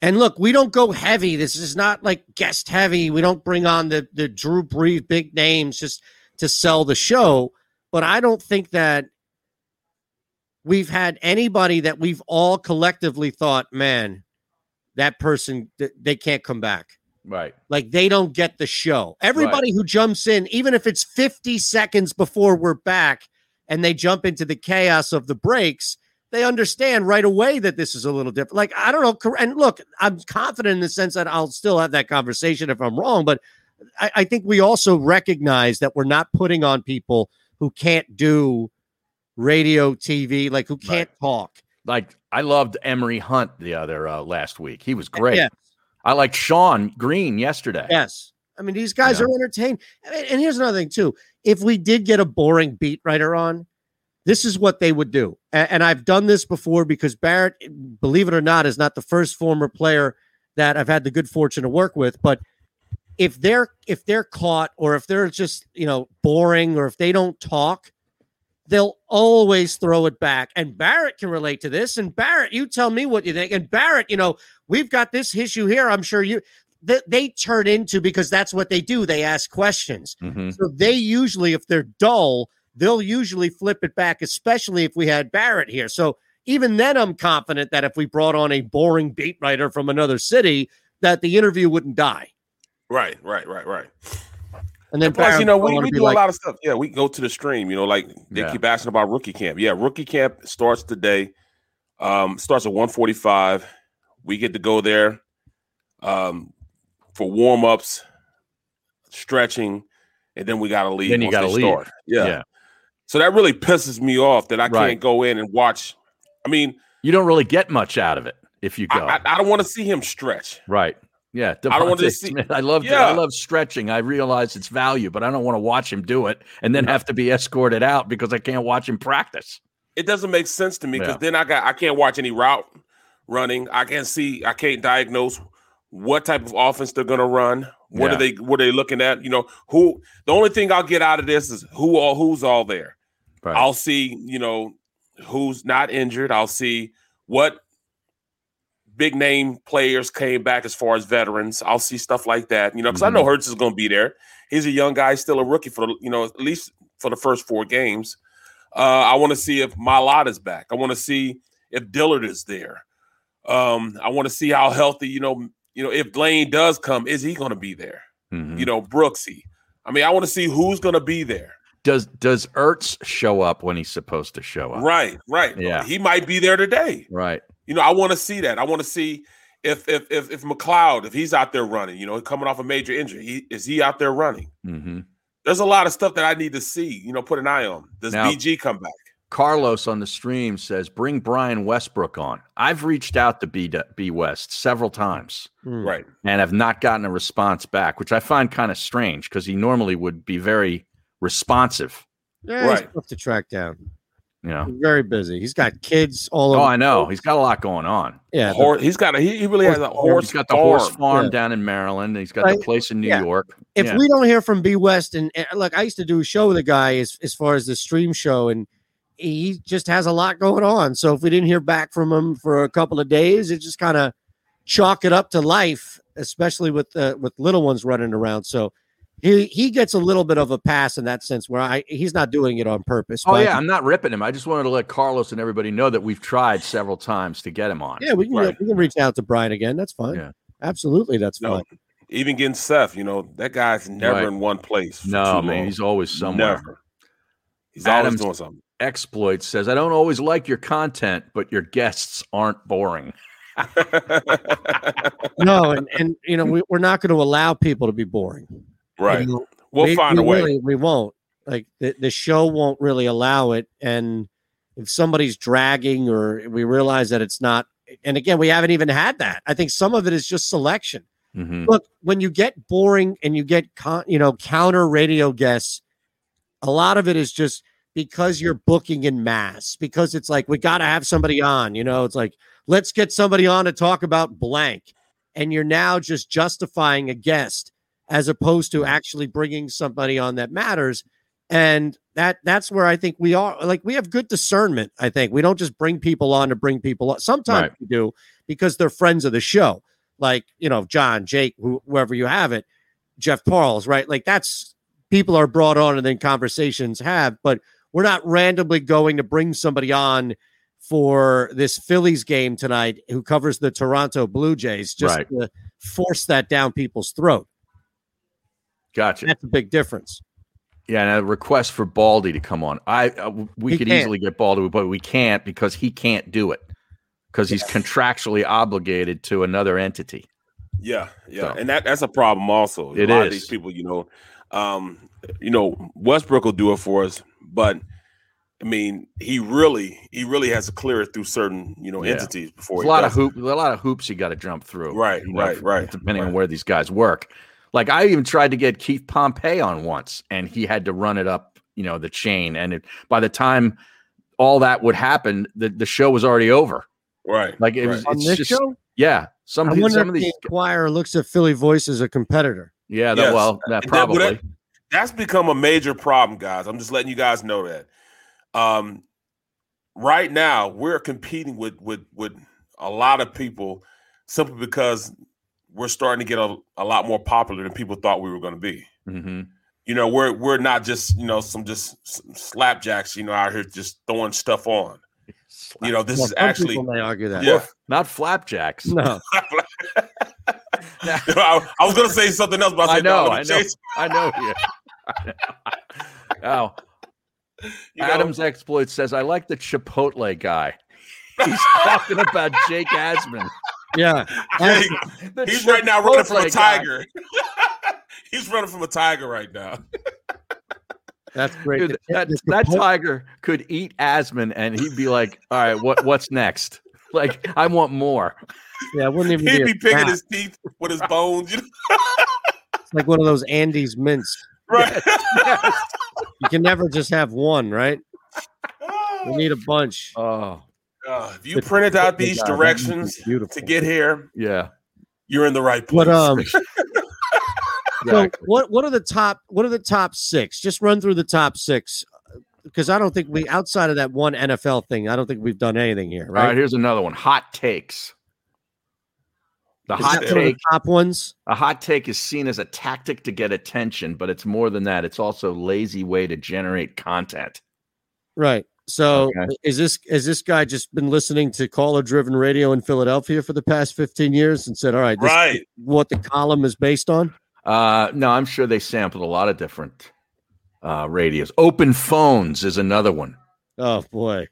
And look, we don't go heavy. This is not like guest heavy. We don't bring on the the Drew Brees big names just to sell the show. But I don't think that we've had anybody that we've all collectively thought, man, that person th- they can't come back.
Right.
Like they don't get the show. Everybody who jumps in, even if it's 50 seconds before we're back and they jump into the chaos of the breaks, they understand right away that this is a little different. Like, I don't know. cor- And look, I'm confident in the sense that I'll still have that conversation if I'm wrong, but I, I think we also recognize that we're not putting on people who can't do radio, TV, like who can't talk.
Like I loved Emery Hunt the other uh, last week. He was great.
yes.
I liked Sean Green yesterday.
Yes. I mean, these guys are entertained. I mean, and here's another thing, too. If we did get a boring beat writer on, this is what they would do. A- And, I've done this before because Barrett, believe it or not, is not the first former player that I've had the good fortune to work with. But if they're if they're caught or if they're just, you know, boring or if they don't talk, they'll always throw it back. And Barrett can relate to this. And Barrett, you tell me what you think. And Barrett, you know, we've got this issue here. I'm sure you they, they turn into because that's what they do. They ask questions.
Mhm.
So they usually, if they're dull, they'll usually flip it back, especially if we had Barrett here. So even then, I'm confident that if we brought on a boring beat writer from another city, that the interview wouldn't die.
Right, right, right, right.
And then
Plus,
Barron's
you know,
gonna
we,
wanna
we
be
do
like-
a lot of stuff. Yeah, we go to the stream. You know, like they
Yeah.
keep asking about rookie camp. Yeah, rookie camp starts today. Um, starts at 145. We get to go there um, for warm ups, stretching, and then we got to leave.
Then you
once
gotta
they
leave.
start. Yeah.
Yeah.
So that really pisses me off that I
Right.
can't go in and watch. I mean,
you don't really get much out of it if you go.
I, I don't want to see him stretch.
right. Yeah.
I don't want to
Devontae
see-
Smith. I love
Yeah.
I love stretching. I realize its value, but I don't want to watch him do it and then have to be escorted out because I can't watch him practice.
it doesn't make sense to me because
Yeah.
then I got I can't watch any route running. I can't see. I can't diagnose what type of offense they're going to run. What
Yeah.
are they? What are they looking at? You know, who? The only thing I'll get out of this is who all who's all there.
Right.
I'll see. You know, who's not injured. I'll see what big name players came back as far as veterans. I'll see stuff like that. You know, because I know
Mhm.
Hurts is going to be there. He's a young guy, still a rookie for the- you know at least for the first four games. Uh, I want to see if Malad is back. I want to see if Dillard is there. Um, I want to see how healthy you know you know if Blaine does come, is he going to be there? You know, Brooksy. I mean, I want to see who's going to be there.
Does does Ertz show up when he's supposed to show up?
Right, right.
Yeah.
he might be there today.
Right.
You know, I want to see that. I want to see if if if if McLeod, if he's out there running, you know, coming off a major injury, he, is he out there running?
Mm-hmm.
There's a lot of stuff that I need to see. You know, put an eye on. Does
Now-
BG come back?
Carlos on the stream says, "Bring Brian Westbrook on." I've reached out to B, B West several times,
Mm. Right.
and have not gotten a response back, which I find kind of strange because he normally would be very responsive.
Yeah, "Eh, he's tough to track down.
Yeah,
He's very busy. He's got kids all over.
Oh, I know. He's got a lot going on.
Yeah.
Hor- he's got a. He, he really has a horse.
He's got the horse farm
Yeah.
down in Maryland. He's got
Right.
the place in New
Yeah.
York.
if
Yeah. Oh,
we don't hear from B West and and, look, I used to do a show with a guy as as far as the stream show, and he just has a lot going on. So if we didn't hear back from him for a couple of days, it just kind of chalk it up to life, especially with uh, with little ones running around. So he he gets a little bit of a pass in that sense, where I he's not doing it on purpose.
Oh
but I
yeah, I'm not ripping him. I just wanted to let Carlos and everybody know that we've tried several times to get him on.
Yeah, we can we can reach out to Brian again. That's fine. Absolutely, that's
No.
fine.
Even getting Seth, you know, that guy's never
Right.
in one place. for
No,
too
man,
long.
he's always somewhere.
Never. He's always doing something.
Exploit says, I don't always like your content, but your guests aren't boring.
no, and and you know we, we're not going to allow people to be boring.
Right.
You know,
We'll find a way.
really- we won't. Like the, the show won't really allow it. And if somebody's dragging or we realize that it's not, and again, we haven't even had that. I think some of it is just selection.
Mm-hmm.
Hmm.
Look, when you get boring and you get con- you know counter radio guests, a lot of it is just because you're booking in mass. Because it's like we got to have somebody on. You know, it's like let's get somebody on to talk about blank, and you're now just justifying a guest as opposed to actually bringing somebody on that matters. And that that's where I think we are. Like we have good discernment. I think we don't just bring people on to bring people on. Sometimes
Right.
we do because they're friends of the show, like you know John, Jake, who, whoever you have it, Jeff Parles, right? Like that's people are brought on and then conversations have, but we're not randomly going to bring somebody on for this Phillies game tonight who covers the Toronto Blue Jays just
Right.
to force that down people's throat.
Gotcha.
That's a big difference.
Yeah, and a request for Baldy to come on. I uh, w- we
He
could
can't.
easily get Baldy, but we can't because he can't do it because he's contractually obligated to another entity.
Yeah, yeah,
So-
and that that's a problem also.
It
a lot of
is.
these people, you know, um, you know, Westbrook will do it for us, but I mean, he really, he really has to clear it through certain, you know,
Yeah.
entities before
There's
he
a lot
does
of hoop, a lot of hoops you got to jump through.
Right,
you know,
right,
f-
right,
Depending on
right.
where these guys work, like I even tried to get Keith Pompey on once, and he had to run it up, you know, the chain. And it, by the time all that would happen, the, the show was already over.
it. right?
Like it was
On
it's
this
just,
show?
Yeah, some
I
of these-
wonder
some
if
of these.
the Inquirer looks at Philly Voice as a competitor.
Yeah, that,
Yes.
well, that
And that- well,
probably.
that- that's become a major problem, guys. I'm just letting you guys know that. Um, right now we're competing with with with a lot of people simply because we're starting to get a, a lot more popular than people thought we were going to be.
mm-hmm.
you know we're we're not just you know some just s- slapjacks you know out here just throwing stuff on You know, this
Well,
is
some
actually
people may argue that.
Yeah.
Well,
not flapjacks.
No.
I, I was going to say something else, but I,
I
said, no,
know,
let me
I know,
change-
I know. you. Oh, Adam's exploit says I like the Chipotle guy. He's talking about Jake Asman.
Yeah,
The
he's right now running from a
Chipotle guy.
tiger. he's running from a tiger right now.
That's great.
Dude, that, that tiger could eat Asman, and he'd be like, "All right, what what's next? Like, I want more."
Yeah, it wouldn't even
He'd
be,
be
a
picking
crap.
his teeth with his bones. You know?
It's like one of those Andes mints.
Right.
You can never just have one, right? We need a bunch.
Oh,
Uh, if you printed out these directions to get here,
yeah,
you're in the right place.
But um, so what what are the top what are the top six? Just run through the top six because I don't think we outside of that one NFL thing. I don't think we've done anything here,
All
right?
right, here's another one. Hot takes. The
Is
hot
that one of the
take.
top ones.
A hot take is seen as a tactic to get attention, but it's more than that. It's also a lazy way to generate content.
Right. So is this is this guy just been listening to caller driven radio in Philadelphia for the past 15 years and said, all right, this is
Right.
what the column is based on?
Uh, no, I'm sure they sampled a lot of different uh, radios. Open phones is another one.
Oh boy.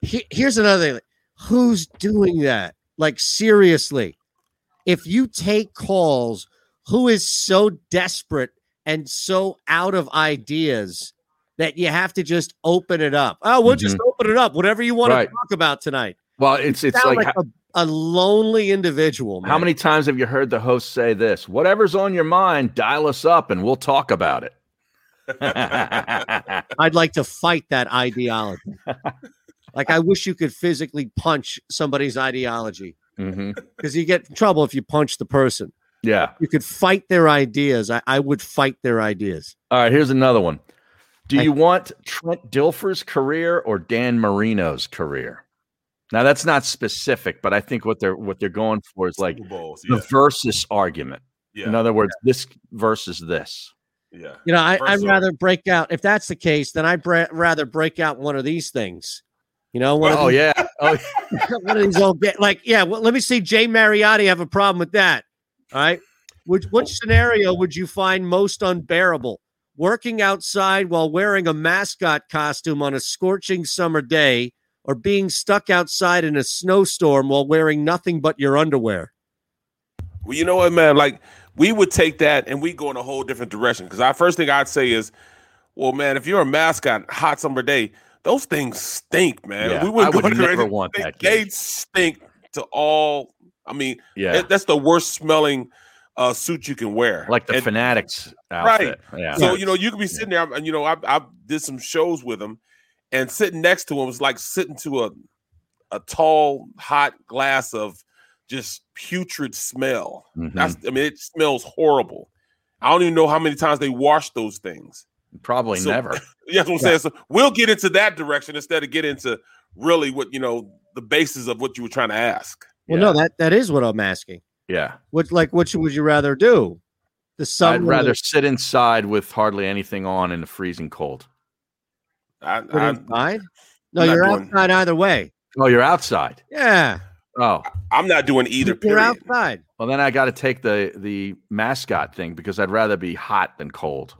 He- here's another thing. Who's doing that? Like seriously. If you take calls, who is so desperate and so out of ideas that you have to just open it up? Oh, we'll just
Mhm.
open it up. Whatever you want
Right.
to talk about tonight.
Well, it's it's
Sound
like, ho-
a, a lonely individual.
how, many times have you heard the host say this? Whatever's on your mind, dial us up and we'll talk about it.
I'd like to fight that ideology. like I wish you could physically punch somebody's ideology because
Mhm.
you get in trouble if you punch the person.
Yeah.
You could fight their ideas. I, I would fight their ideas.
All right, here's another one. Do you want Trent Dilfer's career or Dan Marino's career? Now that's not specific, but I think what they're what they're going for is like
Bowls,
the
yeah.
versus argument. In
Yeah,
other words, this versus this.
Yeah.
You know, I, I'd
Versus-
rather break out. If that's the case, then I'd bra- rather break out one of these things. You know, one of
Oh
these-
yeah. Oh,
one of these old ga- like yeah. Well, let me see. Jay Mariotti have a problem with that. All right. Which which scenario would you find most unbearable? Working outside while wearing a mascot costume on a scorching summer day, or being stuck outside in a snowstorm while wearing nothing but your underwear.
Well, you know what, man? Like we would take that and we go in a whole different direction. Because our first thing I'd say is, well, man, if you're a mascot, hot summer day, those things stink, man.
Yeah,
we wouldn't
I would
go in there
never
and-
want
they,
that
They stink to all. I mean,
Yeah.
that- that's the worst smelling uh, suit you can wear.
Like the
And-
fanatics outfit.
Right.
Yeah.
So you know you could be sitting there, and you know I, I did some shows with him, and sitting next to him was like sitting to a a tall hot glass of just putrid smell.
Mhm.
That's I mean it smells horrible. I don't even know how many times they wash those things.
Probably
So-
never.
Yeah, that's what I'm saying. So we'll get into that direction instead of get into really what you know the basis of what you were trying to ask.
Well, no, that that is what I'm asking.
Yeah.
What like which would you rather do? The summer.
I'd rather sit inside with hardly anything on in the freezing cold.
I,
Put inside? No,
I'm not
you're
doing-
outside either way.
Oh, you're outside.
Yeah,
Oh.
I'm not doing either.
you're
Period.
outside.
Well, then I got to take the the mascot thing because I'd rather be hot than cold.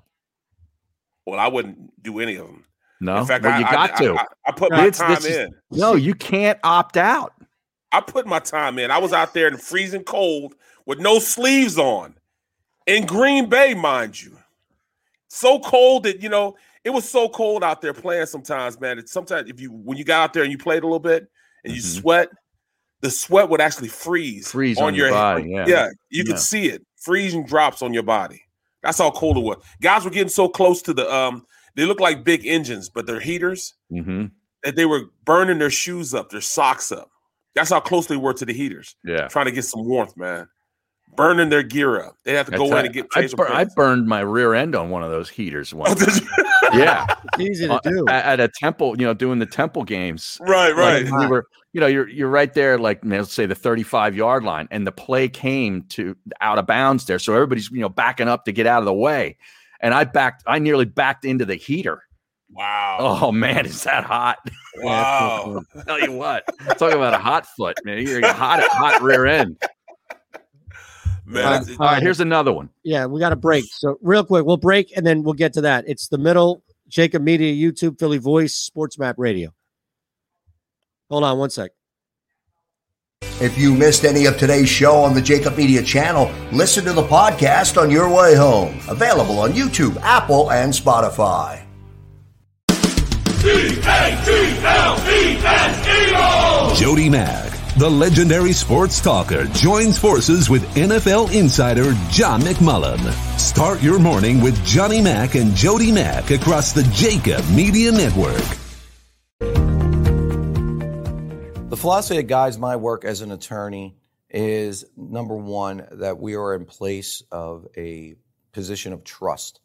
Well, I wouldn't do any of them.
No,
In fact,
Well,
I,
you
I-
got
I-
to.
I, I put my
It's-
time
this is-
in.
no, you can't opt out.
I put my time in. I was out there in freezing cold with no sleeves on in Green Bay, mind you. So cold that you know it was so cold out there playing. Sometimes, man, that sometimes if you when you got out there and you played a little bit and you sweat, the sweat would actually freeze,
Mm-hmm. Freeze on your body, yeah.
you
Yeah.
could see it freezing drops on your body. That's how cold it was. Guys were getting so close to the um. They look like big engines, but they're heaters
Mm-hmm.
that they were burning their shoes up, their socks up. That's how close they were to the heaters.
Yeah.
Trying to get some warmth, man. Burning their gear up. They have to go in and get
I,
change
bur- I
of
burned my rear end on one of those heaters once. yeah,
easy
to do at, at a temple. You know, doing the temple games.
Right,
Like,
right.
we were, you know, you're you're right there, like man, let's say the 35 yard line, and the play came to out of bounds there, so everybody's you know backing up to get out of the way, and I backed, I nearly backed into the heater.
Wow.
Oh man, is that hot?
Wow.
Tell you what, talk about a hot foot, man. You're a hot, hot rear end.
Man,
all right, here's another one.
Yeah, we got a break. So real quick, we'll break and then we'll get to that. It's the middle. Jacob Media, YouTube, Philly Voice, Sports Map Radio. Hold on one sec.
If you missed any of today's show on the Jacob Media channel, listen to the podcast on your way home. Available on YouTube, Apple, and Spotify.
Jody Mack, the legendary sports talker, joins forces with NFL insider John McMullen. Start your morning with Johnny Mack and Jody Mack across the Jacob Media Network.
The philosophy that guides my work as an attorney is number one, that we are in place of a position of trust.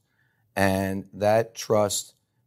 And that trust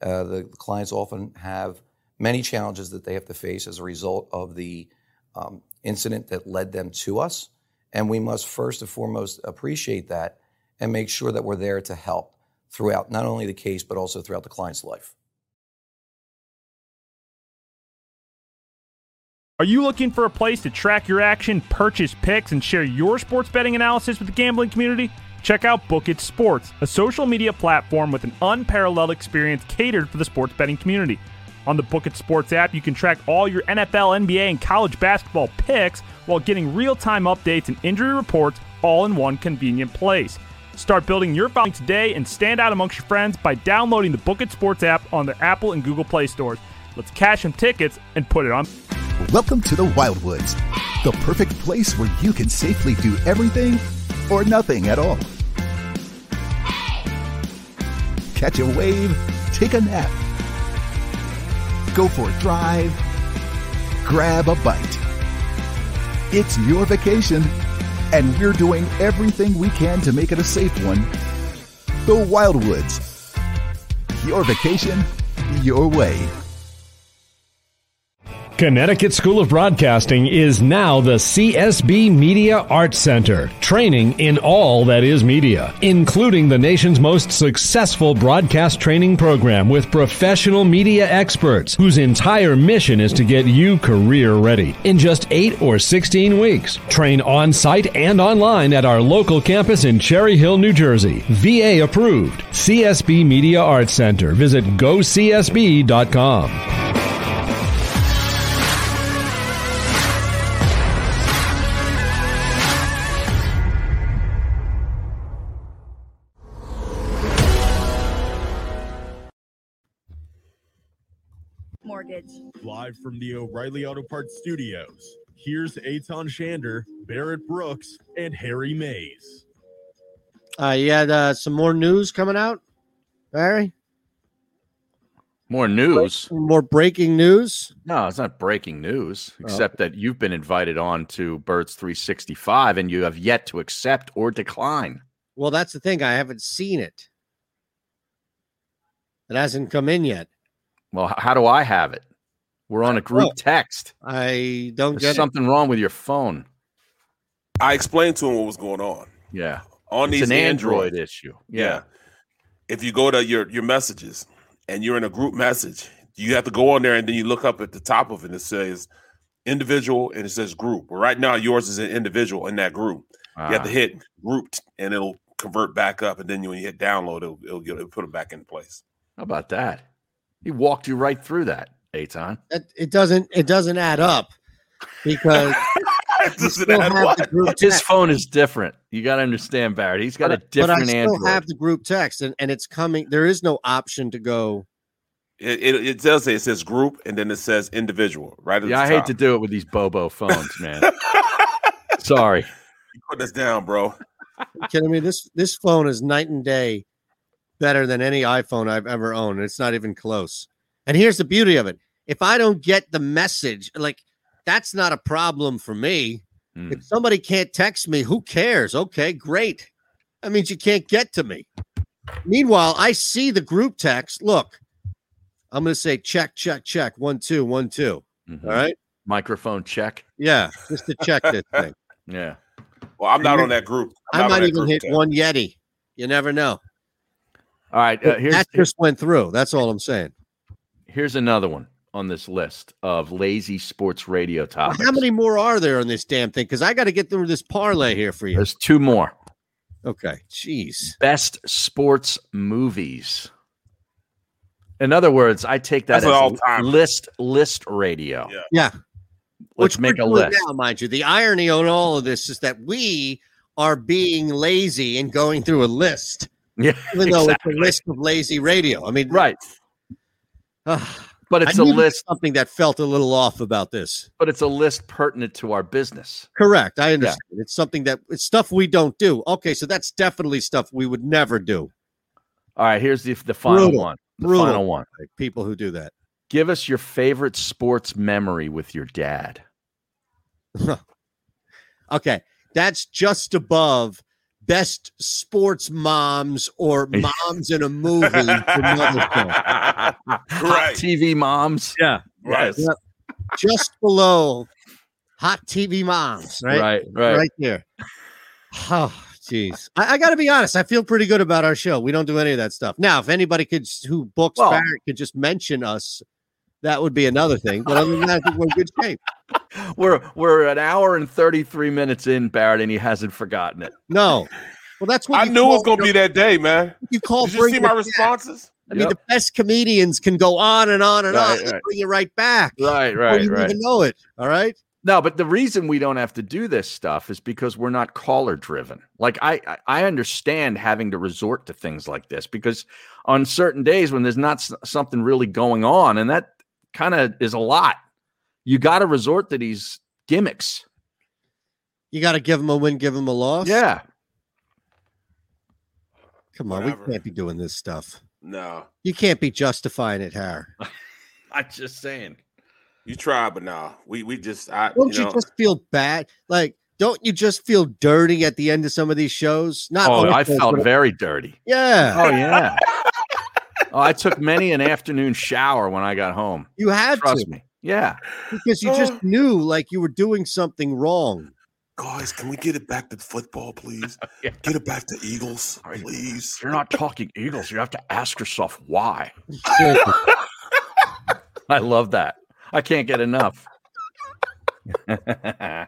Uh, the clients often have many challenges that they have to face as a result of the um, incident that led them to us. And we must first and foremost appreciate that and make sure that we're there to help throughout not only the case, but also throughout the client's life.
Are you looking for a place to track your action, purchase picks, and share your sports betting analysis with the gambling community? Check out Book It Sports, a social media platform with an unparalleled experience catered for the sports betting community. On the Book It Sports app, you can track all your NFL, NBA, and college basketball picks while getting real time updates and injury reports all in one convenient place. Start building your following today and stand out amongst your friends by downloading the Book It Sports app on the Apple and Google Play stores. Let's cash some tickets and put it on.
Welcome to the Wildwoods, the perfect place where you can safely do everything or nothing at all. Catch a wave, take a nap, go for a drive, grab a bite. It's your vacation, and we're doing everything we can to make it a safe one. The Wildwoods, your vacation, your way.
Connecticut School of Broadcasting is now the CSB Media Arts Center, training in all that is media, including the nation's most successful broadcast training program with professional media experts whose entire mission is to get you career ready. In just 8 or 16 weeks, train on site and online at our local campus in Cherry Hill, New Jersey. VA approved. CSB Media Arts Center. Visit gocsb.com.
Mortgage.
Live from the O'Reilly Auto Parts studios, here's Aton Shander, Barrett Brooks, and Harry Mays.
Uh, you had uh, some more news coming out, Barry?
More news.
More breaking news.
No, it's not breaking news,
Oh,
except that you've been invited on to Birds 365 and you have yet to accept or decline.
Well, that's the thing. I haven't seen it. It hasn't come in yet.
Well, h- how do I have it? We're on a group
Uh, Well,
text.
I don't
There's
get it.
something wrong with your phone.
I explained to him what was going on.
Yeah.
On
It's
these
an Android
Androids.
issue. Yeah.
If you go to your your messages and you're in a group message, you have to go on there and then you look up at the top of it and it says individual and it says group. Well, right now yours is an individual in that group. You have to
Ah.
hit grouped and it'll convert back up and then you, when you hit download it'll it'll, get, it'll put them back in place.
How about that? He walked you right through that, Aton.
It- It doesn't. It doesn't add up because you still have the group
His
text.
phone is different. You got to understand, Barrett. He's got a
but I
different
still
Android.
have the group text, and, and it's coming. There is no option to go.
It, it, it does say it says group and then it says individual right at
yeah,
the
I hate
top.
to do it with these Bobo phones, man. Sorry.
You put us down, bro.
You kidding me? This this phone is night and day better than any iPhone I've ever owned. It's not even close. And here's the beauty of it. If I don't get the message, like that's not a problem for me. If somebody can't text me, who cares? Okay, great. That means you can't get to me. Meanwhile, I see the group text. Look, I'm going to say check, check, check. One, two, one, two. All right.
Microphone check.
Yeah. Just to check this thing.
Yeah.
Well, I'm not on that group. I'm
I
not on
might
that
even
group
hit
chat.
one Yeti. You never know.
All right. Uh,
But
here's,
that just went through. That's all I'm saying.
here's another one on this list of lazy sports radio topics.
How many more are there on this damn thing? Because I got to get through this parlay here for you.
There's two more.
Okay. Jeez.
Best sports movies. In other words, I take that
That's an
as
all-time.
list list radio.
Yeah.
Yeah.
Let's
Which
make
we're
a
doing
list.
Now, mind you, the irony on all of this is that we are being lazy and going through a list.
Yeah,
even though
exactly.
it's a list of lazy radio. I mean,
right. but it's
a
a list.
Something that felt a little off about this.
But it's a list pertinent to our business.
Correct. I understand. It's something that it's stuff we don't do. Okay, so that's definitely stuff we would never do.
All right, here's the the final
Brutal.
one. The
Brutal.
final one.
Like, people who do that.
Give us your favorite sports memory with your dad.
Okay, that's just above best sports moms or moms in a movie. for Mother's Day.
Hot TV moms.
Yeah.
Yes.
Yep. Just below hot TV moms, right?
Right, right.
Right there. Oh, jeez. I, I got to be honest. I feel pretty good about our show. We don't do any of that stuff. Now, if anybody could s- who books
Well-
Barrett could just mention us, that would be another thing. But other than that, I think we're in good shape.
We're we're an hour and 33 minutes in, Barrett, and he hasn't forgotten it.
No. Well, that's what
I
you
knew it was
call-
gonna be that day, man.
You call
Did you see
bring it
my
back.
responses?
I mean, the best comedians can go on and on and
Right,
on. They
right.
bring you right back.
Right,
Before
right,
you
right.
even know it. All right.
No, but the reason we don't have to do this stuff is because we're not caller driven. Like I, I- I understand having to resort to things like this because on certain days when there's not s- something really going on, and that kind of is a lot, you got to resort to these gimmicks.
You got to give them a win, give them a loss.
Yeah.
Come on, we can't be doing this stuff.
No.
You can't be justifying it, Har.
I'm just saying.
You try, but nah. We we just I
Don't
you
you,
know
just feel bad? Like, don't you just feel dirty at the end of some of these shows? Not
Oh,
all
I
of them,
felt
but-
very dirty.
Yeah,
Oh yeah. oh, I took many an afternoon shower when I got home.
you had
Trust
to
me. Yeah. Oh.
because you just knew like you were doing something wrong.
guys, can we get it back to football, please? Get it back to Eagles, please.
You're not talking Eagles. You have to ask yourself why. I love that. I can't get enough. I,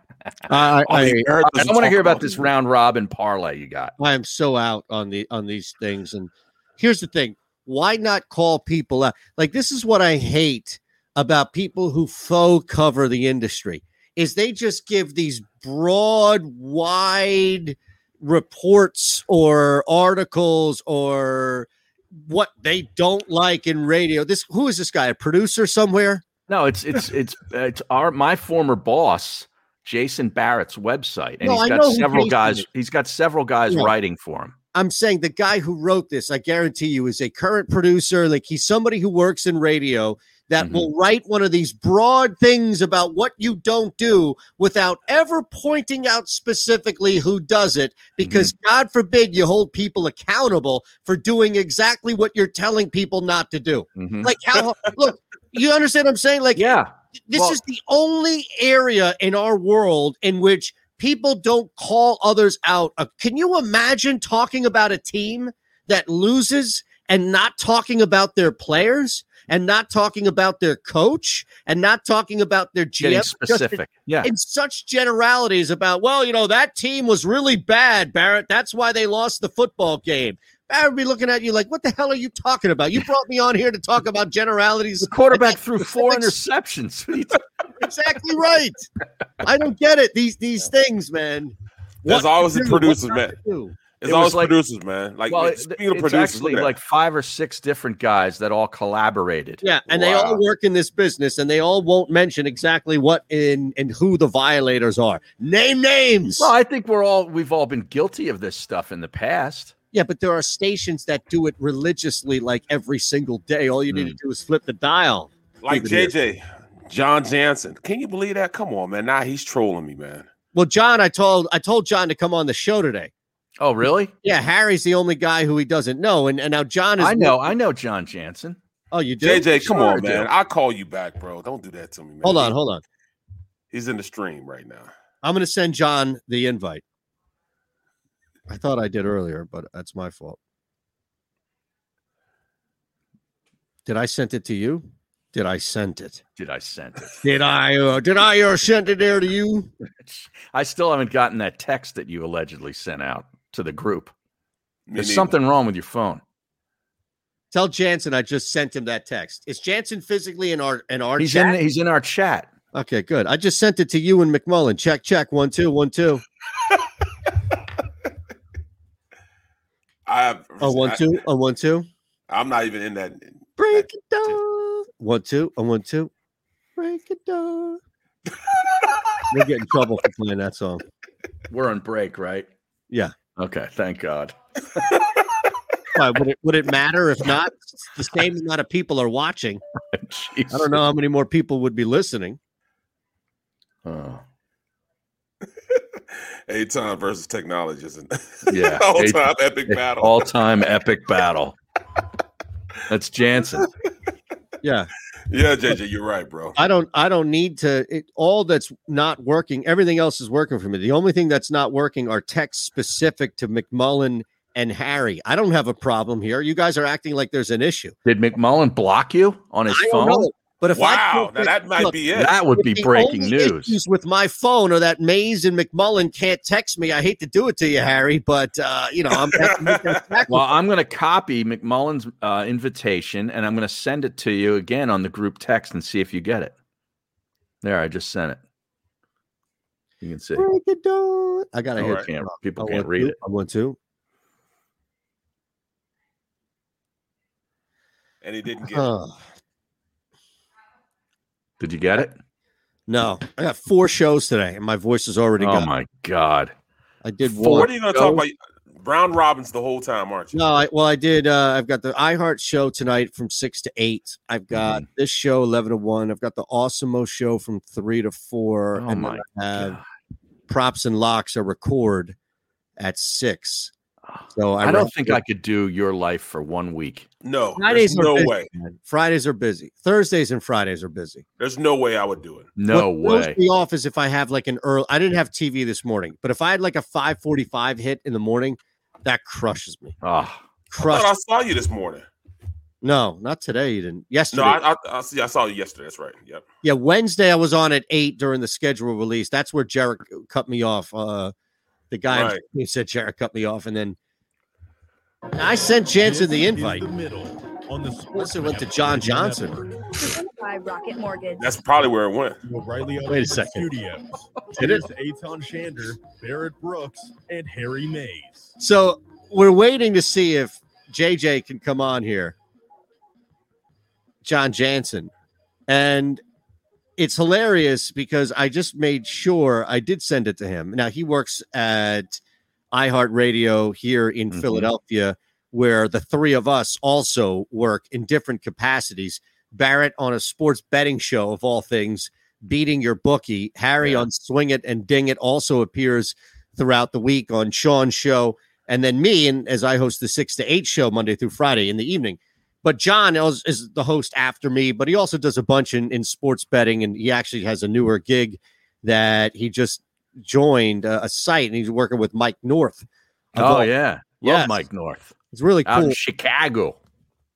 I, I,
want to hear about this round robin parlay you got.
I am so out on the on these things. And here's the thing: why not call people out? Like this is what I hate about people who faux cover the industry is they just give these broad, wide reports or articles or what they don't like in radio. This who is this guy? A producer somewhere?
No, it's it's it's it's our my former boss, Jason Barrett's website, and
No,
he's
I
got
know who
several
Jason
guys.
is.
He's got several guys
Yeah.
writing for him.
I'm saying the guy who wrote this, I guarantee you, is a current producer. Like he's somebody who works in radio that
Mm-hmm.
will write one of these broad things about what you don't do without ever pointing out specifically who does it, because
Mm-hmm.
God forbid you hold people accountable for doing exactly what you're telling people not to do.
Mhm.
Like how look, you understand what I'm saying? Like
yeah,
this
Well-
is the only area in our world in which people don't call others out. Uh, can you imagine talking about a team that loses and not talking about their players and not talking about their coach and not talking about their GM?
Getting
Just in-
specific. Yeah.
In such generalities about, well, you know, that team was really bad, Barrett. That's why they lost the football game. Barrett would be looking at you like, what the hell are you talking about? You brought me on here to talk about generalities. The
Quarterback threw four interceptions. What are you talking-
exactly right. I don't get it. These these things, man.
There's always the producers, man. It's
It was
always
like-
producers, man. Like
well, it-
speaking of
it's
producers,
actually
look at
like five or six different guys that all collaborated.
Yeah, and they all work in this business, and they all won't mention exactly what in and who the violators are. Name names.
Well, I think we're all we've all been guilty of this stuff in the past.
Yeah, but there are stations that do it religiously, like every single day. All you need
Hmm.
to do is flip the dial.
Like
Keep it here.
JJ, John Jansen. Can you believe that? Come on, man. Nah, he's trolling me, man.
Well, John, I told I told John to come on the show today.
Oh, really?
Yeah, Harry's the only guy who he doesn't know, and, and now John is.
I know, I know John Jansen.
Oh, you do.
JJ, come
Sure I
on,
do.
man. I'll call you back, bro. Don't do that to me, man.
Hold on, hold on.
He's in the stream right now.
I'm going to send John the invite. I thought I did earlier, but that's my fault. Did I send it to you? Did I send it?
Did I send it?
Did I? Uh, did I uh, send it there to you?
I still haven't gotten that text that you allegedly sent out to the group.
Me
There's
neither.
something wrong with your phone.
Tell Jansen I just sent him that text. Is Jansen physically in our in our
He's
chat?
in. He's in our chat.
okay, good. I just sent it to you and McMullen. Check, check. One, two, one, two.
I have
A Oh, one, two, a one, two.
I, am not even in that.
Break it down. One, two, a one, two. Break it down. We'll get in trouble for playing that song.
We're on break, right?
Yeah.
Okay. Thank God.
Why, would it would it matter if not? It's the same amount of people are watching. I don't know how many more people would be listening.
Oh.
A time versus technology is an
Yeah.
all
Eight-
time epic
eight-
battle.
All time epic battle. That's Jansen.
Yeah.
yeah, JJ, you're right, bro.
I don't I don't need to it, all that's not working, everything else is working for me. The only thing that's not working are texts specific to McMullen and Harry. I don't have a problem here. You guys are acting like there's an issue.
Did McMullen block you on his
I
phone?
don't know, But if I
Wow,
can't
now
fix-
that might be it.
That would
if
be
the
breaking
only
news.
issues with my phone or that Mays and McMullen can't text me. I hate to do it to you, Harry, but uh, you know, I'm
Well, I'm going to copy McMullen's uh, invitation and I'm going to send it to you again on the group text and see if you get it. There, I just sent it. You can see.
Break it down. I gotta
Oh,
hear
I can't-
it.
people
I
can't
want
read
to,
it.
I want to.
And he didn't get
Huh.
Did you get it?
No, I got four shows today, and my voice is already
Oh
gone.
my god!
I did
Four.
one.
What are you going to talk about? Brown Robbins the whole time, aren't you?
No, I, well, I did. Uh, I've got the iHeart show tonight from six to eight. I've got
Mm-hmm.
this show eleven to one. I've got the Awesomeo show from three to four.
Oh
and
my
then I have props and locks. I record at six. So I,
I, don't
rec-
think I could do your life for one week.
No,
Fridays
there's
are
no
busy,
way.
man. Fridays are busy. Thursdays and Fridays are busy.
There's no way I would do it.
No
What throws
way.
me off is if I have like an early. I didn't have TV this morning, but if I had like a five forty-five hit in the morning, that crushes me.
Ah,
I
Crushes.
thought I saw you this morning.
no, not today. You didn't. Yesterday.
No, I, I, I see. I saw you yesterday. That's right. Yep.
yeah, Wednesday I was on at eight during the schedule release. That's where Jarek cut me off. Uh, the guy
Right.
who said Jarek cut me off, and then I sent Jansen the invite.
On the sports
Unless it went to John Johnson.
Presented by Rocket Mortgage.
That's probably where it went.
O'Reilly
Wait a second.
Studios.
Did it?
Here's Aton Shander, Barrett Brooks, and Harry Mays.
So we're waiting to see if JJ can come on here. John Jansen. And it's hilarious because I just made sure I did send it to him. Now he works at iHeartRadio here in
Mhm.
Philadelphia, where the three of us also work in different capacities. Barrett on a sports betting show of all things, beating your bookie. Harry on Swing It and Ding It also appears throughout the week on Sean's show, and then me, and as I host the six to eight show Monday through Friday in the evening. But John is, is the host after me, but he also does a bunch in, in sports betting, and he actually has a newer gig that he just joined uh, a site, and he's working with Mike North. of
Oh
all-
yeah, love
Yes.
Mike North
it's really
out in
cool.
Chicago.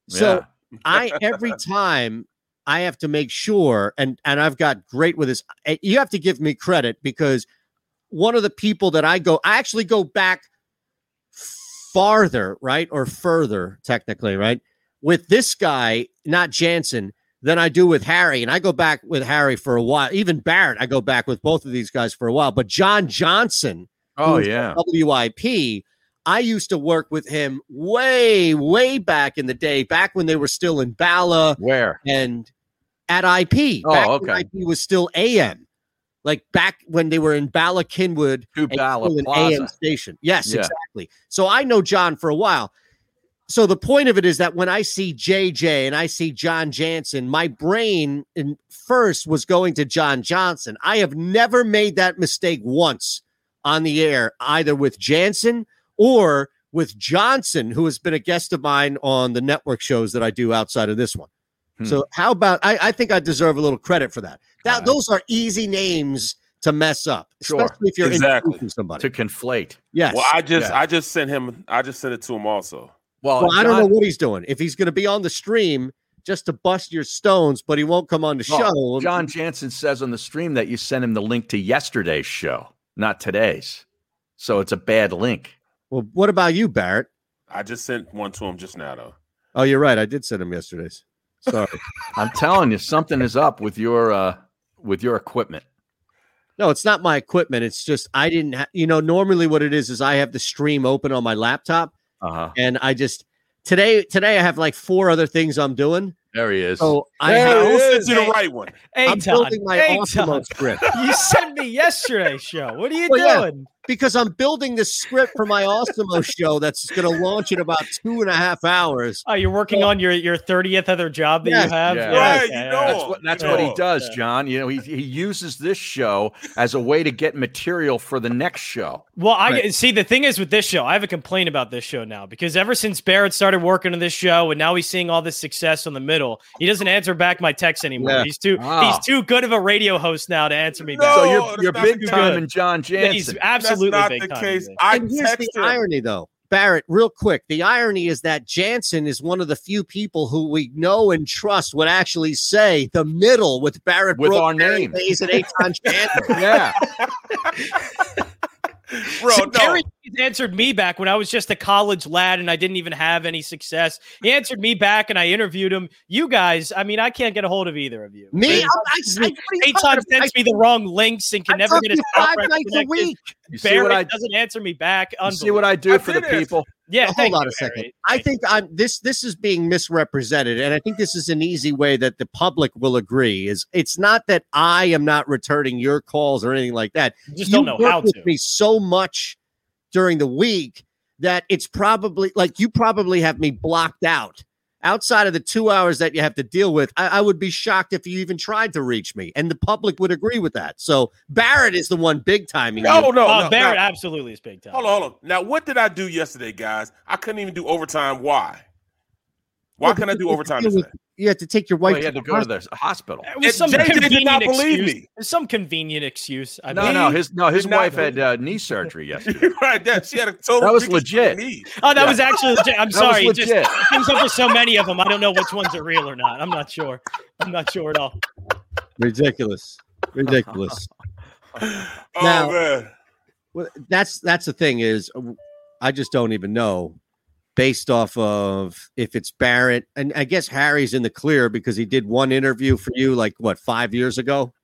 So I every time I have to make sure, and and I've got great with this. eh, You have to give me credit because one of the people that I go, I actually go back farther, right, or further, technically, right, with this guy, not Jansen, than I do with Harry, and I go back with Harry for a while. Even Barrett, I go back with both of these guys for a while, but John Johnson.
Oh,
who's
yeah.
WIP. I used to work with him way, way back in the day, back when they were still in Bala
where
and at IP.
Oh,
back when
okay.
IP was still AM. like back when they were in Bala Kinwood
to
Bala
Plaza.
AM station. Yes,
Yeah.
exactly. So I know John for a while. So the point of it is that when I see JJ and I see John Jansen, my brain in first was going to John Johnson. I have never made that mistake once on the air, either with Jansen or with Johnson, who has been a guest of mine on the network shows that I do outside of this one. So how about I, I think I deserve a little credit for that. That those are easy names to mess up, especially if you're
Exactly.
introducing somebody.
to conflate.
Yes.
Well, I just
Yeah.
I just sent him. I just sent it to him also.
Well, I don't know what he's doing. If he's going to be on the stream just to bust your stones, but he won't come on the
Oh,
show.
John Jansen says on the stream that you sent him the link to yesterday's show, not today's. So it's a bad link.
Well, what about you, Barrett?
I just sent one to him just now though.
Oh, you're right. I did send him yesterday's. Sorry.
I'm telling you, something is up with your uh with your equipment.
No, it's not my equipment. It's just I didn't. Ha- you know, normally what it is is I have the stream open on my laptop,
Uh-huh.
and I just today today I have like four other things I'm doing.
There he is.
So I
There
have,
it Who sent you the right one?
I'm building my
Hey,
awesome
Todd.
script.
You sent me yesterday's show. What are you
Well, yeah,
doing?
because I'm building this script for my Osmo show that's going to launch in about two and a half hours.
Oh, you're working on your your thirtieth other job that
Yes.
you have.
Yeah.
Yeah,
Right,
okay,
you
all
know That's what, that's what he
Yeah.
does, John. You know, he, he uses this show as a way to get material for the next show.
Well, I see. The thing is with this show, I have a complaint about this show now because ever since Barrett started working on this show, and now he's seeing all this success on the middle, he doesn't answer back my texts anymore.
Yeah.
He's too
Ah.
he's too good of a radio host now to answer me. back.
so you're, you're big time in John
Yeah,
Jansen.
he's absolutely
not
big
the
time.
case.
I
and here's the
texted him.
irony, though, Barrett. Real quick, the irony is that Jansen is one of the few people who we know and trust would actually say the middle with Barrett
With
Brooks,
our
Barry
name.
Mays, and Eitan Chandler.
yeah.
Bro,
so Barry answered me back when I was just a college lad and I didn't even have any success. He answered me back and I interviewed him. You guys, I mean, I can't get a hold of either of you.
Me?
Eitan-
I- I- what are you
Eitan
talking about?
sends me the wrong links and can never
talk
get
to
his
you five
contract
nights a
connected.
week.
You see
Barry
what I-
doesn't answer me back.
You see what I do for the people?
Yeah,
Now,
thank
hold on
you,
a second.
Barry.
I think I'm this this is being misrepresented, and I think this is an easy way that the public will agree. Is it's not that I am not returning your calls or anything like that.
You just don't know
work
how
with
to.
me so much during the week that it's probably like you probably have me blocked out. Outside of the two hours that you have to deal with, I, I would be shocked if you even tried to reach me, and the public would agree with that. So Barrett is the one big timing.
No,
you.
no,
Oh,
no,
Barrett
no.
absolutely is big time.
Hold on, hold on. Now, what did I do yesterday, guys? I couldn't even do overtime. Why? Why
Well,
can I do
because
overtime
you have to deal
yesterday?
with- You have to take your wife.
Well, he had to go to the hospital.
It was
It-
some
JJ did
convenient
not believe
excuse.
me.
It was some convenient excuse. I
No,
believe.
no, his no, his
Did not
wife
believe-
had uh, knee surgery yesterday.
right, that she had a total.
That was
freaking
legit.
knee.
Oh, that
Yeah.
was actually. Legit. I'm
That was
sorry. It just
legit.
it comes up with so many of them. I don't know which ones are real or not. I'm not sure. I'm not sure at all.
Ridiculous. Ridiculous.
Oh
Now-
man.
well, that's that's the thing is uh, I just don't even know based off of if it's Barrett and I guess Harry's in the clear because he did one interview for you like what 5 years ago.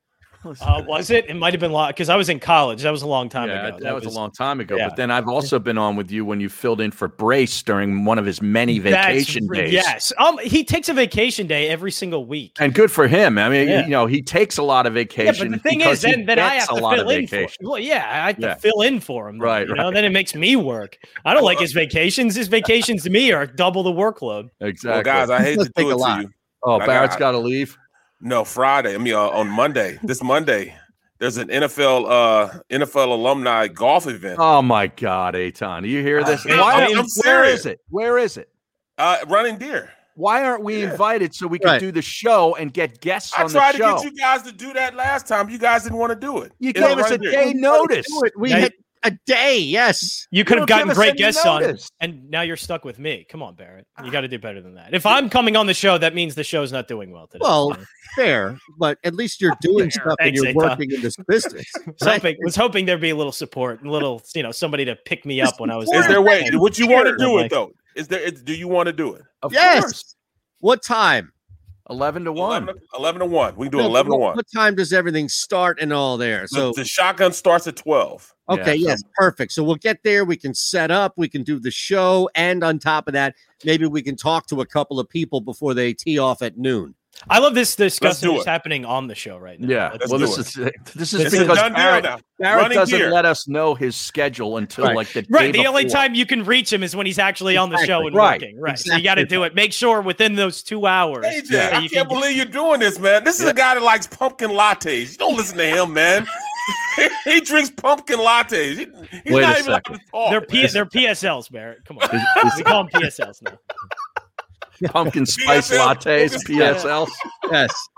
Uh, was it? It might have been long because I was in college. That was a long time
Yeah,
ago.
that was a long time ago.
yeah.
But then I've also been on with you when you filled in for Brace during one of his many
That's-
vacation days.
Yes. Um, he takes a vacation day every single week.
And good for him. I mean,
Yeah.
you know, he takes a lot of
Yeah,
vacation.
but the thing
because
is,
he
then, then I
gets
have to
a lot
fill
of
in for.
vacation.
Well, yeah, I have to
Yeah.
fill in for him. then,
Right,
You know,
right.
then it makes me work. I don't like his vacations. His vacations to me are double the workload.
Exactly.
Well, guys, I hate to
Let's take
do
a
it
lot.
to you.
oh,
I
Barrett's got
got-
to leave.
No, Friday. I mean, uh, on Monday. This Monday, there's an NFL uh NFL alumni golf event.
Oh my God, Aton, do you
Uh,
hear this?
I'm-
Why-
I'm
where
serious.
is it? Where is it?
Uh, running deer.
Why aren't we
Yeah.
invited so we can
Right.
do the show and get guests
I
on the
tried to
show?
get you guys to do that last time. You guys didn't want to do it.
You
It's
gave us a
Run Deer.
day notice.
Do it. We
Yeah,
had a day, yes.
You could have
don't give
gotten
us
great
any
guests
notice.
on, and now you're stuck with me. Come on, Barrett. You got to do better than that. If I'm coming on the show, that means the show's not doing well today.
Well, fair, but at least you're doing stuff and
Thanks,
you're
Eitan.
working in this business.
was hoping, was hoping there'd be a little support, a little, you know, somebody to pick me up when I was.
Is there a way? Would you want to
I'm
do
like-
it though? Is there? Is, do you want to do it?
Of
Yes.
course.
What time?
11 to 1.
11, to- 11 to one. We can do
No,
eleven to
what-
one.
What time does everything start and all there? So
So the shotgun starts at twelve.
Okay,
Yeah,
yes, perfect. So we'll get there. We can set up, we can do the show, and on top of that, maybe we can talk to a couple of people before they tee off at noon.
I love this discussion
do
that's
it.
happening on the show right now.
Yeah.
Let's
well,
do
this
it.
is uh, this is because Barrett, Barrett doesn't let us know his schedule until
Right.
like the
right.
day
The only
before.
time you can reach him is when he's actually on the
Exactly.
show and
Right.
working. Right. So
Exactly.
you got to do it. Make sure within those two hours.
AJ,
that
I
you
can't
can-
believe you're doing this, man. This is a guy that likes pumpkin lattes. You don't listen to him, man. he drinks pumpkin lattes. He- he's
Wait a
not even allowed
second.
to talk.
They're P- they're PSLs, Barrett. Come on.
Is- is-
we call them PSLs now.
pumpkin spice
PSL.
lattes, PSLs.
Yes.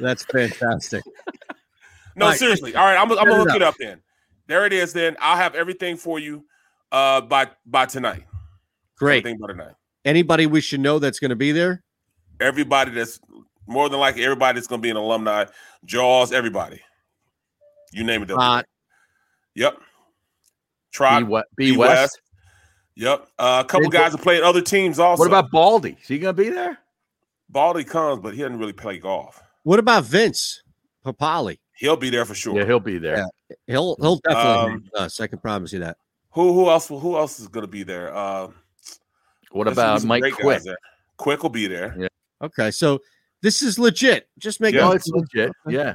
That's fantastic.
No,
Right.
seriously. All right, I'm, I'm gonna
Set it
hook it
up.
up then. There it is. Then I'll have everything for you uh, by by tonight.
Great.
Everything by tonight.
Anybody we should know that's going to be there?
Everybody that's more than likely everybody that's gonna be an alumni, Jaws, everybody. You name it.
Uh,
they'll be
Hot.
Yep. Trot.
B West- B West.
Yep. Uh, a couple
Did-
guys that played other teams also.
What about Baldy? Is he going to be there?
Baldy comes, but he doesn't really play golf.
What about Vince Papali?
He'll be there for sure.
Yeah, he'll be there.
Yeah, He'll he'll definitely
Um,
hang with us. I can promise you that.
Who who else who else is gonna be there? Uh,
What
there's
about
some
Mike
great guys
Quick?
there. Quick will be there.
Yeah.
Okay, so this is legit. Just make
Yeah.
up-
No, it's
Oh, legit. Yeah.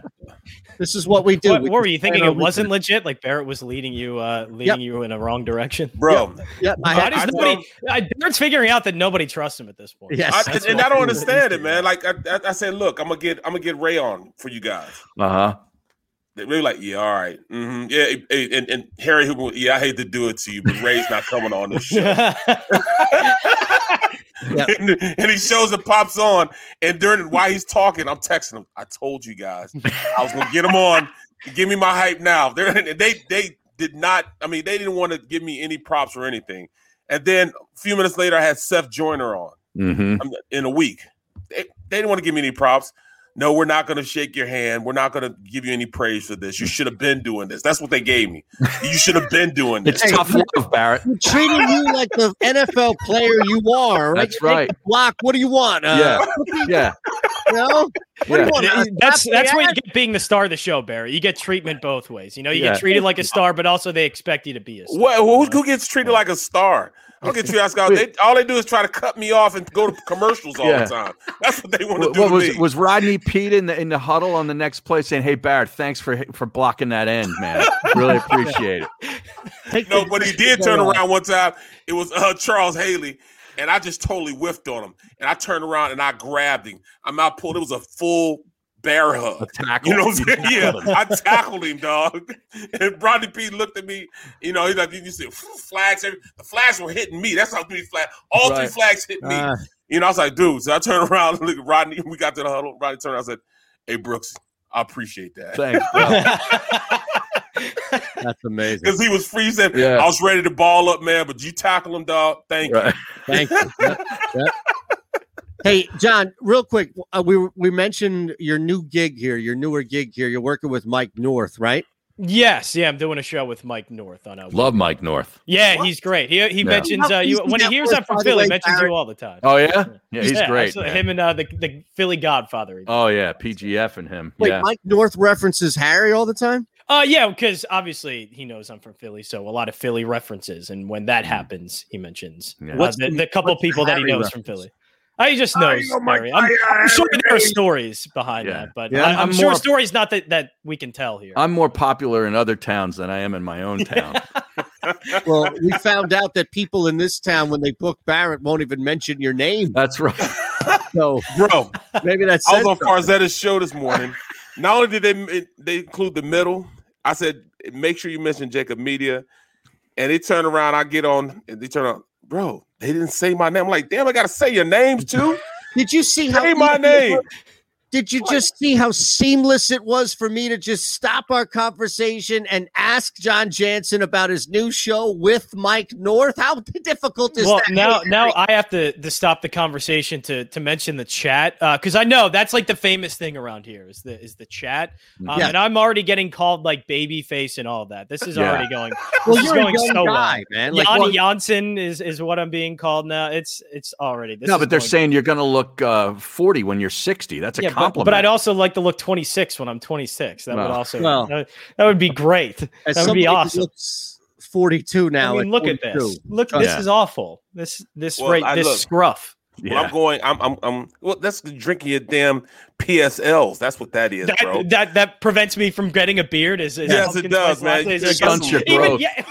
This is what we do.
What,
We
what were
just
you thinking?
plan
It
on
wasn't legit. Like Barrett was leading you, uh, leading you in a wrong direction,
bro.
Yeah,
I, just nobody. I, Barrett's figuring out that nobody trusts him at this point.
I-
That's
and
what-
I don't understand it, man. Like I, I, I said, look, I'm gonna get I'm gonna get Ray on for you guys.
Uh huh.
They were like, yeah, all right. Mhm. yeah. And, and, and Harry Hoover, yeah, I hate to do it to you, but Ray's not coming on this show. and, and he shows it pops on, and during while he's talking, I'm texting him. I told you guys, I was gonna get him on. Give me my hype now. They're, they they did not. I mean, they didn't want to give me any props or anything. And then a few minutes later, I had Seth Joyner on.
Mm-hmm.
I'm- in a week. They, they didn't want to give me any props. No, we're not going to shake your hand. We're not going to give you any praise for this. You should have been doing this. That's what they gave me. You should have been doing this.
It's tough love, Barrett.
We're treating you like the NFL player you are. Right?
That's
You take
right.
the block. What do you want? Uh,
yeah. Yeah.
You know? What do you want?
Yeah,
uh,
that's
slap
that's
the
what you
ass?
get being the star of the show, Barry. You get treatment both ways. You know, you
Yeah.
get treated like a star, but also they expect you to be a star.
What, who, who gets treated like a star? I don't get treated like a star. They, all they do is try to cut me off and go to commercials all
Yeah.
the time. That's what they want to
What,
do
what
to
was
me.
was Rodney Pete in the in the huddle on the next play saying, "Hey Barrett, thanks for for blocking that end, man. Really appreciate it."
no, but he did turn around one time. It was uh, Charles Haley, and I just totally whiffed on him. And I turned around and I grabbed him. I'm out pulled. It was a full bear hug.
tackle.
You know what I'm
You
saying? Yeah,
tackled him.
I tackled him, dog. And Rodney P looked at me. You know, he's like, you see flags. Every, the flags were hitting me. That's how three flags. All three
Right.
flags hit me.
Ah.
you know, I was like, dude. So I turned around and look at Rodney. We got to the huddle. Rodney turned. around, I said, "Hey, Brooks, I appreciate that.
Thanks, bro.
That's amazing.
because he was freezing.
Yeah.
I was ready to ball up, man. But you tackle him, dog. Thank
Right.
you.
Thank you. Yep, yep. Hey, John, real quick, uh, we we mentioned your new gig here, your newer gig here. You're working with Mike North, right?
Yes, yeah, I'm doing a show with Mike North on a.
Love Mike North.
Yeah, he's great. He he
Yeah.
mentions uh, you when he hears I'm from
By the
Philly,
way,
he mentions
Barrett-
you all the time.
Oh yeah, yeah, he's great.
absolutely.
man.
Him and uh, the the Philly Godfather. he
Oh yeah, PGF and him.
Wait,
yeah.
Mike North references Harry all the time?
Uh yeah, because obviously he knows I'm from Philly, so a lot of Philly references. And when that happens, he mentions uh,
What's
the,
the-
the couple
what's the
people that he
Harry
knows from Philly. I he just knows.
oh my
Barry. I'm,
God,
I'm sure
Harry.
there are stories behind that, but
Yeah,
I,
I'm
am sure
more-
stories not that, that we can tell here.
I'm more popular in other towns than I am in my own town.
Well, we found out that people in this town, when they book Barrett, won't even mention your name.
That's right.
So,
bro,
maybe that's
I was on Farzetta's show this morning. Not only did they they include the middle, I said make sure you mention Jacob Media, and they turn around. I get on, and they turn on, bro. They didn't say my name. I'm like, damn, I gotta say your names too.
Did you see
how my name?
Did you just see how seamless it was for me to just stop our conversation and ask John Jansen about his new show with Mike North? How difficult is
well,
that?
now now I have to, to stop the conversation to to mention the chat because I know that's like the famous thing around here is the is the chat,
Mm.
um,
Yeah.
and I'm already getting called like babyface and all of that. This is
Yeah.
already going.
Well,
this is
you're a
going
young
so
guy,
well.
man. Like,
Yanni
well-
Janssen is is what I'm being called now. It's it's already this
no,
is
but they're
going-
saying you're going to look uh, 40 when you're 60. That's a
Yeah, but,
compliment.
but I'd also like to look 26 when I'm 26. That would
Well,
also
well.
that, that would be great.
As
that would be
somebody who
awesome.
looks 42 now.
I mean, look at
42.
this. Look,
Uh,
this is awful. This this
Well,
right
I
this
look-
scruff.
Well, I'm going. I'm. I'm. I'm. Well, that's drinking your damn PSLs. That's what that is, bro.
That, that that prevents me from getting a beard. Is, is
yes, it
pumpkin
does,
spice
man.
lattes
Get
are
some-
good.
get
Even-
some-
yeah,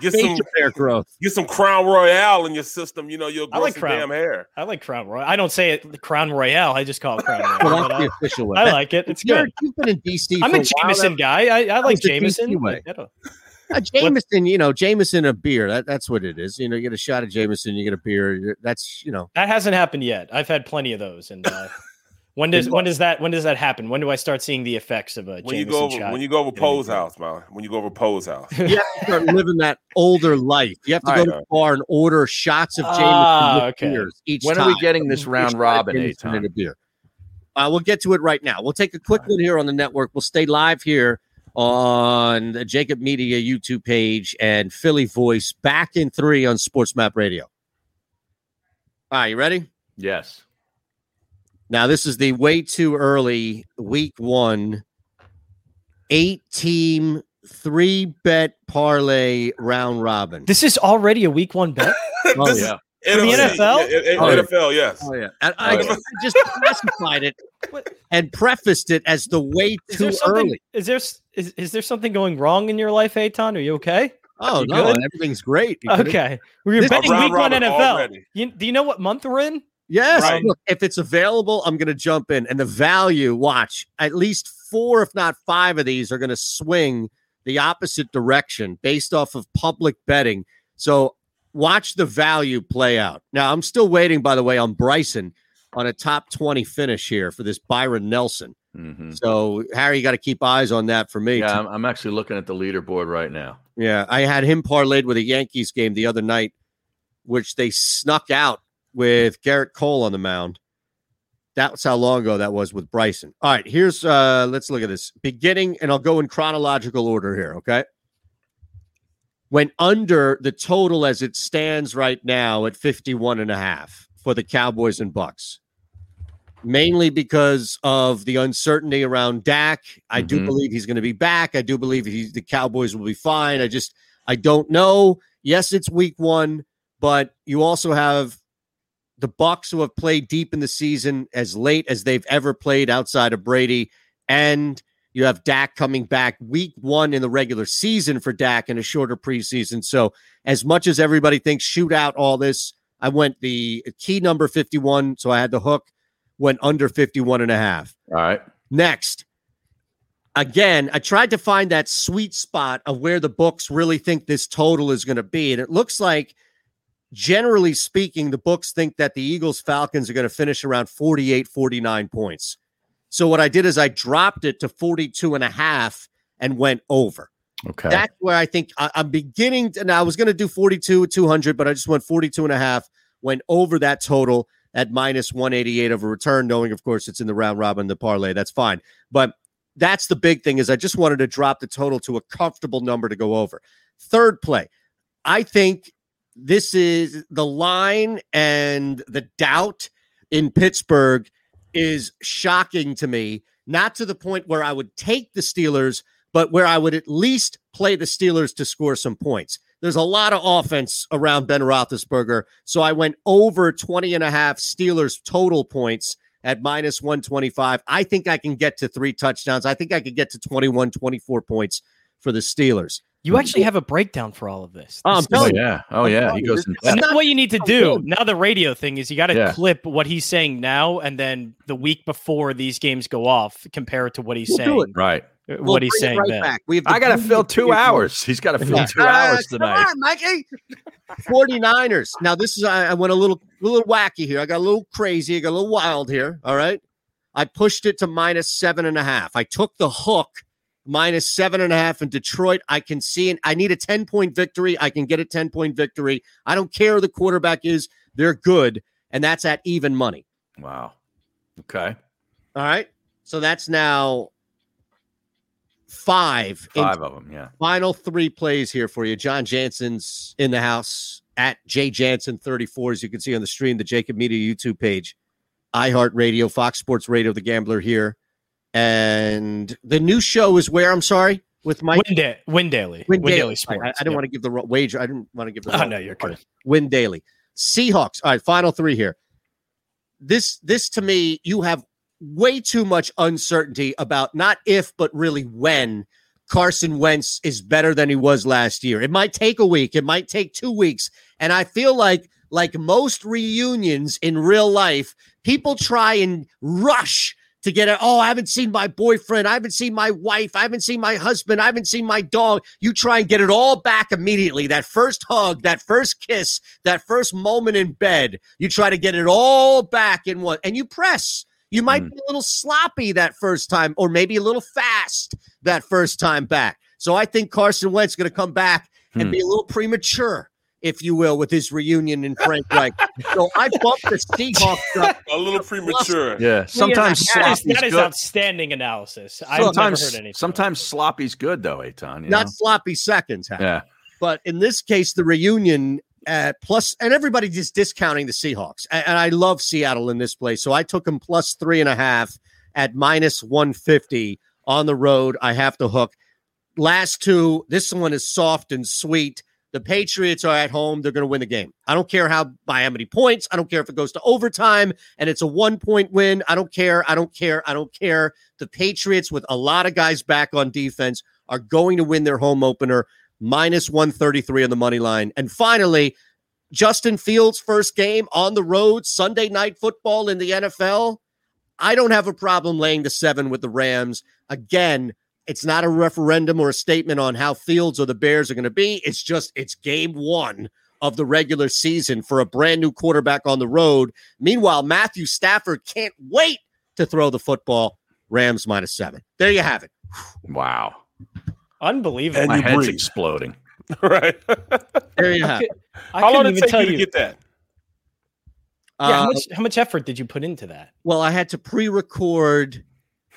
Get some hair growth. Get some Crown Royale in your system. You know you'll
I
grow
like
some
Crown.
damn hair.
I like Crown Royale. I don't say it Crown Royale. I just call it Crown Royale.
Well,
but
that's
I,
the official way.
I like it. It's
You're-
good.
You've been in DC.
I'm
for
a
while.
Jameson
That-
guy. I, I
that
like
was the DC
Jameson.
way.
I don't-
A Jameson, you know, Jameson a beer. That, that's what it is. You know, you get a shot of Jameson, you get a beer. That's you know,
That hasn't happened yet. I've had plenty of those. And uh, when does when does that when does that happen? When do I start seeing the effects of a
When
Jameson
you go over,
shot?
when you go over Poe's house, man. When you go over Poe's house.
you have to start living that older life. You have to
All
go
right.
to the bar and order shots of Jameson
Ah,
with
okay.
beers each
When
time.
are we getting this
Each
round
time
robin,
Jameson
Eitan?
and a beer. Uh, we'll get to it right now. We'll take a quick one here on the network. We'll stay live here on the Jacob Media YouTube page and Philly Voice back in three on Sports Map Radio. All right, you ready?
Yes.
Now, this is the way too early week one, eight team, three bet parlay round robin.
This is already a week one bet.
Oh,
This-
yeah.
For the NFL?
Oh, yeah.
NFL, yes.
Oh, yeah. And I, I just specified it and prefaced it as the way
Is
too
there something?
early.
Is there s- is, is there something going wrong in your life, Aton? Are you okay?
Oh,
You
no,
good?
everything's great. You could've-
Okay, we were
This-
betting
Round
week one
robin
NFL.
already.
You, do you know what month we're in?
Yes.
Right.
Look, if it's available, I'm going to jump in. And the value, watch, at least four, if not five of these are going to swing the opposite direction based off of public betting. So watch the value play out. Now, I'm still waiting, by the way, on Bryson on a top 20 finish here for this Byron Nelson. So, Harry, you got to keep eyes on that for me.
Mm-hmm. Yeah, I'm, I'm actually looking at the leaderboard right now.
Yeah, I had him parlayed with a Yankees game the other night, which they snuck out with Garrett Cole on the mound. That's how long ago that was with Bryson. All right, here's uh let's look at this. Beginning, and I'll go in chronological order here, okay? Went under the total as it stands right now at 51 and a half for the Cowboys and Bucks. Mainly because of the uncertainty around Dak. I do
Mhm.
believe he's going to be back. I do believe he, the Cowboys will be fine. I just I don't know. Yes, it's week 1, but you also have the Bucks who have played deep in the season as late as they've ever played outside of Brady, and you have Dak coming back week one in the regular season for Dak in a shorter preseason. So as much as everybody thinks shoot out all this, I went the key number 51, so I had the hook, went under 51 and a half.
All right.
Next. Again, I tried to find that sweet spot of where the books really think this total is going to be. And it looks like generally speaking, the books think that the Eagles Falcons are going to finish around 48, 49 points. So what I did is I dropped it to 42 and a half and went over.
Okay.
That's where I think I, am beginning to, and I was going to do 42 200, but I just went 42 and a half, went over that total at minus 188 of a return, knowing, of course, it's in the round robin, the parlay. That's fine. But that's the big thing is I just wanted to drop the total to a comfortable number to go over. Third play, I think this is the line and the doubt in Pittsburgh is shocking to me. Not to the point where I would take the Steelers, but where I would at least play the Steelers to score some points. There's a lot of offense around Ben Roethlisberger. So I went over 20 and a half Steelers total points at minus 125. I think I can get to three touchdowns. I think I could get to 21, 24 points for the Steelers.
You actually have a breakdown for all of this.
Mm. Oh, I'm
This is-
telling
you. Oh, yeah. Oh, yeah. He goes in
That's
depth.
not what you need to
I'm
do.
telling
Now the radio thing is you got to
Yeah.
clip what he's saying now, and then the week before these games go off, compare it to what he's
We'll do
saying.
it.
Right.
uh,
We'll
what he's
bring it
saying
right
then.
back. We have the
I got to
preview
fill
of
two
the-
hours. He's got to fill two hours tonight.
Ah, Come on, Mikey. 49ers. Now, this is I, I went a little a little wacky here. I got a little crazy. I got a little wild here. All right. I pushed it to minus seven and a half. I took the hook minus seven and a half in Detroit. I can see and I need a 10 point victory. I can get a 10 point victory. I don't care who the quarterback is, they're good. And that's at even money.
Wow. Okay.
All right. So that's now five. in-
Five of them. Yeah.
Final three plays here for you. John Jansen's in the house at J Jansen 34, as you can see on the stream, the Jacob Media YouTube page, iHeartRadio, Fox Sports Radio, The Gambler here. And the new show is where I'm sorry, with Mike
Win, da- Win Daily.
Win Daily.
Daily Sports.
I, I didn't want to give the ro- wager. I didn't want to give the
Oh,
wrong
no, you're
part. Win Daily. Seahawks. All right, final three here. this this to me, you have way too much uncertainty about not if, but really when Carson Wentz is better than he was last year. It might take a week, it might take two weeks. And I feel like like most reunions in real life, people try and rush to get it. Oh, I haven't seen my boyfriend. I haven't seen my wife. I haven't seen my husband. I haven't seen my dog. You try and get it all back immediately. That first hug, that first kiss, that first moment in bed. You try to get it all back in one, and you press. You might be a little sloppy that first time, or maybe a little fast that first time back. So I think Carson Wentz is going to come back and
Hmm.
be a little premature, if you will, with his reunion in Frank Reich. so I bumped the Seahawks up
a little premature.
Yeah. Sometimes
that is,
sloppy's
that is
good.
outstanding analysis. I've never heard
Sometimes,
anything.
sometimes sloppy's good though, Aton. you
not
know?
sloppy seconds. Hap.
Yeah.
But in this case, the reunion uh, plus, and everybody just discounting the Seahawks. A- And, I love Seattle in this place. So I took them plus three and a half at minus 150 on the road. I have to hook. Last two, this one is soft and sweet. The Patriots are at home. They're going to win the game. I don't care how by how many points. I don't care if it goes to overtime and it's a one point win. I don't care. I don't care. I don't care. The Patriots, with a lot of guys back on defense, are going to win their home opener minus 133 on the money line. And finally, Justin Fields' first game on the road, Sunday night football in the NFL. I don't have a problem laying the seven with the Rams. Again, it's not a referendum or a statement on how Fields or the Bears are going to be. It's just, it's game one of the regular season for a brand new quarterback on the road. Meanwhile, Matthew Stafford can't wait to throw the football. Rams minus seven. There you have it.
Wow.
Unbelievable.
My head's exploding.
right.
There
I
you have it.
could- I
How long did
couldn't
it
even
take
tell
you to
you.
get that?
Yeah, how,
Uh,
much, how much effort did you put into that?
Well, I had to pre-record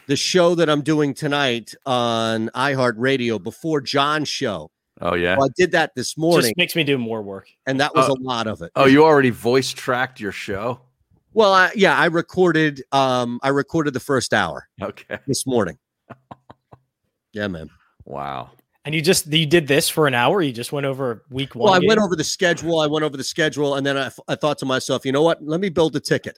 the show that I'm doing tonight on iHeartRadio before John's show.
Oh yeah.
So I did that this morning,
Just makes me do more work.
and that was
Oh.
a lot of it.
Oh, you already voice tracked your show?
Well, I, yeah, I recorded. Um, I recorded the first hour.
Okay.
This morning. yeah, man.
Wow.
And you just you did this for an hour. You just went over week one.
Well, I went
game?
over the schedule. I went over the schedule, and then I, I thought to myself, you know what? Let me build a ticket.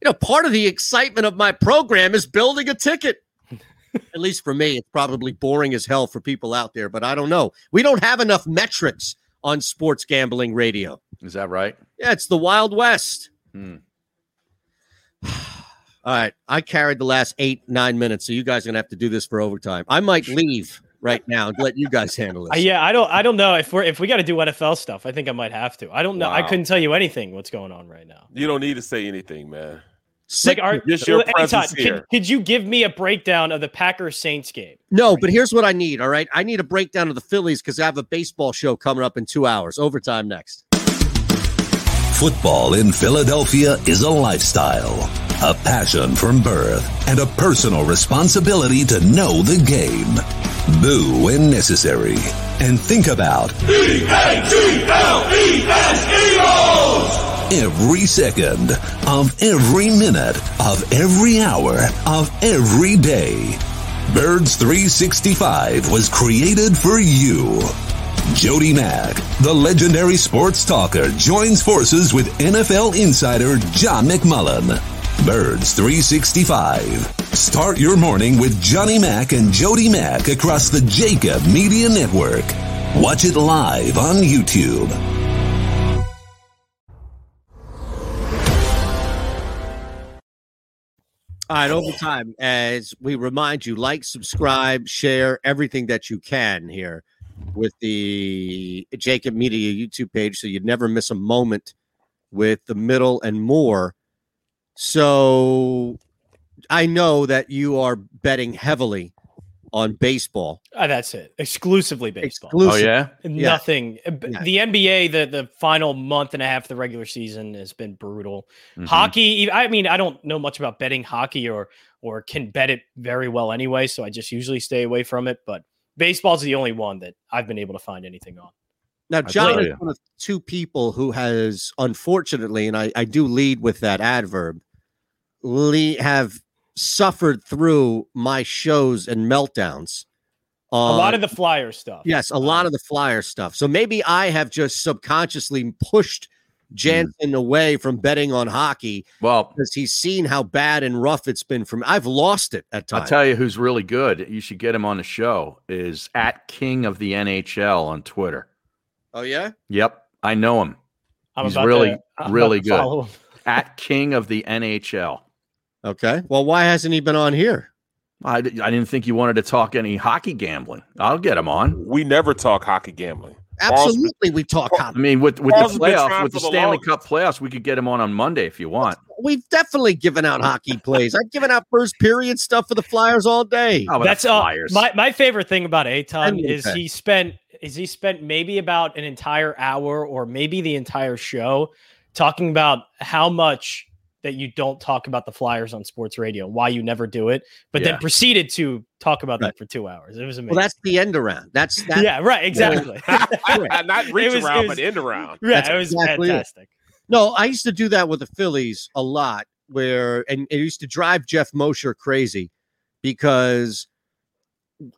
You know, part of the excitement of my program is building a ticket. At least for me, it's probably boring as hell for people out there, but I don't know. We don't have enough metrics on sports gambling radio.
Is that right?
Yeah, it's the Wild West.
Hmm.
All right. I carried the last eight, nine minutes, so you guys are going to have to do this for overtime. I might leave right now and let you guys handle
Uh,
it.
yeah, I don't. I don't know if we're if we got to do NFL stuff. I think I might have to. I don't know. I
Wow.
couldn't tell you anything what's going on right now.
You don't need to say anything, man.
Like, are,
Just your
Any time,
presence
could-
here.
could you give me a breakdown of the Packers Saints game?
No, but here's what I need. All right. I need a breakdown of the Phillies because I have a baseball show coming up in two hours. Overtime next.
Football in Philadelphia is a lifestyle, a passion from birth, and a personal responsibility to know the game. Boo when necessary. And think about
E
every second of every minute of every hour of every day. Birds 365 was created for you. Jody Mack, the legendary sports talker, joins forces with NFL insider John McMullen. Birds 365. Start your morning with Johnny Mack and Jody Mack across the Jacob Media Network. Watch it live on YouTube.
All right, overtime. As we remind you, like, subscribe, share everything that you can here with the Jacob Media YouTube page so you never miss a moment with the middle and more. So I know that you are betting heavily on baseball.
Ah, that's it. Exclusively baseball.
Exclusive. Oh, yeah? Yeah.
Nothing. Uh, b-
Yeah.
The NBA, the the final month and a half of the regular season has been brutal.
Mm-hmm.
Mhm.
Hockey. e- I mean, I don't know much about betting hockey or or can bet it very well anyway, so I just usually stay away from it. But baseball's the only one that I've been able to find anything on.
Now,
I
John
feel
is
you.
one of two people who has, unfortunately, and I, I do lead with that adverb, le- have suffered through my shows and meltdowns.
a
on-
lot of the flyer stuff.
Yes, a lot of the flyer stuff. So maybe I have just subconsciously pushed Jansen away from betting on hockey.
Well,
because he's seen how bad and rough it's been from. I've lost it at
I'll
times.
tell you who's really good. You should get him on the show. Is at King of the NHL on Twitter.
oh yeah,
Yep, I know him.
I'm
He's
about
really,
to- I'm
really
about to follow
good.
him.
At King of the NHL.
Okay. Well, why hasn't he been on here?
I, I didn't think you wanted to talk any hockey gambling. I'll get him on.
We never talk hockey gambling.
absolutely. We talk.
I mean, with with
Paul's
the
been
playoff,
trying
with
for
the
the
Stanley Cup playoffs, we could get him on on Monday if you want.
We've definitely given out hockey plays. I've given out first period stuff for the Flyers all day.
Oh,
That's all. My my favorite thing about Aton
mean,
is
okay.
he spent is he spent maybe about an entire hour or maybe the entire show talking about how much that you don't talk about the Flyers on sports radio, why you never do it, but
Yeah.
then proceeded to talk about that for two hours. It was amazing.
Well, that's the end around. That's that.
yeah, right, exactly.
Not reach
It was-
around,
it was-
but end around.
Yeah, it was
it.
fantastic.
No, I used to do that with the Phillies a lot, where and it used to drive Jeff Mosher crazy because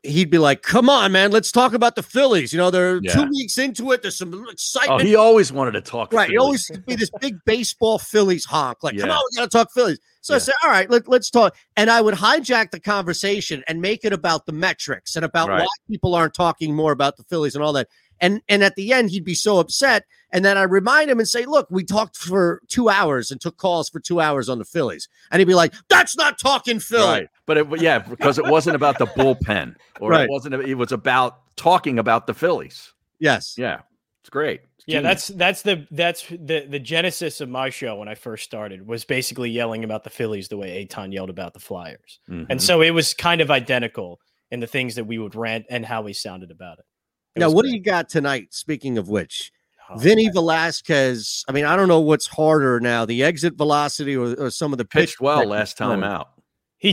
he'd be like, "Come on, man, let's talk about the Phillies." You know, they're
Yeah.
two weeks into it. There's some
Oh,
excitement.
he always wanted to talk.
Right. It
Phillies.
always used to be this big baseball Phillies honk. Like, come
Yeah.
on, we gotta talk Phillies. So I said, All right, let, let's talk. And I would hijack the conversation and make it about the metrics and about
Right.
why people aren't talking more about the Phillies and all that. And and at the end, he'd be so upset. And then I remind him and say, Look, we talked for two hours and took calls for two hours on the Phillies. And he'd be like, That's not talking Phillies.
Right. But it, yeah, because it wasn't about the bullpen, or
Right.
it wasn't. It was about talking about the Phillies.
Yes.
Yeah. It's great. It's
Yeah,
genius.
that's that's the that's the the genesis of my show when I first started was basically yelling about the Phillies the way Aton yelled about the Flyers,
Mhm.
Mm-hmm.
and so it was kind of identical in the things that we would rant and how we sounded about it.
Now, what do you got tonight? Speaking of which,
Oh,
Vinny Velasquez. I mean, I don't know what's harder now, the exit velocity or, or some of the pitch
pitched well
that he's
last time
throwing.
out.
He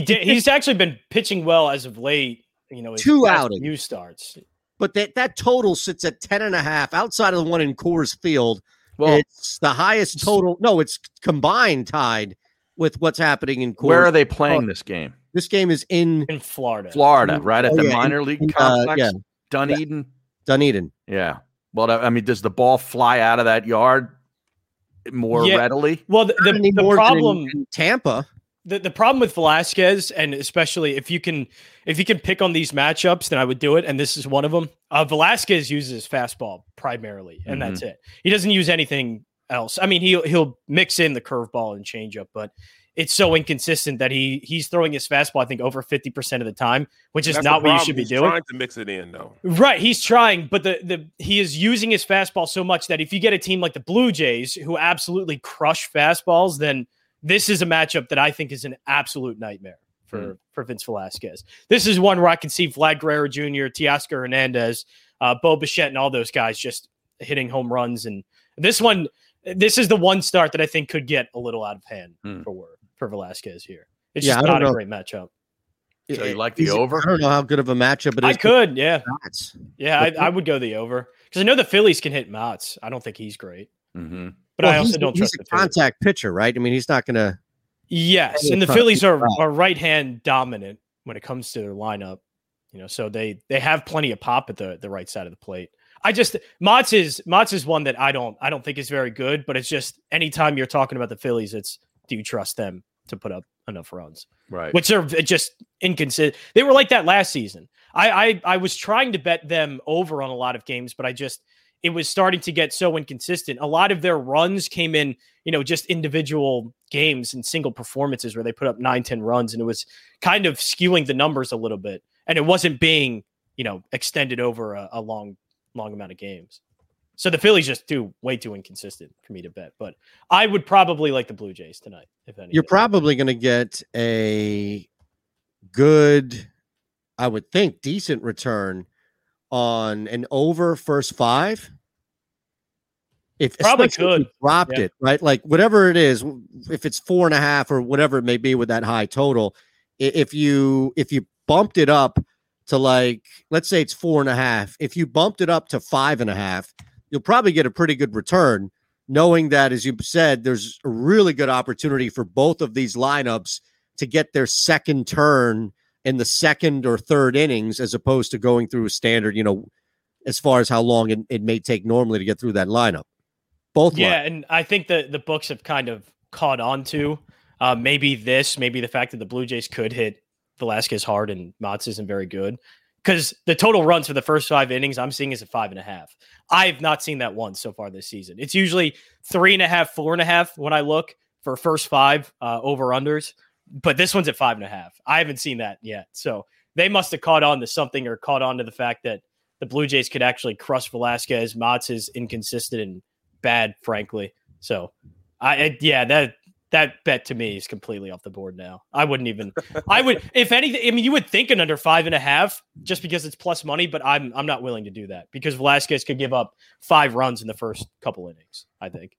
did. He's actually been pitching well as of late. You know, his
Two
past
outings.
new starts.
But that, that total sits at 10 and a half outside of the one in Coors Field.
Well-
it's the highest total. No, it's combined tied with what's happening in Coors. Oh,
Where are they playing this game?
This game is in
in Florida.
Florida, right at
Oh,
the
yeah, in-
minor league
in, uh,
complex,
yeah.
Dunedin.
Dunedin.
Yeah. Well, I I mean, does the ball fly out of that yard more
Yeah.
readily?
Well, the,
Not
the, the
anymore than in-
problem
in Tampa.
the, the problem with Velasquez, and especially if you can if you can pick on these matchups, then I would do it. And this is one of them. Uh, Velasquez uses his fastball primarily, and that's
Mm-hmm.
Mhm.
it. He doesn't use anything else. I mean, he'll he'll mix in the curveball and changeup, but it's so inconsistent that he he's throwing his fastball. I think over fifty percent of the time, which is
That's the
not what you
problem.
should be
He's
doing.
Trying to mix it in though.
Right, he's trying, but the the he is using his fastball so much that if you get a team like the Blue Jays who absolutely crush fastballs, then this is a matchup that I think is an absolute nightmare for
Hmm.
for Vince Velasquez. This is one where I can see Vlad Guerrero Jr., Teoscar Hernandez, uh, Bo Bichette, and all those guys just hitting home runs. And this one, this is the one start that I think could get a little out of hand for for Velasquez here. It's
Yeah, I
just
don't
not a
know.
great matchup.
So you like the
Is it-
over?
I don't know how good of a matchup it is.
I could, yeah.
Shots.
Yeah,
But-
I, I would go the over because I know the Phillies can hit Mott's. I don't think he's great,
mm-hmm.
but I
Well,
also
he's-
don't trust the
He's a
Phillies.
contact pitcher, right? I mean, he's not going to.
Yes,
Phillies
and the
trying to
Phillies
keep
are,
it up.
are right hand dominant when it comes to their lineup. You know, so they they have plenty of pop at the the right side of the plate. I just Mott's is Mott's is one that I don't I don't think is very good, but it's just anytime you're talking about the Phillies, it's do you trust them to put up enough runs?
Right.
Which are v- just inconsistent. They were like that last season. I, I I was trying to bet them over on a lot of games, but I just it was starting to get so inconsistent. A lot of their runs came in, you know, just individual games and single performances where they put up nine, 10 runs, and it was kind of skewing the numbers a little bit. And it wasn't being, you know, extended over a, a long, long amount of games. So the Phillies just do way too inconsistent for me to bet. But I would probably like the Blue Jays tonight, if any.
You're probably going to get a good, I would think, decent return on an over first five. If
Probably
especially if you
could.
dropped
Yeah.
it right, like whatever it is, if it's four and a half or whatever it may be with that high total, i- if you if you bumped it up to like let's say it's four and a half, if you bumped it up to five and a half, you'll probably get a pretty good return, knowing that as you said, there's a really good opportunity for both of these lineups to get their second turn in the second or third innings as opposed to going through a standard, you know, as far as how long it, it may take normally to get through that lineup. Both
yeah,
yeah.
and I think the the books have kind of caught on to uh, maybe this, maybe the fact that the Blue Jays could hit Velasquez hard and Mats isn't very good because the total runs for the first five innings I'm seeing is a five and a half. I've not seen that once so far this season. It's usually three and a half, four and a half when I look for first five uh, over unders, but this one's at five and a half. I haven't seen that yet, so they must have caught on to something or caught on to the fact that the Blue Jays could actually crush Velasquez. Mats is inconsistent and bad, frankly. So, I I- yeah that that bet to me is completely off the board now. I wouldn't even. I would if anything. I mean, you would think an under five and a half just because it's plus money, but I'm I'm not willing to do that because Velasquez could give up five runs in the first couple innings. I think.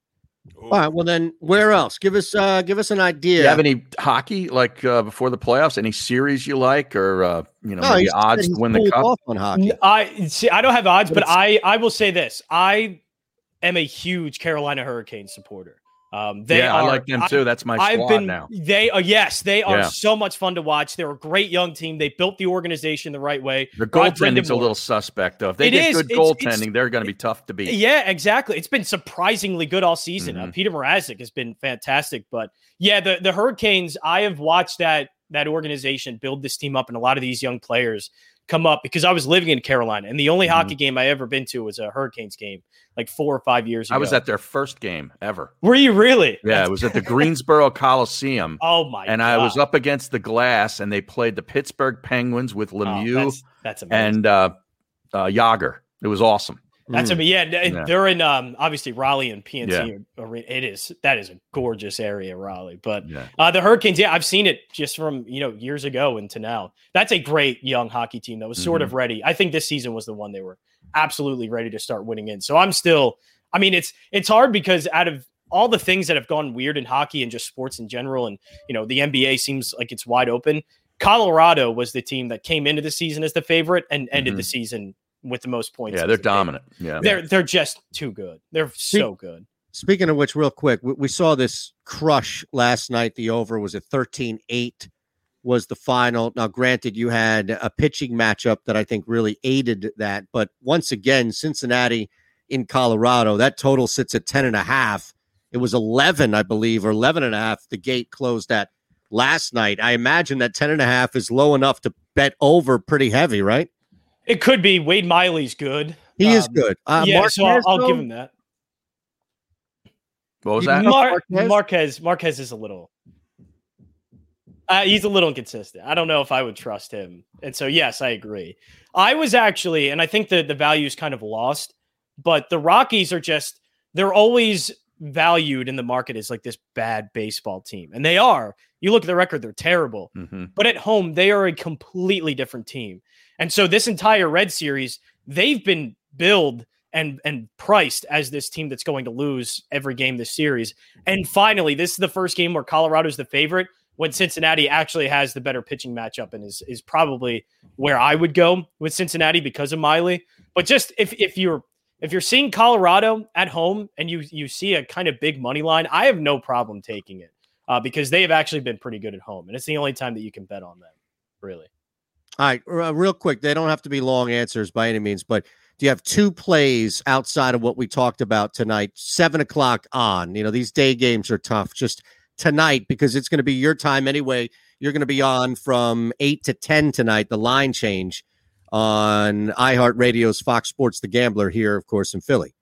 All right. Well, then where else? Give us uh give us an idea.
Do you have any hockey like uh, before the playoffs? Any series you like, or uh, you know,
No, he
maybe
said
odds
he's
to win the
cooled
cup?
off on hockey.
I see. I don't have odds,
But
but I I will say this. I am a huge Carolina Hurricanes supporter. Um, they
Yeah, I
are,
like them too. That's my squad
been,
now.
They are yes, they are
Yeah.
so much fun to watch. They're a great young team. They built the organization the right way.
Their
Brought Brendan
goaltending's a
Moore-
little suspect, though. If they
It
get
is.
good
It's-
goaltending,
it's-
they're going to be tough to beat.
Yeah, exactly. It's been surprisingly good all season. Uh,
Mhm.
Peter Mrazek has been fantastic, but yeah, the the Hurricanes. I have watched that that organization build this team up, and a lot of these young players come up because I was living in Carolina, and the
Mm-hmm.
only hockey game I ever been to was a Hurricanes game, like four or five years ago.
I was at their first game ever.
Were you really?
Yeah, it was at the Greensboro Coliseum.
Oh my!
and
God.
I was up against the glass, and they played the Pittsburgh Penguins with Lemieux
Oh, that's- that's amazing.
and uh, uh, Yager. It was awesome.
That's a yeah, th-
Mm. Yeah.
They're in um obviously Raleigh and PNC
Yeah.
Arena. It is that is a gorgeous area, Raleigh. But
Yeah.
uh, the Hurricanes, yeah, I've seen it just from you know years ago into now. That's a great young hockey team that was sort
Mm-hmm.
of ready. I think this season was the one they were absolutely ready to start winning in. So I'm still. I mean, it's it's hard because out of all the things that have gone weird in hockey and just sports in general, and you know the NBA seems like it's wide open. Colorado was the team that came into the season as the favorite and ended the
Mhm.
season with the most points.
Yeah,
as
they're
the favorite.
dominant. Yeah,
They're they're just too good. They're so good.
Speaking of which, real quick, we, we saw this crush last night. The over was at 13 8 was the final. Now, granted, you had a pitching matchup that I think really aided that. But once again, Cincinnati in Colorado, that total sits at 10 and a half. It was 11, I believe, or 11 and a half. The gate closed at last night. I imagine that 10 and a half is low enough to bet over pretty heavy, right?
It could be Wade Miley's good.
He is good. Uh,
yeah, so I'll,
Marquez,
I'll give
though?
him that.
What was
You
that?
know
Mar-
Marquez?
Marquez? Marquez is a little. Uh, he's a little inconsistent. I don't know if I would trust him. And so yes, I agree. I was actually, and I think the the value is kind of lost, but the Rockies are just they're always valued in the market as like this bad baseball team, and they are. You look at the record; they're terrible.
Mhm.
But at home, they are a completely different team. And so this entire Red Series, they've been billed and and priced as this team that's going to lose every game this series. And finally, this is the first game where Colorado's the favorite when Cincinnati actually has the better pitching matchup and is is probably where I would go with Cincinnati because of Miley. But just if if you're if you're seeing Colorado at home and you you see a kind of big money line, I have no problem taking it uh, because they have actually been pretty good at home, and it's the only time that you can bet on them, really.
All right, r- uh, real quick. They don't have to be long answers by any means, but do you have two plays outside of what we talked about tonight? Seven o'clock on. You know, these day games are tough. Just tonight because it's going to be your time anyway. You're going to be on from eight to ten tonight. The line change on iHeartRadio's Fox Sports The Gambler here, of course, in Philly.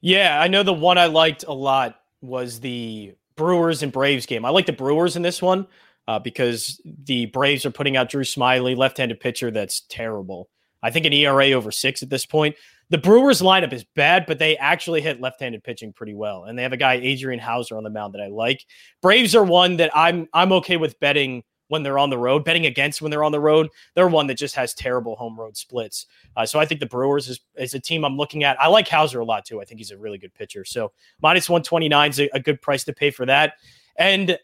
Yeah, I know the one I liked a lot was the Brewers and Braves game. I like the Brewers in this one uh, because the Braves are putting out Drew Smiley, left-handed pitcher that's terrible. I think an ERA over six at this point. The Brewers lineup is bad, but they actually hit left-handed pitching pretty well, and they have a guy Adrian Hauser on the mound that I like. Braves are one that I'm I'm okay with betting when they're on the road, betting against when they're on the road. They're one that just has terrible home road splits. Uh, so I think the Brewers is, is a team I'm looking at. I like Hauser a lot too. I think he's a really good pitcher. So minus 129 is a, a good price to pay for that. And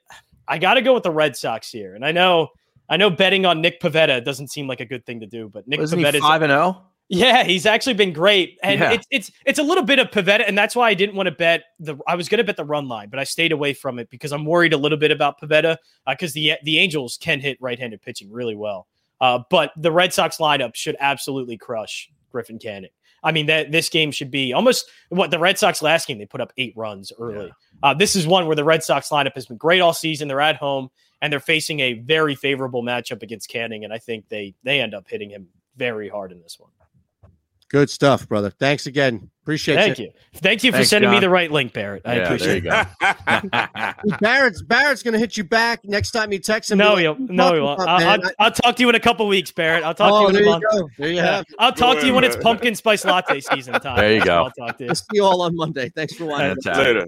I got to go with the Red Sox here. And I know I know betting on Nick Pavetta doesn't seem like a good thing to do, but Nick
Isn't
Pavetta
he five and oh? zero?
yeah, he's actually been great, and
Yeah.
it's it's it's a little bit of Pavetta, and that's why I didn't want to bet the. I was going to bet the run line, but I stayed away from it because I'm worried a little bit about Pavetta because the the Angels can hit right-handed pitching really well, uh, but the Red Sox lineup should absolutely crush Griffin Canning. I mean, that this game should be almost what the Red Sox last game they put up eight runs early. Uh, this is one where the Red Sox lineup has been great all season. They're at home and they're facing a very favorable matchup against Canning, and I think they they end up hitting him very hard in this one.
Good stuff, brother. Thanks again. Appreciate
Thank
you.
you. Thank you for sending me the right link, Barrett. I
Yeah,
appreciate
there
it.
Barrett's Barrett's gonna hit you back next time you text him.
No,
Be
he'll,
like,
no, he won't.
"Fuck,
I'll,
man,
I'll, I'll talk to you in a couple weeks, Barrett. I'll talk
Oh,
to you in
there
a
you
month.
go. There you have it.
I'll talk to you when it's
Good.
pumpkin spice latte season time.
There you
That's when
go.
uh, I'll talk to you.
I'll see you all on Monday. Thanks for watching.
Fantastic. Later.